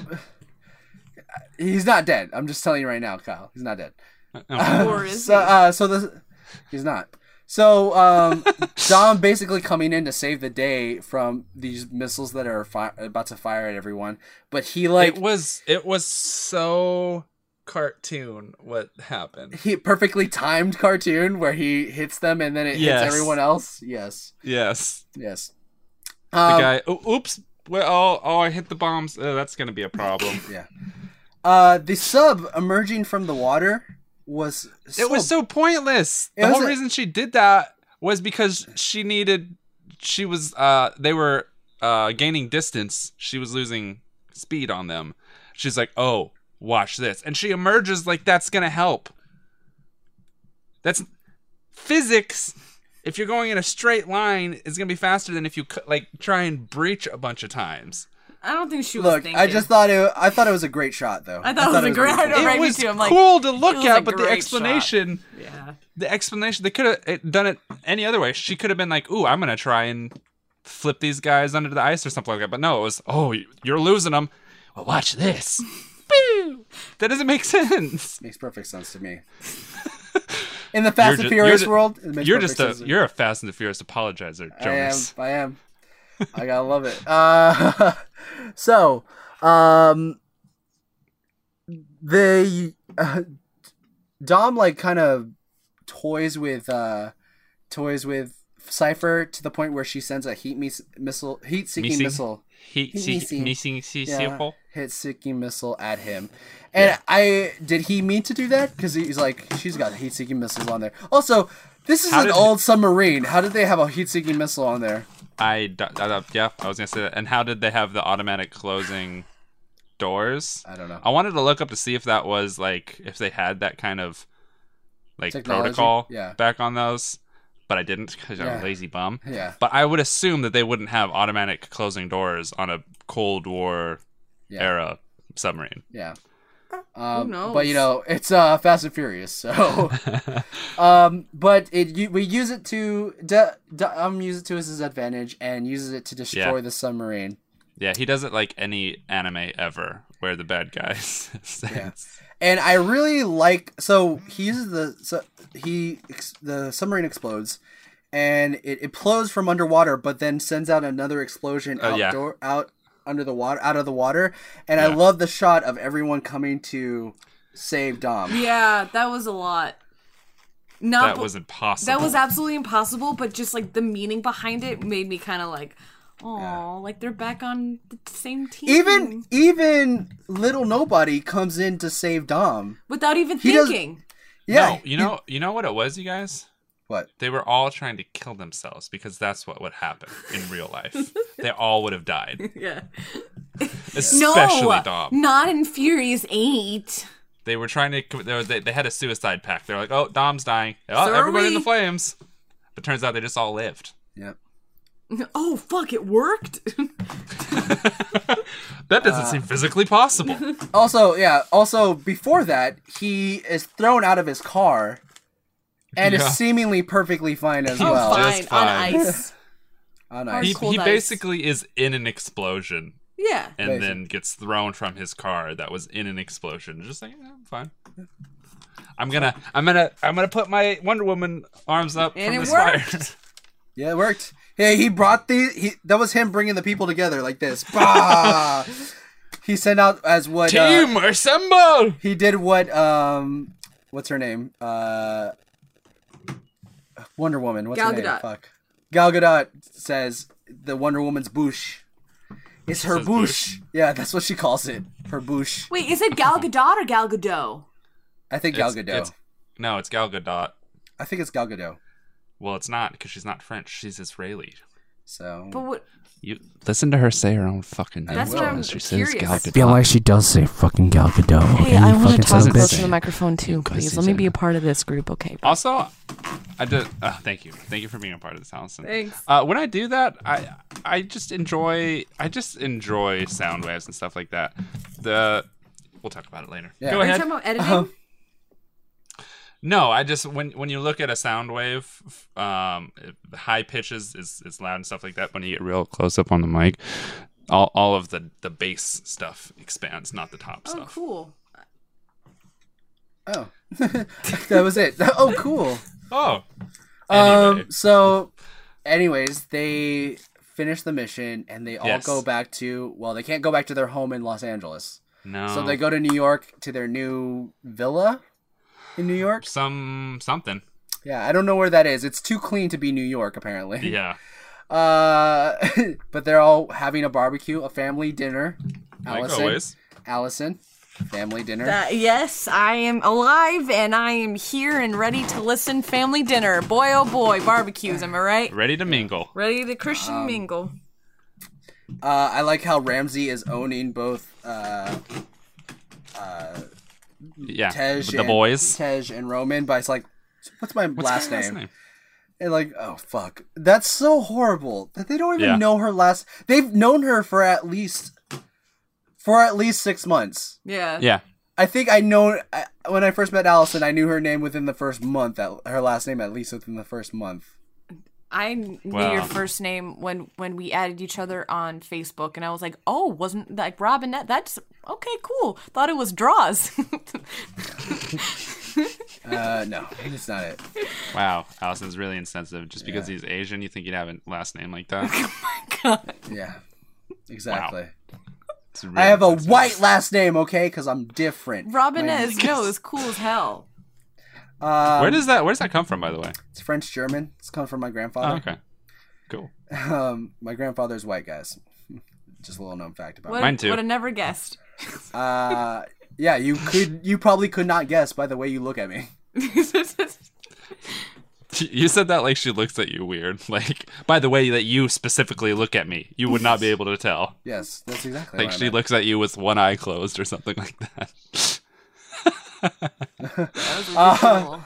Speaker 3: He's not dead. I'm just telling you right now, Kyle. He's not dead.
Speaker 1: Or is
Speaker 3: So, uh, so the he's not. So, um, Dom basically coming in to save the day from these missiles that are fi- about to fire at everyone, but he like
Speaker 2: it was it was so cartoon what happened.
Speaker 3: he perfectly timed cartoon where he hits them and then it
Speaker 2: Yes.
Speaker 3: hits everyone else. Yes,
Speaker 2: Yes,
Speaker 3: yes.
Speaker 2: the
Speaker 3: Um,
Speaker 2: guy. Oh, oops. Well, oh, oh, I hit the bombs. Oh, that's gonna be a problem.
Speaker 3: Yeah. Uh, the sub emerging from the water was
Speaker 2: It was so pointless.
Speaker 3: It
Speaker 2: the
Speaker 3: was
Speaker 2: whole
Speaker 3: a-
Speaker 2: reason she did that was because she needed. She was. Uh, they were uh, gaining distance. She was losing speed on them. She's like, "Oh, watch this," and she emerges like that's gonna help. That's physics. If you're going in a straight line, it's gonna be faster than if you cu- like try and breach a bunch of times.
Speaker 1: I don't think she was
Speaker 3: Look,
Speaker 1: thinking.
Speaker 3: I just thought it. I thought it was a great shot, though.
Speaker 1: I thought it was a great
Speaker 3: beautiful.
Speaker 1: Oh,
Speaker 2: it
Speaker 1: right, me
Speaker 2: was
Speaker 1: too. I'm like,
Speaker 2: cool to look
Speaker 1: it was a
Speaker 2: at, but the
Speaker 1: great shot.
Speaker 2: explanation.
Speaker 1: Yeah.
Speaker 2: the explanation they could have done it any other way. She could have been like, "Ooh, I'm gonna try and flip these guys under the ice or something like that." But no, it was, "Oh, y- you're losing them. Well, watch this." Boo! That doesn't make sense.
Speaker 3: Makes perfect sense to me. In the Fast
Speaker 2: ju-
Speaker 3: and Furious
Speaker 2: ju-
Speaker 3: world, it makes
Speaker 2: You're
Speaker 3: perfect
Speaker 2: just a
Speaker 3: sense to me.
Speaker 2: you're a Fast and the Furious apologizer, Jonas.
Speaker 3: I am. I am. I gotta love it. Uh, so, um, the uh, Dom like kind of toys with uh, toys with Cipher to the point where she sends a heat mis- missile, heat-seeking
Speaker 2: Missing?
Speaker 3: missile
Speaker 2: He,
Speaker 3: He-
Speaker 2: see, missing see,
Speaker 3: yeah,
Speaker 2: sequel?
Speaker 3: hit seeking missile at him. And I did he mean to do that? Because he's like, she's got heat seeking missiles on there. Also, this is
Speaker 2: How
Speaker 3: an
Speaker 2: did-
Speaker 3: old submarine. How did they have a heat seeking missile on there?
Speaker 2: I, d- I d- yeah, I was gonna say that. And how did they have the automatic closing doors?
Speaker 3: I don't know.
Speaker 2: I wanted to look up to see if that was like if they had that kind of like
Speaker 3: Technology?
Speaker 2: protocol
Speaker 3: Yeah.
Speaker 2: back on those, but I didn't because I'm
Speaker 3: Yeah.
Speaker 2: a lazy bum.
Speaker 3: Yeah.
Speaker 2: But I would assume that they wouldn't have automatic closing doors on a Cold War
Speaker 3: Yeah.
Speaker 2: era submarine.
Speaker 3: Yeah.
Speaker 2: Uh,
Speaker 3: Um,
Speaker 1: knows?
Speaker 3: But you know, it's uh, Fast and Furious. So, um, but it you- we use it to de- de- um use it to his advantage and uses it to destroy the submarine.
Speaker 2: Yeah, he does it like any anime ever, where the bad guys.
Speaker 3: Yeah. and I really like. So he uses the so he ex- the submarine explodes, and it implodes from underwater, but then sends out another explosion
Speaker 2: Oh, yeah.
Speaker 3: outdoor out under the water out of the water. And I
Speaker 2: Yeah.
Speaker 3: love the shot of everyone coming to save Dom.
Speaker 1: Yeah, that was a lot. Not
Speaker 2: That was impossible.
Speaker 1: that was absolutely impossible, but just like the meaning behind it made me kind of like, oh, like they're back on the t- same team.
Speaker 3: Even even little nobody comes in to save Dom.
Speaker 1: without even
Speaker 3: He doesn't-
Speaker 1: thinking.
Speaker 3: Yeah,
Speaker 2: No, you know, you know what it was, you guys.
Speaker 3: what?
Speaker 2: They were all trying to kill themselves because that's what would happen in real life. they all would have died,
Speaker 1: Yeah.
Speaker 2: especially
Speaker 1: no,
Speaker 2: Dom.
Speaker 1: not in Furious Eight.
Speaker 2: They were trying to. They, were- they, they had a suicide pact. They're like, "Oh, Dom's dying. Oh,
Speaker 1: So are
Speaker 2: everybody in the
Speaker 1: we."
Speaker 2: flames." But turns out they just all lived.
Speaker 3: Yep.
Speaker 1: Oh fuck! It worked. Uh,
Speaker 2: That doesn't seem physically possible.
Speaker 3: Also, yeah. Also, before that, he is thrown out of his car, and
Speaker 2: Yeah. Oh,
Speaker 3: is seemingly perfectly fine as
Speaker 2: He's
Speaker 3: well. Oh,
Speaker 2: just
Speaker 1: Oh, fine, on
Speaker 2: fine.
Speaker 1: ice.
Speaker 3: on
Speaker 1: Or
Speaker 3: ice.
Speaker 2: he
Speaker 1: cold
Speaker 2: he
Speaker 1: ice.
Speaker 2: basically is in an explosion
Speaker 1: yeah.
Speaker 2: and
Speaker 3: Basically.
Speaker 2: then gets thrown from his car that was in an explosion. Just like, yeah, I'm fine. I'm gonna, I'm gonna, I'm gonna put my Wonder Woman arms up
Speaker 1: And
Speaker 2: from
Speaker 1: it
Speaker 2: this fire.
Speaker 1: worked.
Speaker 3: Yeah, it worked. Hey, he brought the he. That was him bringing the people together like this. Bah! he sent out as what uh,
Speaker 2: Team assemble!
Speaker 3: he did. What um, what's her name? Uh, Wonder Woman. What's
Speaker 1: Gal
Speaker 3: her name?
Speaker 1: Gadot.
Speaker 3: Fuck. Gal Gadot says the Wonder Woman's boosh. It's her
Speaker 2: Says
Speaker 3: boosh. Yeah, that's what she calls it. Her boosh.
Speaker 1: Wait, is it Gal Gadot or Gal Gadot?
Speaker 3: I think Gal
Speaker 2: It's-
Speaker 3: Gadot.
Speaker 2: it's- no, it's Gal Gadot.
Speaker 3: I think it's Gal Gadot.
Speaker 2: Well, it's not because she's not French. She's Israeli.
Speaker 3: So
Speaker 1: But what?
Speaker 2: You listen to her say her own fucking name.
Speaker 3: That's what
Speaker 2: Will,
Speaker 1: I'm
Speaker 2: as she says Gal
Speaker 1: curious.
Speaker 2: Gadot.
Speaker 8: feel like she does say fucking Gal Gadot.
Speaker 7: Hey,
Speaker 8: okay, you
Speaker 7: I want to
Speaker 8: fucking
Speaker 7: talk
Speaker 8: son of a
Speaker 7: close
Speaker 8: bitch.
Speaker 7: to the microphone too, please. Let me be a part of this group, okay?
Speaker 2: Also, I did. Uh, thank you, thank you for being a part of this, Allison. Thanks. Uh, when I do that, I I just enjoy I just enjoy sound waves and stuff like that. The we'll talk about it later.
Speaker 3: Yeah.
Speaker 2: Go
Speaker 1: Are you
Speaker 2: ahead.
Speaker 1: talking about editing?
Speaker 3: Uh-huh.
Speaker 2: No, I just when when you look at a sound wave, f- um, it- the high pitches is is loud and stuff like that. When you get real close up on the mic, all all of the the bass stuff expands, not the top
Speaker 1: oh,
Speaker 2: stuff.
Speaker 1: cool.
Speaker 3: oh, that was it. Oh, cool.
Speaker 2: Oh, Anyway.
Speaker 3: Um. So, anyways, they finish the mission and they all
Speaker 2: Yes.
Speaker 3: go back to well, they can't go back to their home in Los Angeles,
Speaker 2: no.
Speaker 3: so they go to New York to their new villa in New York.
Speaker 2: some something.
Speaker 3: Yeah, I don't know where that is. It's too clean to be New York, apparently.
Speaker 2: Yeah,
Speaker 3: Uh, but they're all having a barbecue, a family dinner.
Speaker 2: like
Speaker 3: Allison,
Speaker 2: always.
Speaker 3: Allison, family dinner.
Speaker 1: Uh, yes, I am alive and I am here and ready to listen. Family dinner. Boy, oh boy, barbecues. Am I right?
Speaker 2: Ready to mingle.
Speaker 1: Ready to Christian
Speaker 2: Um,
Speaker 1: mingle.
Speaker 3: Uh, I like how Ramsey is owning both uh,
Speaker 2: Yeah,
Speaker 3: Tej
Speaker 2: with the
Speaker 3: and-
Speaker 2: boys.
Speaker 3: Tej and Roman by it's like, what's my
Speaker 2: What's
Speaker 3: last
Speaker 2: her
Speaker 3: name? And like, oh fuck, that's so horrible that they don't even
Speaker 2: Yeah.
Speaker 3: know her last. They've known her for at least for at least six months.
Speaker 1: Yeah.
Speaker 2: Yeah,
Speaker 3: I think I know I, when I first met Allison, I knew her name within the first month. At, her last name, at least within the first month.
Speaker 1: I knew
Speaker 2: Wow.
Speaker 1: your first name when when we added each other on Facebook, and I was like, "Oh, wasn't like Robinette? That's okay, cool." Thought it was draws.
Speaker 3: Uh, no, that's not it.
Speaker 2: wow. Allison's really insensitive. Just because he's Asian, you think he'd have a last name like that?
Speaker 3: Yeah, exactly.
Speaker 2: It's really
Speaker 3: I have a
Speaker 2: insensitive.
Speaker 3: white last name, okay? Because I'm different.
Speaker 1: Robinette is no, is cool as hell.
Speaker 3: Uh,
Speaker 2: Where does that Where does that come from, by the way?
Speaker 3: It's French German. It's come from my
Speaker 2: Oh,
Speaker 3: grandfather.
Speaker 2: okay, cool.
Speaker 3: Um, my grandfather's white, guys. Just a little known fact about
Speaker 1: What,
Speaker 2: Mine too.
Speaker 1: Would have never guessed.
Speaker 3: me. Uh, yeah, you could. You probably could not guess by the way you look at me.
Speaker 2: You said that like she looks at you weird. Like, by the way, that you specifically look at me, you would not be able to tell.
Speaker 3: Yes, that's exactly.
Speaker 2: Like
Speaker 3: what I
Speaker 2: she
Speaker 3: meant.
Speaker 2: looks at you with one eye closed or something like that. Uh,
Speaker 1: Cool.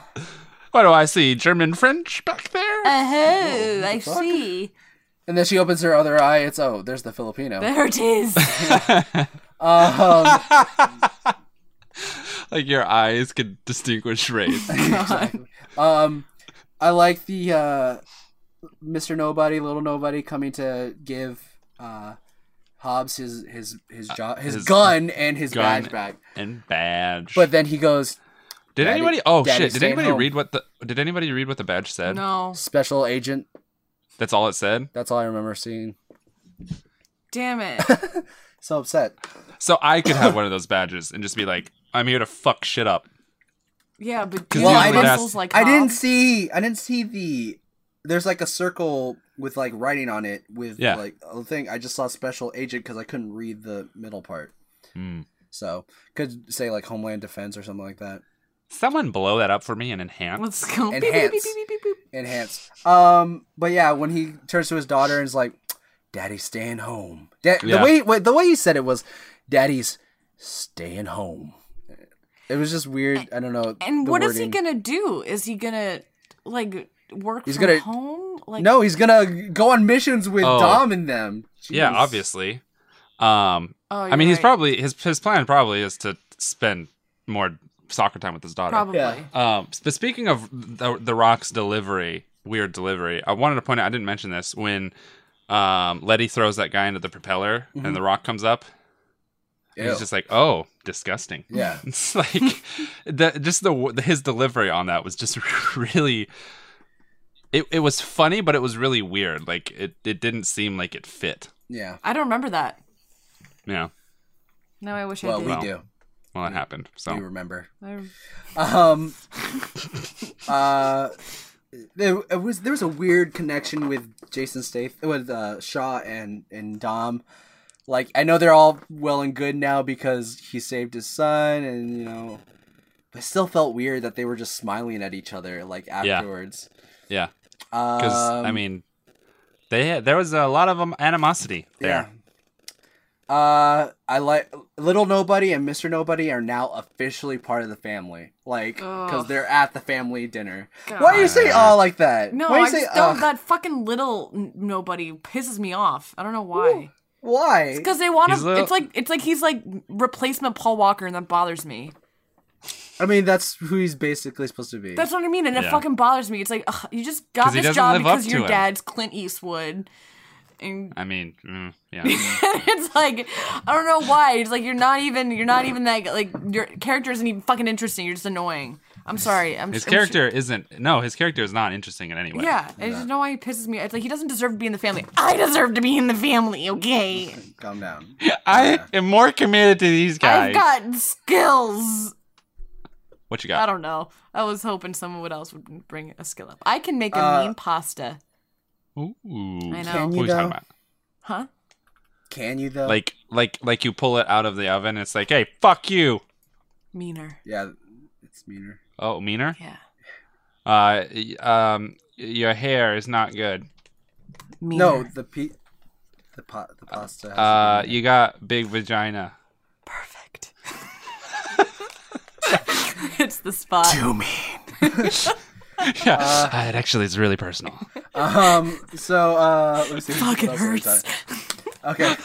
Speaker 2: What do I see? German French back there?
Speaker 1: Oh,
Speaker 3: Uh,
Speaker 1: Uh-huh, I see.
Speaker 3: And then she opens her other eye. It's oh, there's the Filipino.
Speaker 1: There it is.
Speaker 3: Um,
Speaker 2: like your eyes could distinguish race.
Speaker 3: um, I like the uh, Mr. Nobody, Little Nobody coming to give uh, Hobbs his his his job, his,
Speaker 2: Uh, his
Speaker 3: gun and his
Speaker 2: gun.
Speaker 3: badge back.
Speaker 2: and badge.
Speaker 3: But then he goes
Speaker 2: did
Speaker 3: Daddy-
Speaker 2: anybody? Oh
Speaker 3: Daddy's
Speaker 2: shit! Did
Speaker 3: staying
Speaker 2: anybody
Speaker 3: home.
Speaker 2: read what the? Did anybody read what the badge said?
Speaker 1: no.
Speaker 3: special agent.
Speaker 2: That's all it said.
Speaker 3: That's all I remember seeing.
Speaker 1: Damn it.
Speaker 3: So upset.
Speaker 2: So I could have one of those badges and just be like, "I'm here to fuck shit up."
Speaker 1: Yeah, but do
Speaker 2: 'Cause
Speaker 1: you
Speaker 3: usually
Speaker 1: have
Speaker 3: that's-
Speaker 1: muscles like
Speaker 3: I didn't
Speaker 1: Hobbs?
Speaker 3: see. I didn't see the. There's like a circle with like writing on it with
Speaker 2: Yeah.
Speaker 3: like a thing. I just saw special agent because I couldn't read the middle part. Hmm. So could say like Homeland Defense or something like that.
Speaker 2: Someone blow that up for me and enhance.
Speaker 1: Let's go. Beep, beep, beep,
Speaker 3: Enhance.
Speaker 1: beep, beep, beep, beep.
Speaker 3: Enhance. Um. But yeah, when he turns to his daughter and is like, "Daddy's staying home." Da-
Speaker 2: Yeah.
Speaker 3: The way wait, the way he said it was, "Daddy's staying home." It was just weird. I don't know.
Speaker 1: And
Speaker 3: the
Speaker 1: what is
Speaker 3: wording.
Speaker 1: he gonna do? Is he gonna like work
Speaker 3: He's
Speaker 1: from
Speaker 3: gonna-
Speaker 1: home? Like
Speaker 3: No, he's gonna go on missions with
Speaker 2: Oh.
Speaker 3: Dom and them.
Speaker 2: Yeah,
Speaker 3: Jeez.
Speaker 2: obviously. Um,
Speaker 1: Oh,
Speaker 2: I
Speaker 1: you're
Speaker 2: mean, he's
Speaker 1: right.
Speaker 2: probably his his plan probably is to spend more soccer time with his daughter.
Speaker 1: probably.
Speaker 3: Yeah.
Speaker 2: Um, but speaking of the, the Rock's delivery, weird delivery, I wanted to point out I didn't mention this when um, Letty throws that guy into the propeller and the Rock comes up. And
Speaker 3: Mm-hmm. Ew.
Speaker 2: he's just like, "Oh, disgusting."
Speaker 3: Yeah.
Speaker 2: It's like the just the w- his delivery on that was just really it it was funny, but it was really weird. Like it it didn't seem like it fit.
Speaker 3: Yeah.
Speaker 1: I don't remember that.
Speaker 2: Yeah.
Speaker 1: No, I wish
Speaker 3: Well,
Speaker 1: I
Speaker 3: we
Speaker 1: did.
Speaker 3: do.
Speaker 2: Well, it happened. So
Speaker 3: We remember.
Speaker 1: I-
Speaker 3: Um. uh. There it was there was a weird connection with Jason Statham with uh, Shaw and and Dom. Like I know they're all well and good now because he saved his son, and you know, but it still felt weird that they were just smiling at each other like afterwards.
Speaker 2: yeah, because I
Speaker 3: Um,
Speaker 2: mean, They there was a lot of um, animosity
Speaker 3: Yeah.
Speaker 2: there.
Speaker 3: Uh, I like Little Nobody and Mr. Nobody are now officially part of the family, like because they're at the family dinner. Why do you say "oh" like that?
Speaker 1: No,
Speaker 3: why do
Speaker 1: I
Speaker 3: you say uh, "Ah"?
Speaker 1: just don't.
Speaker 3: "ugh"?
Speaker 1: That fucking little n- nobody pisses me off. I don't know why.
Speaker 3: Why?
Speaker 1: Because they want
Speaker 2: He's
Speaker 1: to.
Speaker 2: little-
Speaker 1: It's like it's like he's like replacement Paul Walker, and that bothers me.
Speaker 3: I mean, that's who he's basically supposed to be.
Speaker 1: That's what I mean, and it
Speaker 2: Yeah.
Speaker 1: fucking bothers me. It's like ugh, you just
Speaker 2: 'Cause
Speaker 1: got
Speaker 2: he
Speaker 1: this
Speaker 2: doesn't
Speaker 1: job
Speaker 2: live up
Speaker 1: because
Speaker 2: to
Speaker 1: your
Speaker 2: him.
Speaker 1: dad's Clint Eastwood, and
Speaker 2: I mean, mm, yeah.
Speaker 1: it's like I don't know why. It's like you're not even you're not even that like your character isn't even fucking interesting. You're just annoying. I'm sorry. I'm
Speaker 2: his
Speaker 1: I'm sure-
Speaker 2: character isn't. No, his character is not interesting in any way.
Speaker 1: Yeah, I just know why he pisses me. It's like he doesn't deserve to be in the family. I deserve to be in the family. Okay,
Speaker 3: Calm down.
Speaker 2: I am more committed to these guys.
Speaker 1: I've got skills.
Speaker 2: what you
Speaker 1: I
Speaker 2: got?
Speaker 1: don't know. I was hoping someone else would bring a skill up. I can make a
Speaker 3: Uh,
Speaker 1: mean pasta.
Speaker 2: Ooh.
Speaker 1: I know.
Speaker 2: What
Speaker 3: Can you
Speaker 2: are you talking
Speaker 3: though?
Speaker 2: about?
Speaker 1: Huh?
Speaker 3: Can you though?
Speaker 2: Like, like, like you pull it out of the oven. It's like, hey, fuck you.
Speaker 1: Meaner.
Speaker 3: yeah, it's meaner.
Speaker 2: Oh, meaner.
Speaker 1: Yeah.
Speaker 2: Uh, y- um, your hair is not good.
Speaker 1: Meaner.
Speaker 3: No, the pe- the pot, the pasta. has-
Speaker 2: Uh, you got big vagina.
Speaker 1: Perfect. it's the spot.
Speaker 2: yeah, uh, it actually is really personal.
Speaker 3: um. So, uh, let me see.
Speaker 1: Fuck, it
Speaker 3: What else did I
Speaker 1: hurts.
Speaker 3: talk- Okay.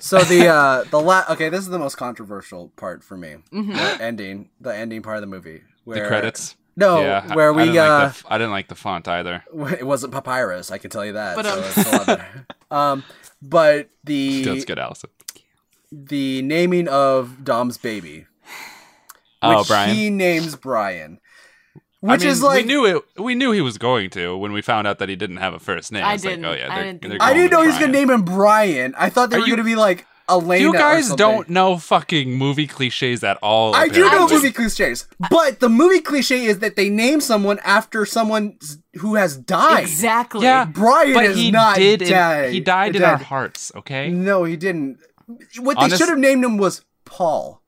Speaker 3: So the uh the la- okay, this is the most controversial part for me.
Speaker 1: Mm-hmm.
Speaker 3: The ending, the ending part of the movie. Where,
Speaker 2: The credits.
Speaker 3: No,
Speaker 2: yeah, I-
Speaker 3: where
Speaker 2: I
Speaker 3: we
Speaker 2: didn't
Speaker 3: uh,
Speaker 2: like the f- I didn't like the font either.
Speaker 3: it wasn't papyrus. I can tell you that.
Speaker 1: But,
Speaker 3: so
Speaker 1: um,
Speaker 3: it's a lot better. um, but
Speaker 2: That's
Speaker 3: the
Speaker 2: good, Allison.
Speaker 3: the naming of Dom's baby,
Speaker 2: Oh,
Speaker 3: which
Speaker 2: Brian.
Speaker 3: he names Brian,
Speaker 2: I
Speaker 3: which
Speaker 2: mean,
Speaker 3: is like
Speaker 2: we knew it. We knew he was going to when we found out that he didn't have a first name.
Speaker 1: I
Speaker 2: It's
Speaker 1: didn't.
Speaker 2: Like, oh yeah,
Speaker 1: I
Speaker 2: they're-
Speaker 1: didn't think
Speaker 2: they're
Speaker 1: that.
Speaker 3: I didn't know
Speaker 2: calling him
Speaker 3: he was gonna
Speaker 2: Brian.
Speaker 3: name him Brian. I thought they
Speaker 2: Are
Speaker 3: were
Speaker 2: you-
Speaker 3: gonna be like Elena.
Speaker 2: You
Speaker 3: or
Speaker 2: guys
Speaker 3: something.
Speaker 2: don't know fucking movie cliches at all.
Speaker 3: I do know
Speaker 2: apparently.
Speaker 3: movie cliches, but the movie cliche is that they name someone after someone s- who has died.
Speaker 1: Exactly.
Speaker 2: Yeah,
Speaker 3: Brian
Speaker 2: but
Speaker 3: is
Speaker 2: he
Speaker 3: not
Speaker 2: did. in-
Speaker 3: dead.
Speaker 2: he died in
Speaker 3: Dead.
Speaker 2: our hearts. Okay.
Speaker 3: No, he didn't. What they
Speaker 2: Honest-
Speaker 3: should have named him was Paul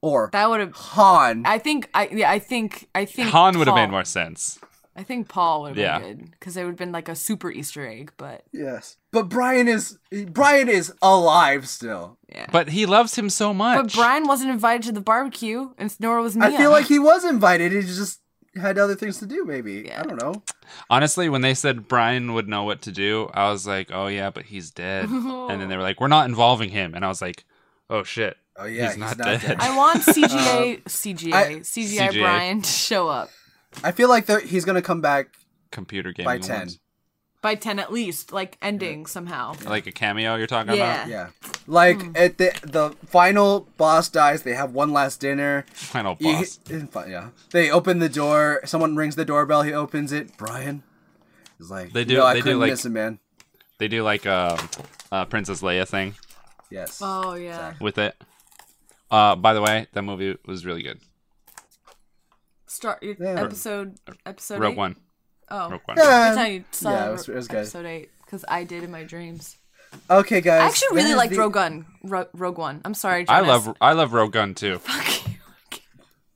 Speaker 3: or
Speaker 1: That would have.
Speaker 3: Han.
Speaker 1: I think. I yeah. I think. I think.
Speaker 2: Han would have made
Speaker 1: Paul-
Speaker 2: more sense.
Speaker 1: I think Paul would have
Speaker 2: Yeah.
Speaker 1: been good because it would have been like a super Easter egg. But
Speaker 3: yes, but Brian is Brian is alive still.
Speaker 2: But he loves him so much.
Speaker 1: but Brian wasn't invited to the barbecue, and nor was Mia.
Speaker 3: I feel like he was invited. He just had other things to do. Maybe I don't know.
Speaker 2: Honestly, when they said Brian would know what to do, I was like, "Oh yeah, but he's dead." and then they were like, "We're not involving him," and I was like, "Oh shit."
Speaker 3: Oh yeah,
Speaker 2: he's, not, dead.
Speaker 1: I want CGA, CGA,
Speaker 3: Uh, I-
Speaker 1: CGI
Speaker 2: CGA.
Speaker 1: Brian to show up
Speaker 3: I feel like they're- he's gonna come back
Speaker 2: Computer game
Speaker 3: by ten.
Speaker 1: by ten at least, like ending somehow.
Speaker 2: like a cameo. You're talking
Speaker 1: Yeah.
Speaker 2: about
Speaker 3: Yeah, like
Speaker 1: hmm.
Speaker 3: at the the final boss dies. They have one last dinner.
Speaker 2: final
Speaker 3: You-
Speaker 2: boss.
Speaker 3: in fi- yeah, they open the door. Someone rings the doorbell. He opens it. Brian. He's like,
Speaker 2: They do-
Speaker 3: "No, I
Speaker 2: they do,
Speaker 3: couldn't
Speaker 2: like-
Speaker 3: miss him, man.
Speaker 2: They do like a, a Princess Leia thing
Speaker 3: Yes.
Speaker 1: Oh yeah,
Speaker 2: with it. Uh, by the way, that movie was really good.
Speaker 1: start your
Speaker 3: Yeah.
Speaker 1: episode. Episode
Speaker 2: Rogue
Speaker 1: eight?
Speaker 2: One.
Speaker 1: Oh,
Speaker 2: Rogue One.
Speaker 3: Yeah.
Speaker 1: That's how you saw
Speaker 3: Yeah, it was- it was good.
Speaker 1: episode eight because I did in my dreams.
Speaker 3: Okay, guys.
Speaker 1: I actually really liked
Speaker 3: the,
Speaker 1: Rogue One. Ro- Rogue One. I'm sorry.
Speaker 2: I
Speaker 1: Jonas.
Speaker 2: love I love Rogue Gun too.
Speaker 1: Fuck you.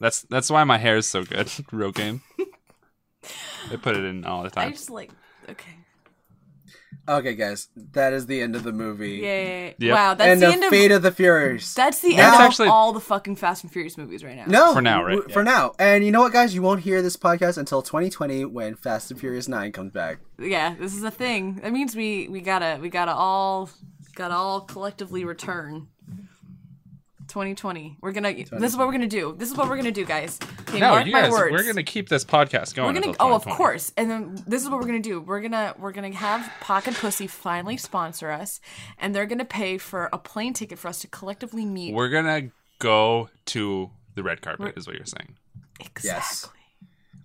Speaker 2: That's that's why my hair is so good. Rogue Game. they put it in all the
Speaker 1: I
Speaker 2: time.
Speaker 1: just like. Okay.
Speaker 3: Okay, guys. That is the end of the movie.
Speaker 1: Yay.
Speaker 2: Yep.
Speaker 1: Wow. That's
Speaker 3: and
Speaker 1: the
Speaker 3: the
Speaker 1: end of.
Speaker 3: fate of the Furies.
Speaker 1: that's the
Speaker 3: That's
Speaker 1: end
Speaker 2: actually-
Speaker 1: of all the fucking Fast and Furious movies right now.
Speaker 3: no,
Speaker 2: For now, right?
Speaker 3: w- For now, and you know what, guys? You won't hear this podcast until 2020 when Fast and Furious Nine comes back.
Speaker 1: Yeah, this is a thing. That means we we gotta we gotta all gotta all collectively return. 2020. We're gonna. This is what we're gonna do. This is what we're gonna do, guys. Okay,
Speaker 2: No,
Speaker 1: mark
Speaker 2: you
Speaker 1: my
Speaker 2: guys,
Speaker 1: words.
Speaker 2: we're gonna keep this podcast going.
Speaker 1: We're gonna.
Speaker 2: until
Speaker 1: Oh, of
Speaker 2: 2020.
Speaker 1: course. And then this is what we're gonna do. We're gonna we're gonna have Pocket Pussy finally sponsor us, and they're gonna pay for a plane ticket for us to collectively meet.
Speaker 2: We're gonna go to the red carpet. is what you're saying.
Speaker 1: exactly.
Speaker 3: Yes.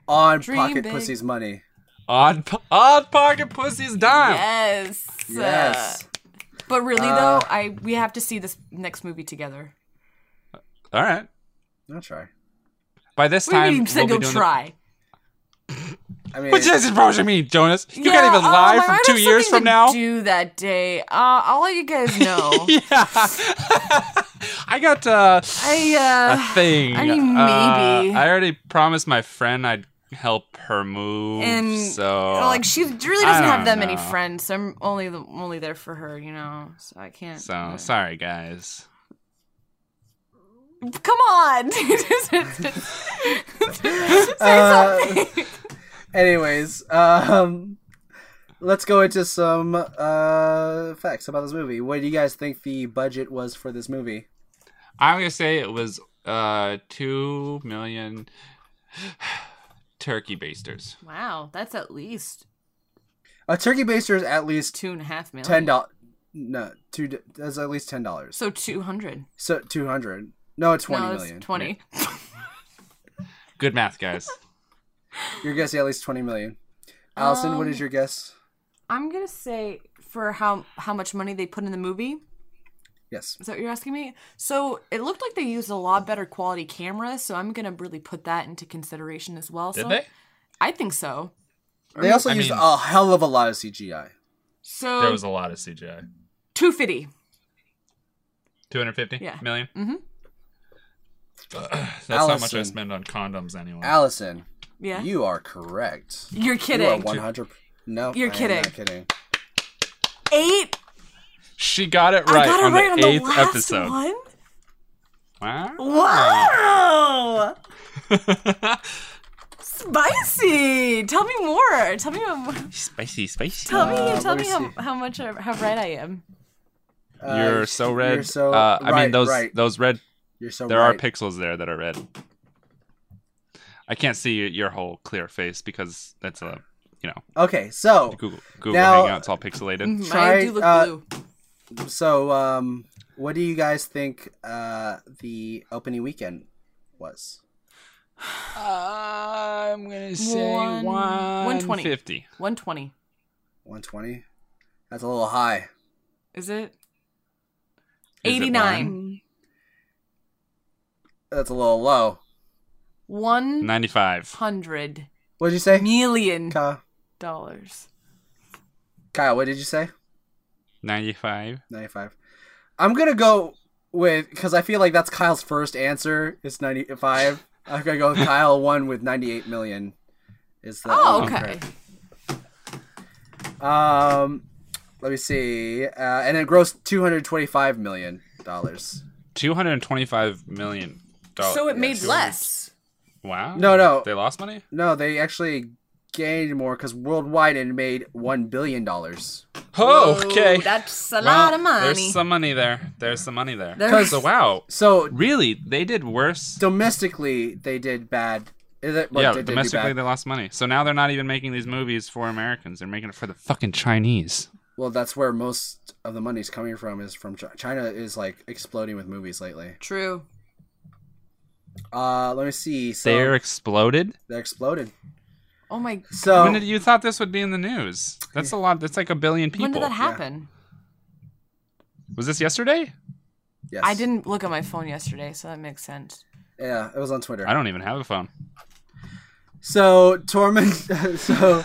Speaker 3: On
Speaker 1: Dream
Speaker 3: pocket
Speaker 1: big.
Speaker 3: pussy's money.
Speaker 2: Odd po- odd pocket pussies dime.
Speaker 1: Yes.
Speaker 3: Yes.
Speaker 1: But really though, I we have to see this next movie together.
Speaker 2: All right.
Speaker 3: I'll try.
Speaker 2: By this
Speaker 1: What do
Speaker 2: time,
Speaker 1: you mean you said
Speaker 2: we'll be
Speaker 1: you'll
Speaker 2: doing the-
Speaker 1: try?
Speaker 3: I mean,
Speaker 2: What does it supposed to mean, Jonas? You
Speaker 1: Yeah,
Speaker 2: can't even
Speaker 1: oh,
Speaker 2: lie
Speaker 1: I
Speaker 2: from
Speaker 1: might
Speaker 2: two
Speaker 1: have
Speaker 2: years
Speaker 1: something
Speaker 2: from
Speaker 1: to
Speaker 2: now.
Speaker 1: Do that day. Uh, I'll let you guys know.
Speaker 2: I got uh,
Speaker 1: I uh,
Speaker 2: a thing.
Speaker 1: I mean,
Speaker 2: Uh,
Speaker 1: maybe.
Speaker 2: I already promised my friend I'd help her move.
Speaker 1: And
Speaker 2: so
Speaker 1: like she really
Speaker 2: Oh. I
Speaker 1: doesn't have
Speaker 2: don't
Speaker 1: that many
Speaker 2: know.
Speaker 1: friends. So I'm only the, only there for her, you know. So I can't.
Speaker 2: so sorry guys.
Speaker 1: Come on. Say
Speaker 3: Uh,
Speaker 1: something.
Speaker 3: Anyways, um, let's go into some uh, facts about this movie. What do you guys think the budget was for this movie?
Speaker 2: I'm gonna say it was uh two million turkey basters.
Speaker 1: Wow, that's at least
Speaker 3: A turkey baster is at least
Speaker 1: two and a half million.
Speaker 3: ten dollars. No, two. That's at least ten dollars.
Speaker 1: So two hundred.
Speaker 3: So two hundred. No, it's twenty
Speaker 1: No,
Speaker 3: million.
Speaker 1: it's twenty.
Speaker 2: Good math, guys.
Speaker 3: Your guess, yeah, at least twenty million. Allison, what
Speaker 1: Um,
Speaker 3: is your guess?
Speaker 1: I'm gonna say for how how much money they put in the movie.
Speaker 3: Yes.
Speaker 1: Is that what you're asking me? So it looked like they used a lot better quality cameras. So I'm gonna really put that into consideration as well.
Speaker 2: Did
Speaker 1: so
Speaker 2: they?
Speaker 1: I think so.
Speaker 3: They also
Speaker 2: I
Speaker 3: used
Speaker 2: mean-
Speaker 3: a hell of a lot of CGI.
Speaker 1: So
Speaker 2: There was a lot of CGI.
Speaker 1: two fifty.
Speaker 2: Two hundred fifty
Speaker 1: Yeah.
Speaker 2: million.
Speaker 1: Mhm.
Speaker 2: That's how much I
Speaker 3: Allison.
Speaker 2: spend on condoms anyway.
Speaker 3: Allison,
Speaker 1: Yeah,
Speaker 3: you are correct.
Speaker 1: you, are
Speaker 3: You are
Speaker 1: kidding.
Speaker 3: one hundred. No,
Speaker 1: You're
Speaker 3: I am
Speaker 1: kidding.
Speaker 3: not kidding.
Speaker 1: Eight.
Speaker 2: she got it right
Speaker 1: I got it
Speaker 2: on
Speaker 1: right
Speaker 2: the
Speaker 1: on
Speaker 2: eighth
Speaker 1: the last
Speaker 2: episode.
Speaker 1: one.
Speaker 2: Wow.
Speaker 1: Wow.
Speaker 2: Hmm.
Speaker 1: Spicy. Tell me more. Tell me.
Speaker 2: spicy, spicy.
Speaker 1: Tell me.
Speaker 3: Uh,
Speaker 1: tell
Speaker 3: let
Speaker 1: me
Speaker 3: me
Speaker 1: how,
Speaker 3: see.
Speaker 1: how much I, how right I am.
Speaker 3: Uh,
Speaker 2: you're so red.
Speaker 3: You're so.
Speaker 2: uh, I
Speaker 3: right,
Speaker 2: mean those
Speaker 3: Right.
Speaker 2: those red
Speaker 3: You're so.
Speaker 2: there
Speaker 3: right.
Speaker 2: are pixels there that are red. I can't see y- your whole clear face because that's a you know
Speaker 3: Okay, so
Speaker 2: Google Google
Speaker 3: Now-
Speaker 2: Hangouts all pixelated.
Speaker 3: Try,
Speaker 1: I do look
Speaker 3: uh,
Speaker 1: blue.
Speaker 3: so um, what do you guys think uh the opening weekend was?
Speaker 2: I'm gonna
Speaker 1: say One- 120.
Speaker 2: 150.
Speaker 1: One twenty.
Speaker 3: One twenty. That's a little high.
Speaker 1: Is it?
Speaker 2: Is it
Speaker 1: 89.
Speaker 3: That's a little low.
Speaker 1: 100
Speaker 2: 95.
Speaker 3: What did you say,
Speaker 1: million
Speaker 3: Kyle?
Speaker 1: dollars.
Speaker 3: Kyle, what did you say?
Speaker 2: 95.
Speaker 3: Ninety-five. I'm gonna go with because I feel like that's Kyle's first answer. It's ninety-five. I'm gonna go with Kyle one with ninety-eight million. Is the
Speaker 1: Oh,
Speaker 3: opening
Speaker 1: okay.
Speaker 3: credit. Um, let me see. Uh, and it grossed two hundred twenty-five million dollars.
Speaker 2: 225 million dollars.
Speaker 1: So it made less.
Speaker 2: wow.
Speaker 3: No, no.
Speaker 2: They lost money?
Speaker 3: No, they actually gained more because worldwide it made one billion dollars.
Speaker 2: Oh, okay.
Speaker 1: Ooh, that's a
Speaker 2: Well,
Speaker 1: lot of money.
Speaker 2: There's some money there. There's some money there.
Speaker 1: There's-
Speaker 2: So wow.
Speaker 3: So
Speaker 2: Really? They did worse.
Speaker 3: domestically they did bad. Is it- well,
Speaker 2: yeah,
Speaker 3: they did do
Speaker 2: domestically
Speaker 3: bad.
Speaker 2: they lost money. So now they're not even making these movies for Americans. They're making it for the fucking Chinese.
Speaker 3: Well, that's where most of the money's coming from is from China. China is like exploding with movies lately.
Speaker 1: True.
Speaker 3: Uh, let me see. So
Speaker 2: They're
Speaker 3: they're,
Speaker 2: exploded.
Speaker 3: exploded.
Speaker 1: Oh my.
Speaker 3: So
Speaker 2: When did you thought this would be in the news? That's a lot. That's like a billion people.
Speaker 1: When did that happen?
Speaker 2: Was this yesterday?
Speaker 3: yes.
Speaker 1: I didn't look at my phone yesterday, so that makes sense.
Speaker 3: Yeah, it was on Twitter.
Speaker 2: I don't even have a phone.
Speaker 3: So Tormund, so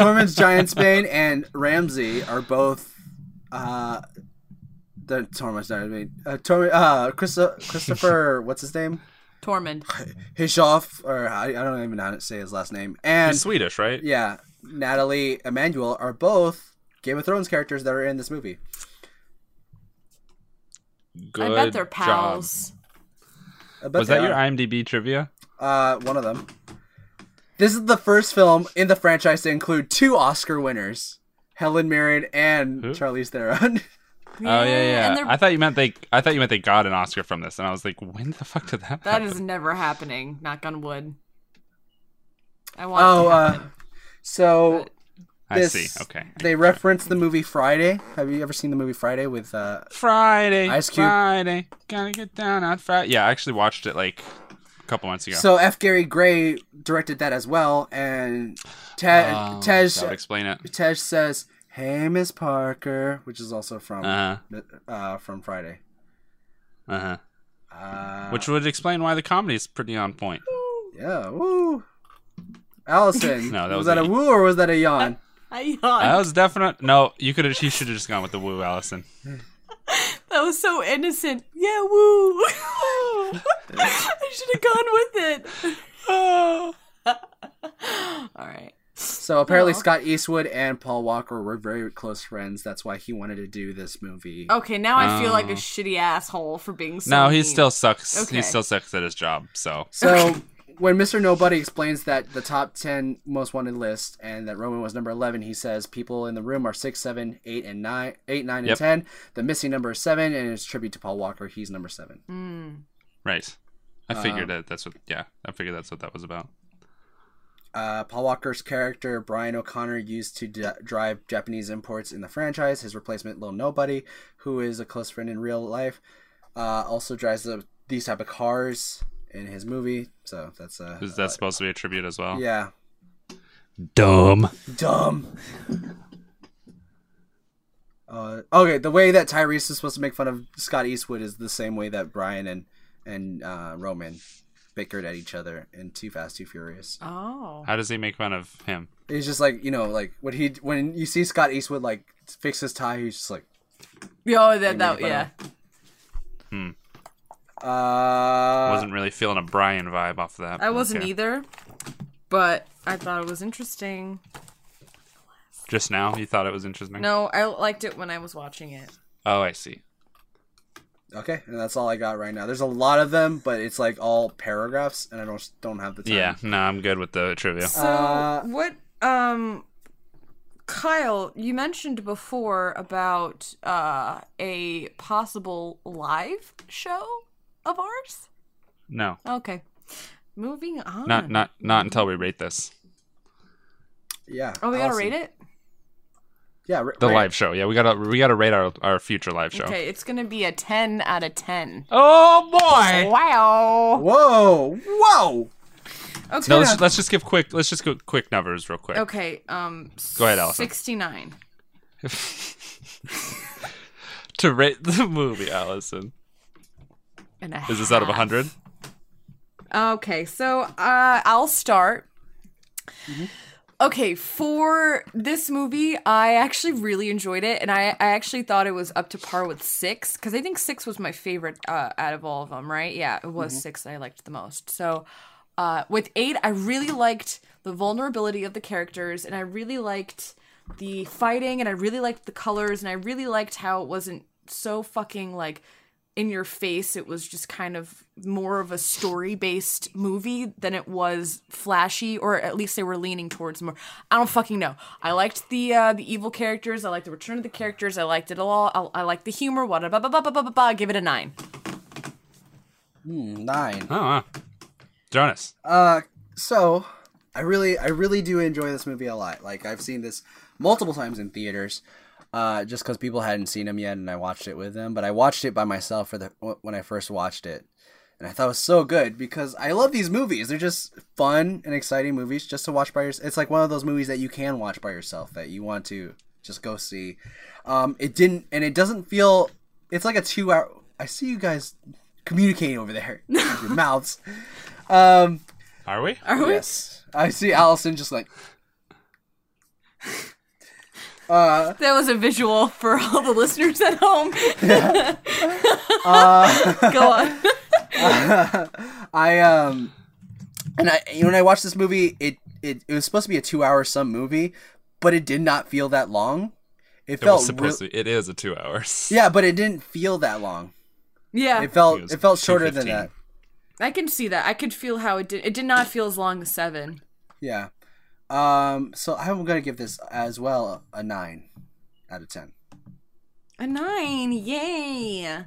Speaker 3: Tormund's Giant Spain and Ramsey are both. Uh, the Tormund's Giant Spain. Uh, Tormund, uh, Christo- Christopher, what's his name?
Speaker 1: Tormund.
Speaker 3: Hishoff, or I, I don't even know how to say his last name. And
Speaker 2: He's Swedish, right?
Speaker 3: yeah, Natalie Emmanuel are both Game of Thrones characters that are in this movie.
Speaker 2: Good
Speaker 1: I bet they're
Speaker 2: job.
Speaker 1: pals.
Speaker 3: I bet
Speaker 2: Was
Speaker 3: Uh, they
Speaker 2: that your
Speaker 3: are.
Speaker 2: IMDb trivia?
Speaker 3: Uh, one of them. This is the first film in the franchise to include two Oscar winners: Helen Mirren and
Speaker 2: Who?
Speaker 3: Charlize Theron.
Speaker 2: oh yeah,
Speaker 1: and
Speaker 2: yeah.
Speaker 1: they're-
Speaker 2: I thought you meant they. I thought you meant they got an Oscar from this, and I was like, when the fuck did that?
Speaker 1: That
Speaker 2: happen?
Speaker 1: is never happening. Knock on wood. I want.
Speaker 3: oh,
Speaker 1: Oh,
Speaker 3: uh, so
Speaker 2: I
Speaker 3: this,
Speaker 2: see. Okay.
Speaker 3: They reference the movie Friday. Have you ever seen the movie Friday with? Uh,
Speaker 2: Friday.
Speaker 3: Ice Cube.
Speaker 2: Friday. Gotta get down on Friday. Yeah, I actually watched it like a couple months ago.
Speaker 3: So F. Gary Gray directed that as well, and Te-
Speaker 2: Oh,
Speaker 3: Tej
Speaker 2: that would explain it.
Speaker 3: Tej says, "Hey, Miss Parker," which is also from
Speaker 2: Uh
Speaker 3: uh, from Friday.
Speaker 2: huh. Uh huh.
Speaker 3: Uh,
Speaker 2: Which would explain why the comedy is pretty on point.
Speaker 3: Yeah, woo. Allison,
Speaker 2: No, that was
Speaker 3: was, that a
Speaker 2: me.
Speaker 3: woo or was that a yawn?
Speaker 1: I
Speaker 2: That was definite. No, you could. have You should have just gone with the woo, Allison.
Speaker 1: That was so innocent. Yeah, woo. I should have gone with it.
Speaker 3: So apparently, Scott Eastwood and Paul Walker were very close friends. That's why he wanted to do this movie.
Speaker 1: Okay, now I feel like a shitty asshole for being so.
Speaker 2: no, he
Speaker 1: mean.
Speaker 2: Um, still sucks.
Speaker 1: Okay.
Speaker 2: He still sucks at his job. So
Speaker 3: So when Mr. Nobody explains that the top 10 most wanted list and that Roman was number 11, he says people in the room are 6, 7, 8, and 9, 8, 9,
Speaker 2: Yep.
Speaker 3: and 10. The missing number is 7, and it's tribute to Paul Walker. He's number 7.
Speaker 2: right,
Speaker 1: Uh.
Speaker 2: I figured that that's what. Yeah, I figured that's what that was about.
Speaker 3: Uh, Paul Walker's character, Brian O'Connor, used to d- drive Japanese imports in the franchise. His replacement, Lil Nobody, who is a close friend in real life, uh, also drives the, these type of cars in his movie. So that's a.
Speaker 2: Is
Speaker 1: Uh.
Speaker 2: that supposed to be a tribute as well?
Speaker 3: yeah.
Speaker 2: Dumb.
Speaker 3: dumb. Uh, okay, the way that Tyrese is supposed to make fun of Scott Eastwood is the same way that Brian and and uh, Roman bickered at each other in Too Fast, Too Furious.
Speaker 1: Oh.
Speaker 2: How does he make fun of him?
Speaker 3: It's just like you know, like when he when you see Scott Eastwood like fix his tie, he's just like,
Speaker 1: Oh, that, that yeah.
Speaker 3: uh,
Speaker 2: Wasn't really feeling a Brian vibe off of that.
Speaker 1: I wasn't
Speaker 2: Okay.
Speaker 1: either, but I thought it was interesting.
Speaker 2: Just now, you thought it was interesting.
Speaker 1: No, I liked it when I was watching it.
Speaker 2: Oh, I see.
Speaker 3: okay, and that's all I got right now. There's a lot of them, but it's like all paragraphs, and I don't don't have the time.
Speaker 2: Yeah. No, I'm good with the trivia.
Speaker 1: So what um Kyle, you mentioned before about uh a possible live show of ours?
Speaker 2: No,
Speaker 1: Okay. Moving on.
Speaker 2: not not not until we rate this.
Speaker 3: yeah.
Speaker 1: Oh, we gotta
Speaker 3: awesome.
Speaker 1: rate it?
Speaker 3: Yeah, ra-
Speaker 2: The
Speaker 3: rate it.
Speaker 2: live show. Yeah, we gotta we gotta rate our our future live show.
Speaker 1: Okay, it's gonna be a ten out of ten.
Speaker 2: Oh boy.
Speaker 1: Wow.
Speaker 3: Whoa, whoa.
Speaker 1: Okay.
Speaker 2: No, let's, let's just give quick. Let's just go quick numbers real quick.
Speaker 1: okay, um
Speaker 2: Go ahead, Allison.
Speaker 1: Sixty nine.
Speaker 2: To rate the movie, Allison.
Speaker 1: And a
Speaker 2: Is this out of hundred?
Speaker 1: Okay, so uh, I'll start. Okay, for this movie, I actually really enjoyed it, and I, I actually thought it was up to par with six because I think six was my favorite uh, out of all of them, right? Yeah, it was six that I liked the most. So uh, with eight, I really liked the vulnerability of the characters, and I really liked the fighting, and I really liked the colors, and I really liked how it wasn't so fucking like in your face. It was just kind of more of a story based movie than it was flashy, or at least they were leaning towards more. I don't fucking know. I liked the uh, the evil characters. I liked the return of the characters. I liked it all. I, I liked the humor. What? Blah, blah, blah, blah, blah, blah, blah. Give it a nine.
Speaker 3: Nine.
Speaker 2: Oh, wow. Jonas.
Speaker 3: Uh, so I really, I really do enjoy this movie a lot. Like I've seen this multiple times in theaters, uh, just because people hadn't seen them yet, and I watched it with them. But I watched it by myself for the when I first watched it, and I thought it was so good because I love these movies. They're just fun and exciting movies just to watch by yourself. It's like one of those movies that you can watch by yourself that you want to just go see. Um, it didn't, and it doesn't feel. It's like a two hour. I see you guys communicating over there, with your mouths. Um,
Speaker 2: Are we?
Speaker 3: Yes. I see Allison just like. Uh,
Speaker 1: That was a visual for all the listeners at home. Go on.
Speaker 3: I um, and I when I watched this movie, it it, it was supposed to be a two hour some movie, but it did not feel that long. It
Speaker 2: It was
Speaker 3: felt
Speaker 2: supposed
Speaker 3: real-
Speaker 2: to. It is a two hours.
Speaker 3: yeah, but it didn't feel that long.
Speaker 1: Yeah,
Speaker 3: It felt
Speaker 2: It
Speaker 3: it,
Speaker 2: was
Speaker 3: felt shorter than
Speaker 2: 2:15.
Speaker 3: that.
Speaker 1: I can see that. I could feel how it did. It did not feel as long as seven.
Speaker 3: Yeah. Um. So I'm gonna give this as well a nine out of ten.
Speaker 1: A nine, yay!
Speaker 2: Oh.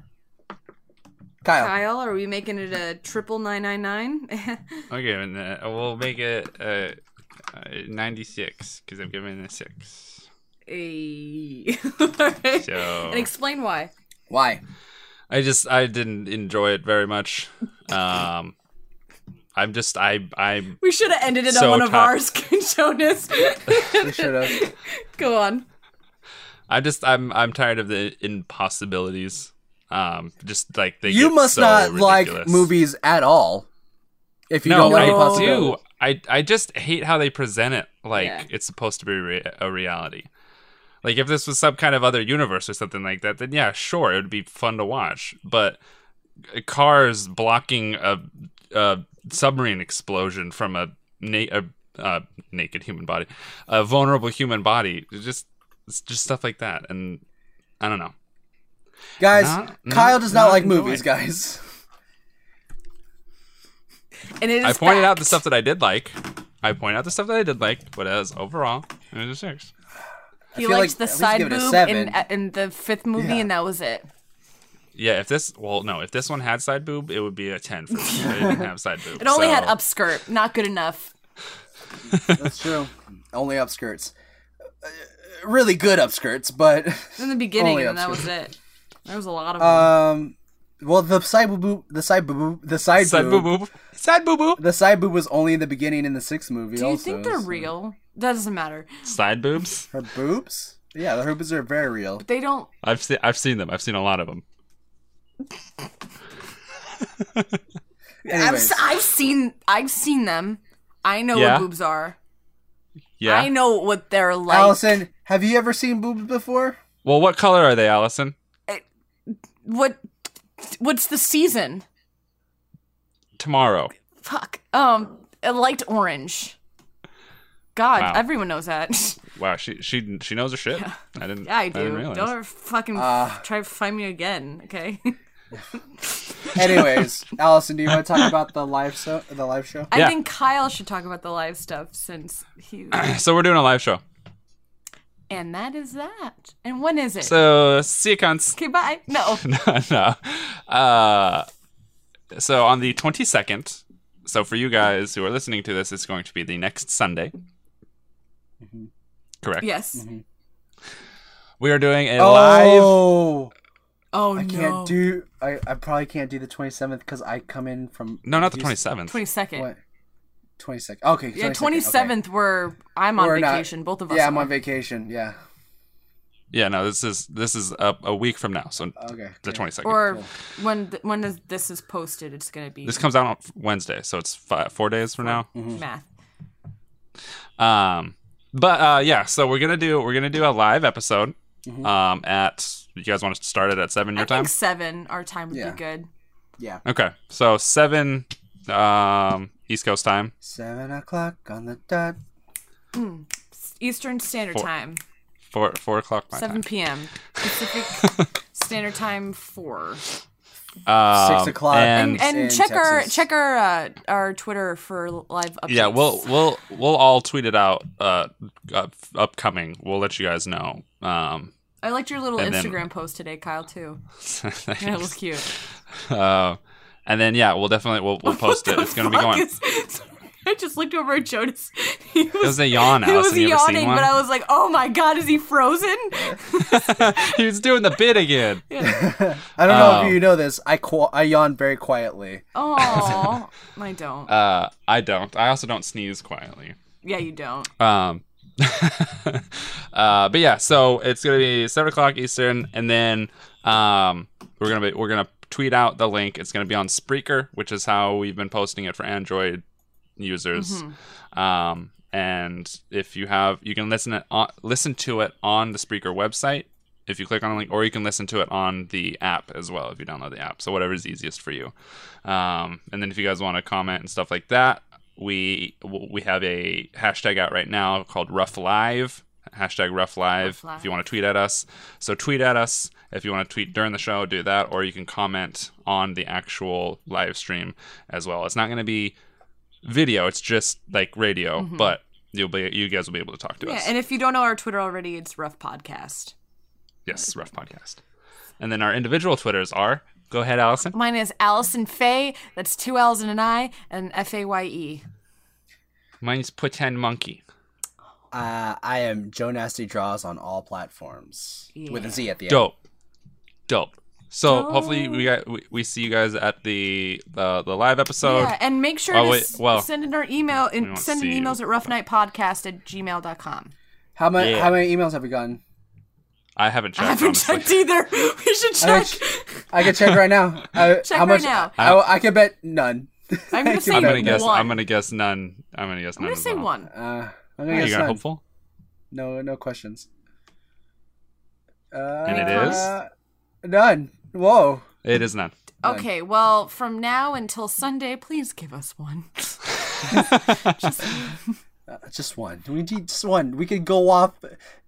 Speaker 3: Kyle.
Speaker 1: Kyle, are we making it a triple nine nine nine?
Speaker 2: Okay, and uh, we'll make it uh, uh, ninety six because I'm giving it a six.
Speaker 1: Ay.
Speaker 2: So-
Speaker 1: And explain why.
Speaker 3: Why?
Speaker 2: I just I didn't enjoy it very much. Um, I'm just I I
Speaker 1: We should have ended it
Speaker 2: So
Speaker 1: on one of
Speaker 2: top-
Speaker 1: ours, Jonas.
Speaker 3: We should have.
Speaker 1: Go on.
Speaker 2: I just I'm I'm tired of the impossibilities. Um, just like they
Speaker 3: you
Speaker 2: get
Speaker 3: must
Speaker 2: so
Speaker 3: not like
Speaker 2: ridiculous.
Speaker 3: movies at all. If you
Speaker 2: No,
Speaker 3: don't like
Speaker 2: I
Speaker 3: possibilities.
Speaker 2: do. I I just hate how they present it like
Speaker 1: Yeah.
Speaker 2: it's supposed to be re- a reality. Like if this was some kind of other universe or something like that, then yeah, sure, it would be fun to watch. But cars blocking a, a submarine explosion from a, na- a uh, naked human body, a vulnerable human body. It's Just it's just stuff like that, and I don't know.
Speaker 3: Guys,
Speaker 2: Not-
Speaker 3: Kyle
Speaker 2: not-
Speaker 3: does not,
Speaker 2: not
Speaker 3: like
Speaker 2: annoying.
Speaker 3: movies, guys.
Speaker 1: And it is
Speaker 2: I pointed out the
Speaker 1: fact.
Speaker 2: stuff that I did like. I pointed out the stuff that I did like, but as overall, it was a six.
Speaker 1: He
Speaker 3: feel
Speaker 1: liked
Speaker 3: like
Speaker 1: the
Speaker 3: at least
Speaker 1: side
Speaker 3: give it a
Speaker 1: boob
Speaker 3: seven.
Speaker 1: in, uh, in the fifth movie, and that was it.
Speaker 2: Yeah, if this well, no, if this one had side boob, it would be a ten for me. but it didn't have side boob.
Speaker 1: It only
Speaker 2: so-
Speaker 1: had upskirt. Not good enough.
Speaker 3: That's true. Only upskirts. Uh, Really good upskirts, but
Speaker 1: In the beginning,
Speaker 3: Only
Speaker 1: and that
Speaker 3: upskirt.
Speaker 1: was it. There was a lot of
Speaker 3: um, well, the side boob, the side boob, the side,
Speaker 2: side boob boob, side boob boob,
Speaker 3: the side boob was only in the beginning in the sixth
Speaker 1: them.
Speaker 3: movie.
Speaker 1: Do you
Speaker 3: also,
Speaker 1: think they're
Speaker 3: so-
Speaker 1: real? That doesn't matter.
Speaker 2: side boobs.
Speaker 3: Her boobs? Yeah, the boobs are very real.
Speaker 1: They don't.
Speaker 2: I've seen I've seen them. I've seen a lot of them.
Speaker 1: I've,
Speaker 3: Anyways,
Speaker 1: s- I've seen. I've seen them. I know
Speaker 2: Yeah?
Speaker 1: what boobs are.
Speaker 2: Yeah.
Speaker 1: I know what they're like.
Speaker 3: Allison, have you ever seen boobs before?
Speaker 2: Well, what color are they, Allison?
Speaker 1: What? What's the season?
Speaker 2: Tomorrow.
Speaker 1: Fuck. Um, a light orange. God,
Speaker 2: Wow.
Speaker 1: everyone knows that.
Speaker 2: Wow, she she she knows her shit. I didn't.
Speaker 1: yeah, I
Speaker 2: didn't
Speaker 1: do.
Speaker 2: realize.
Speaker 1: Don't ever fucking
Speaker 3: Uh.
Speaker 1: try to find me again, okay?
Speaker 3: Anyways, Allison, do you want to talk about the live show? The live show?
Speaker 2: Yeah.
Speaker 1: I think Kyle should talk about the live stuff since he.
Speaker 2: So we're doing a live show.
Speaker 1: and that is that. And when is it?
Speaker 2: So see you, cunts.
Speaker 1: okay, bye. No.
Speaker 2: no, no. Uh, so on the 22nd, so for you guys who are listening to this, it's going to be the next Sunday.
Speaker 1: Mm-hmm.
Speaker 2: Correct.
Speaker 1: Yes.
Speaker 3: Mm-hmm.
Speaker 2: We are doing a live.
Speaker 3: Oh,
Speaker 1: Oh
Speaker 3: I
Speaker 1: no.
Speaker 3: can't do. I, I probably can't do the twenty seventh because I come in from.
Speaker 2: No, not the
Speaker 3: you-
Speaker 2: 27th.
Speaker 1: Twenty second.
Speaker 3: What? Twenty second. Okay.
Speaker 1: Yeah,
Speaker 3: 22nd, okay.
Speaker 1: twenty seventh. We're I'm on
Speaker 3: We're not-
Speaker 1: vacation. Both of us.
Speaker 3: Yeah,
Speaker 1: are.
Speaker 3: I'm on vacation. Yeah.
Speaker 2: Yeah, no, this is this is a, a week from now, so
Speaker 3: Oh, Okay.
Speaker 2: the 22nd.
Speaker 1: Or when th- when is, this is posted, it's gonna be
Speaker 2: this comes out on Wednesday, so it's five, four days from now.
Speaker 3: Mm-hmm.
Speaker 1: math.
Speaker 2: Um, but uh, yeah, so we're gonna do we're gonna do a live episode. Um, at you guys want to start it at seven your
Speaker 1: I
Speaker 2: time?
Speaker 1: think seven. Our time would
Speaker 3: Yeah.
Speaker 1: be good.
Speaker 2: Okay, so seven um East Coast time.
Speaker 3: Seven o'clock on the dot.
Speaker 1: Eastern Standard
Speaker 2: Four-
Speaker 1: Time,
Speaker 2: Four four o'clock my
Speaker 1: seven
Speaker 2: time.
Speaker 1: p.m. Pacific Standard Time four.
Speaker 2: Um,
Speaker 3: Six o'clock.
Speaker 2: And,
Speaker 1: And, and
Speaker 3: in
Speaker 1: check our
Speaker 3: Texas.
Speaker 1: check our uh, our Twitter for live updates.
Speaker 2: yeah, we'll we'll we'll all tweet it out. Uh, up, upcoming. We'll let you guys know. Um,
Speaker 1: I liked your little
Speaker 2: and then-
Speaker 1: Instagram post today, Kyle. Too.
Speaker 2: thanks.
Speaker 1: Yeah, it was cute.
Speaker 2: Uh, and then yeah, we'll definitely we'll we'll post it. It's gonna be
Speaker 1: Fuck
Speaker 2: going.
Speaker 1: is- I just looked over at Jonas. He was,
Speaker 2: was a yawn,
Speaker 1: He
Speaker 2: Allison.
Speaker 1: was
Speaker 2: You ever seen
Speaker 1: yawning,
Speaker 2: one?
Speaker 1: but I was like, "Oh my god, is he frozen?"
Speaker 2: he was doing the bit again.
Speaker 3: I don't know
Speaker 2: Oh.
Speaker 3: if you know this. I qu- I yawn very quietly.
Speaker 1: Oh, I don't.
Speaker 2: Uh, I don't. I also don't sneeze quietly.
Speaker 1: yeah, you don't.
Speaker 2: Um, uh, but yeah, so it's gonna be seven o'clock Eastern, and then um, we're gonna be we're gonna tweet out the link. It's gonna be on Spreaker, which is how we've been posting it for Android users. Um, and if you have, you can listen it on, listen to it on the Spreaker website if you click on a link, or you can listen to it on the app as well if you download the app. So whatever is easiest for you. Um, and then if you guys want to comment and stuff like that, we we have a hashtag out right now called Rough Live. Hashtag Rough Live. If you want to tweet at us, so tweet at us. If you want to tweet during the show, do that, or you can comment on the actual live stream as well. It's not going to be video; it's just like radio, but you'll be you guys will be able to talk to
Speaker 1: Mm-hmm. Yeah,
Speaker 2: us.
Speaker 1: and if you don't know our Twitter already, it's Rough Podcast.
Speaker 2: Yes, rough podcast. And then our individual Twitters are go ahead, Allison.
Speaker 1: Mine is Allison Faye. That's two L's and an I, and F A Y E.
Speaker 2: Mine's pretend monkey.
Speaker 3: Uh, I am Joe Nasty Draws on all platforms with a Z at the end.
Speaker 2: Dope, dope. So hopefully we got we, we see you guys at the the, the live episode.
Speaker 1: Yeah, and make sure
Speaker 2: Oh,
Speaker 1: to
Speaker 2: wait,
Speaker 1: s-
Speaker 2: well,
Speaker 1: send in our email
Speaker 2: we
Speaker 1: and
Speaker 2: won't
Speaker 1: send in
Speaker 2: see you.
Speaker 1: emails at roughnightpodcast at gmail.com.
Speaker 3: How many
Speaker 2: Yeah.
Speaker 3: how many emails have we gotten?
Speaker 2: I haven't checked.
Speaker 1: I haven't
Speaker 2: honestly.
Speaker 1: checked either. We should
Speaker 3: I,
Speaker 1: check.
Speaker 3: can- I can check right now. I,
Speaker 1: Check
Speaker 3: how
Speaker 1: right
Speaker 3: much,
Speaker 1: now.
Speaker 3: I, I can bet none.
Speaker 1: I'm gonna
Speaker 3: I'm
Speaker 1: say
Speaker 2: I'm gonna
Speaker 1: one.
Speaker 2: guess. I'm gonna guess none. I'm gonna guess
Speaker 1: I'm
Speaker 2: none.
Speaker 1: gonna
Speaker 2: as
Speaker 1: say
Speaker 2: well.
Speaker 1: one.
Speaker 3: Uh, I'm
Speaker 2: Are
Speaker 3: gonna
Speaker 2: you
Speaker 3: guess
Speaker 2: gonna
Speaker 3: none.
Speaker 2: hopeful?
Speaker 3: No, no questions. Uh,
Speaker 2: And it is?
Speaker 3: none. Whoa.
Speaker 2: It is none.
Speaker 1: Okay, well, from now until Sunday, please give us one.
Speaker 3: Uh, just one. We need just one. We could go off.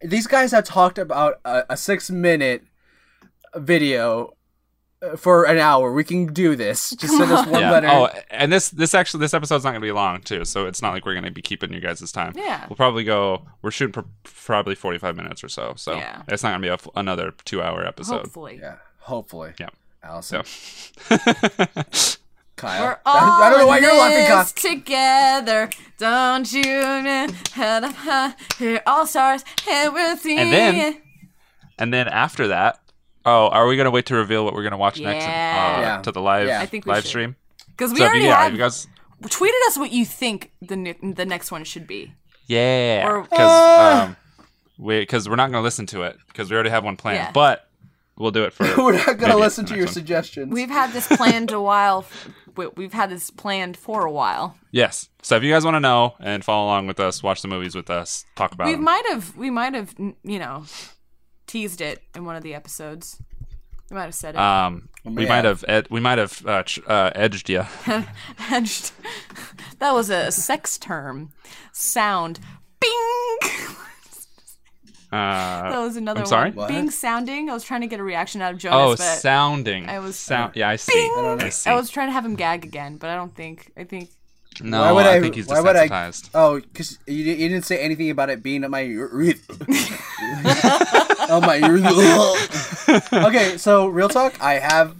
Speaker 3: These guys have talked about a, a six minute video uh, for an hour. We can do this. Just send us one
Speaker 2: yeah.
Speaker 3: letter.
Speaker 2: Oh, and this this actually this episode's not gonna be long too, so it's not like we're gonna be keeping you guys' time.
Speaker 1: Yeah.
Speaker 2: we'll probably go. We're shooting for probably forty five minutes or so, so
Speaker 1: Yeah.
Speaker 2: it's not gonna be a f another two hour episode.
Speaker 1: Hopefully.
Speaker 3: Yeah. Hopefully.
Speaker 2: Yeah.
Speaker 3: Allison. Kyle.
Speaker 1: We're all
Speaker 3: I don't know why you're laughing, Kyle.
Speaker 1: this together. Don't you know? how to- how- We're all stars, and we're seeing.
Speaker 2: And then- and then after that, oh, are we gonna wait to reveal what we're gonna watch next? uh,
Speaker 1: Yeah.
Speaker 3: Yeah.
Speaker 2: to the live
Speaker 3: Yeah. I
Speaker 1: think we
Speaker 2: live
Speaker 1: should.
Speaker 2: stream.
Speaker 1: because we
Speaker 2: so if
Speaker 1: already
Speaker 2: you, yeah,
Speaker 1: had
Speaker 2: if you guys.
Speaker 1: tweeted us what you think the ne- the next one should be.
Speaker 2: Yeah,
Speaker 1: Or-
Speaker 3: Ah.
Speaker 2: because um, we because we're not gonna listen to it because we already have one planned,
Speaker 1: Yeah.
Speaker 2: but we'll do it for.
Speaker 3: We're not
Speaker 2: maybe
Speaker 3: gonna listen
Speaker 2: the
Speaker 3: to
Speaker 2: next
Speaker 3: your
Speaker 2: one.
Speaker 3: suggestions.
Speaker 1: We've had this planned a while. we- We've had this planned for a while.
Speaker 2: Yes. So if you guys want to know and follow along with us, watch the movies with us, talk about
Speaker 1: We
Speaker 2: them.
Speaker 1: might have, we might have, n- you know, teased it in one of the episodes. We might have said it.
Speaker 2: Um, we
Speaker 3: Yeah.
Speaker 2: might have ed- we might have uh, ch- uh, edged you.
Speaker 1: Hedged. that was a sex term. Sound. Bing.
Speaker 2: Uh,
Speaker 1: That was another
Speaker 2: I'm sorry?
Speaker 1: one.
Speaker 3: What?
Speaker 1: Being sounding. I was trying to get a reaction out of
Speaker 2: oh,
Speaker 1: Jonas, but
Speaker 2: sounding.
Speaker 1: I was-
Speaker 2: sound. Yeah, I see.
Speaker 3: know.
Speaker 2: I see.
Speaker 1: I was trying to have him gag again, but I don't think. I think.
Speaker 2: no,
Speaker 3: Why would
Speaker 2: Oh, I,
Speaker 3: I,
Speaker 2: think he's
Speaker 3: why would I,
Speaker 2: desensitized.
Speaker 3: oh, because you, di- you didn't say anything about it being at my. oh my. okay, so real talk. I have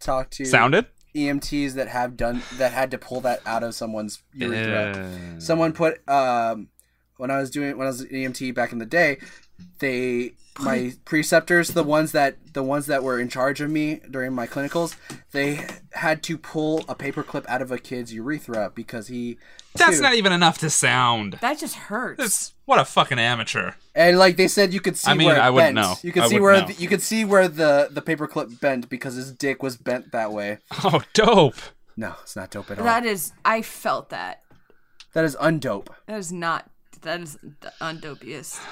Speaker 3: talked to
Speaker 2: Sounded.
Speaker 3: EMTs E that have done that had to pull that out of someone's urethra.
Speaker 2: Yeah.
Speaker 3: Someone put um, when I was doing when I was an EMT back in the day, they my preceptors, the ones that the ones that were in charge of me during my clinicals, they had to pull a paper clip out of a kid's urethra because he
Speaker 2: That's
Speaker 3: Dude.
Speaker 2: not even enough to sound.
Speaker 1: That just hurts.
Speaker 2: That's, what a fucking amateur.
Speaker 3: And like they said, you could see.
Speaker 2: I mean,
Speaker 3: where it
Speaker 2: I wouldn't
Speaker 3: bent.
Speaker 2: know.
Speaker 3: You could
Speaker 2: I
Speaker 3: see
Speaker 2: wouldn't
Speaker 3: where
Speaker 2: know.
Speaker 3: the, you could see where the the paperclip bent because his dick was bent that way.
Speaker 2: Oh, dope.
Speaker 3: No, it's not dope at all.
Speaker 1: That is. I felt that.
Speaker 3: that is undope.
Speaker 1: That is not. That is the undopiest.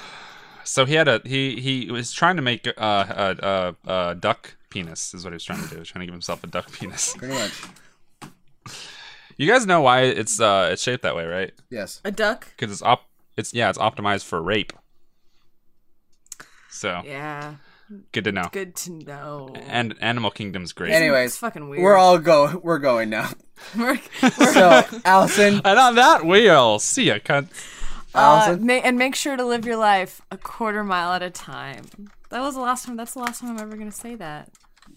Speaker 2: So he had a he he was trying to make uh, a a a duck penis is what he was trying to do. He was trying to give himself a duck penis.
Speaker 3: Pretty much.
Speaker 2: You guys know why it's uh it's shaped that way, right?
Speaker 3: Yes.
Speaker 1: A duck.
Speaker 2: because it's op it's yeah it's optimized for rape so
Speaker 1: Yeah.
Speaker 2: good to know
Speaker 1: Good to know.
Speaker 2: and animal kingdom's great
Speaker 1: It's
Speaker 3: Anyways,
Speaker 1: fucking weird.
Speaker 3: we're all go. We're going now.
Speaker 1: We're-
Speaker 3: So Allison,
Speaker 2: and on that we'll see ya cunt.
Speaker 1: uh,
Speaker 3: Allison,
Speaker 1: ma- and make sure to live your life a quarter mile at a time. That was the last time. That's the last time I'm ever gonna say that.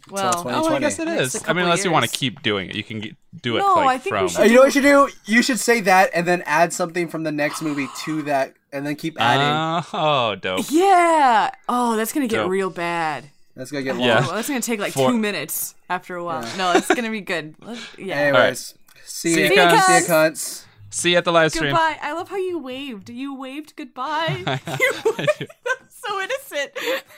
Speaker 1: Well,
Speaker 3: twenty-
Speaker 2: oh i guess it
Speaker 1: Next
Speaker 2: is i
Speaker 1: couple
Speaker 2: mean unless you want to
Speaker 1: years.
Speaker 2: keep doing it you can get, do it
Speaker 1: No,
Speaker 2: like
Speaker 1: I think we
Speaker 2: from
Speaker 1: should-
Speaker 3: you know what you should do? You should say that and then add something from the next movie to that, and then keep adding.
Speaker 2: Uh, oh dope
Speaker 1: Yeah. Oh, that's gonna get
Speaker 2: Dope.
Speaker 1: real bad.
Speaker 3: That's gonna get long.
Speaker 2: yeah
Speaker 1: Well, that's gonna take like
Speaker 2: For-
Speaker 1: two minutes after a while. No, it's gonna be good. Let's- yeah.
Speaker 3: Anyways, see,
Speaker 2: See ya,
Speaker 3: ya, cunts. See ya,
Speaker 1: cunts.
Speaker 3: cunts.
Speaker 2: see you at the live stream
Speaker 1: Goodbye. I love how you waved. You waved goodbye. You-
Speaker 2: do.
Speaker 1: so innocent.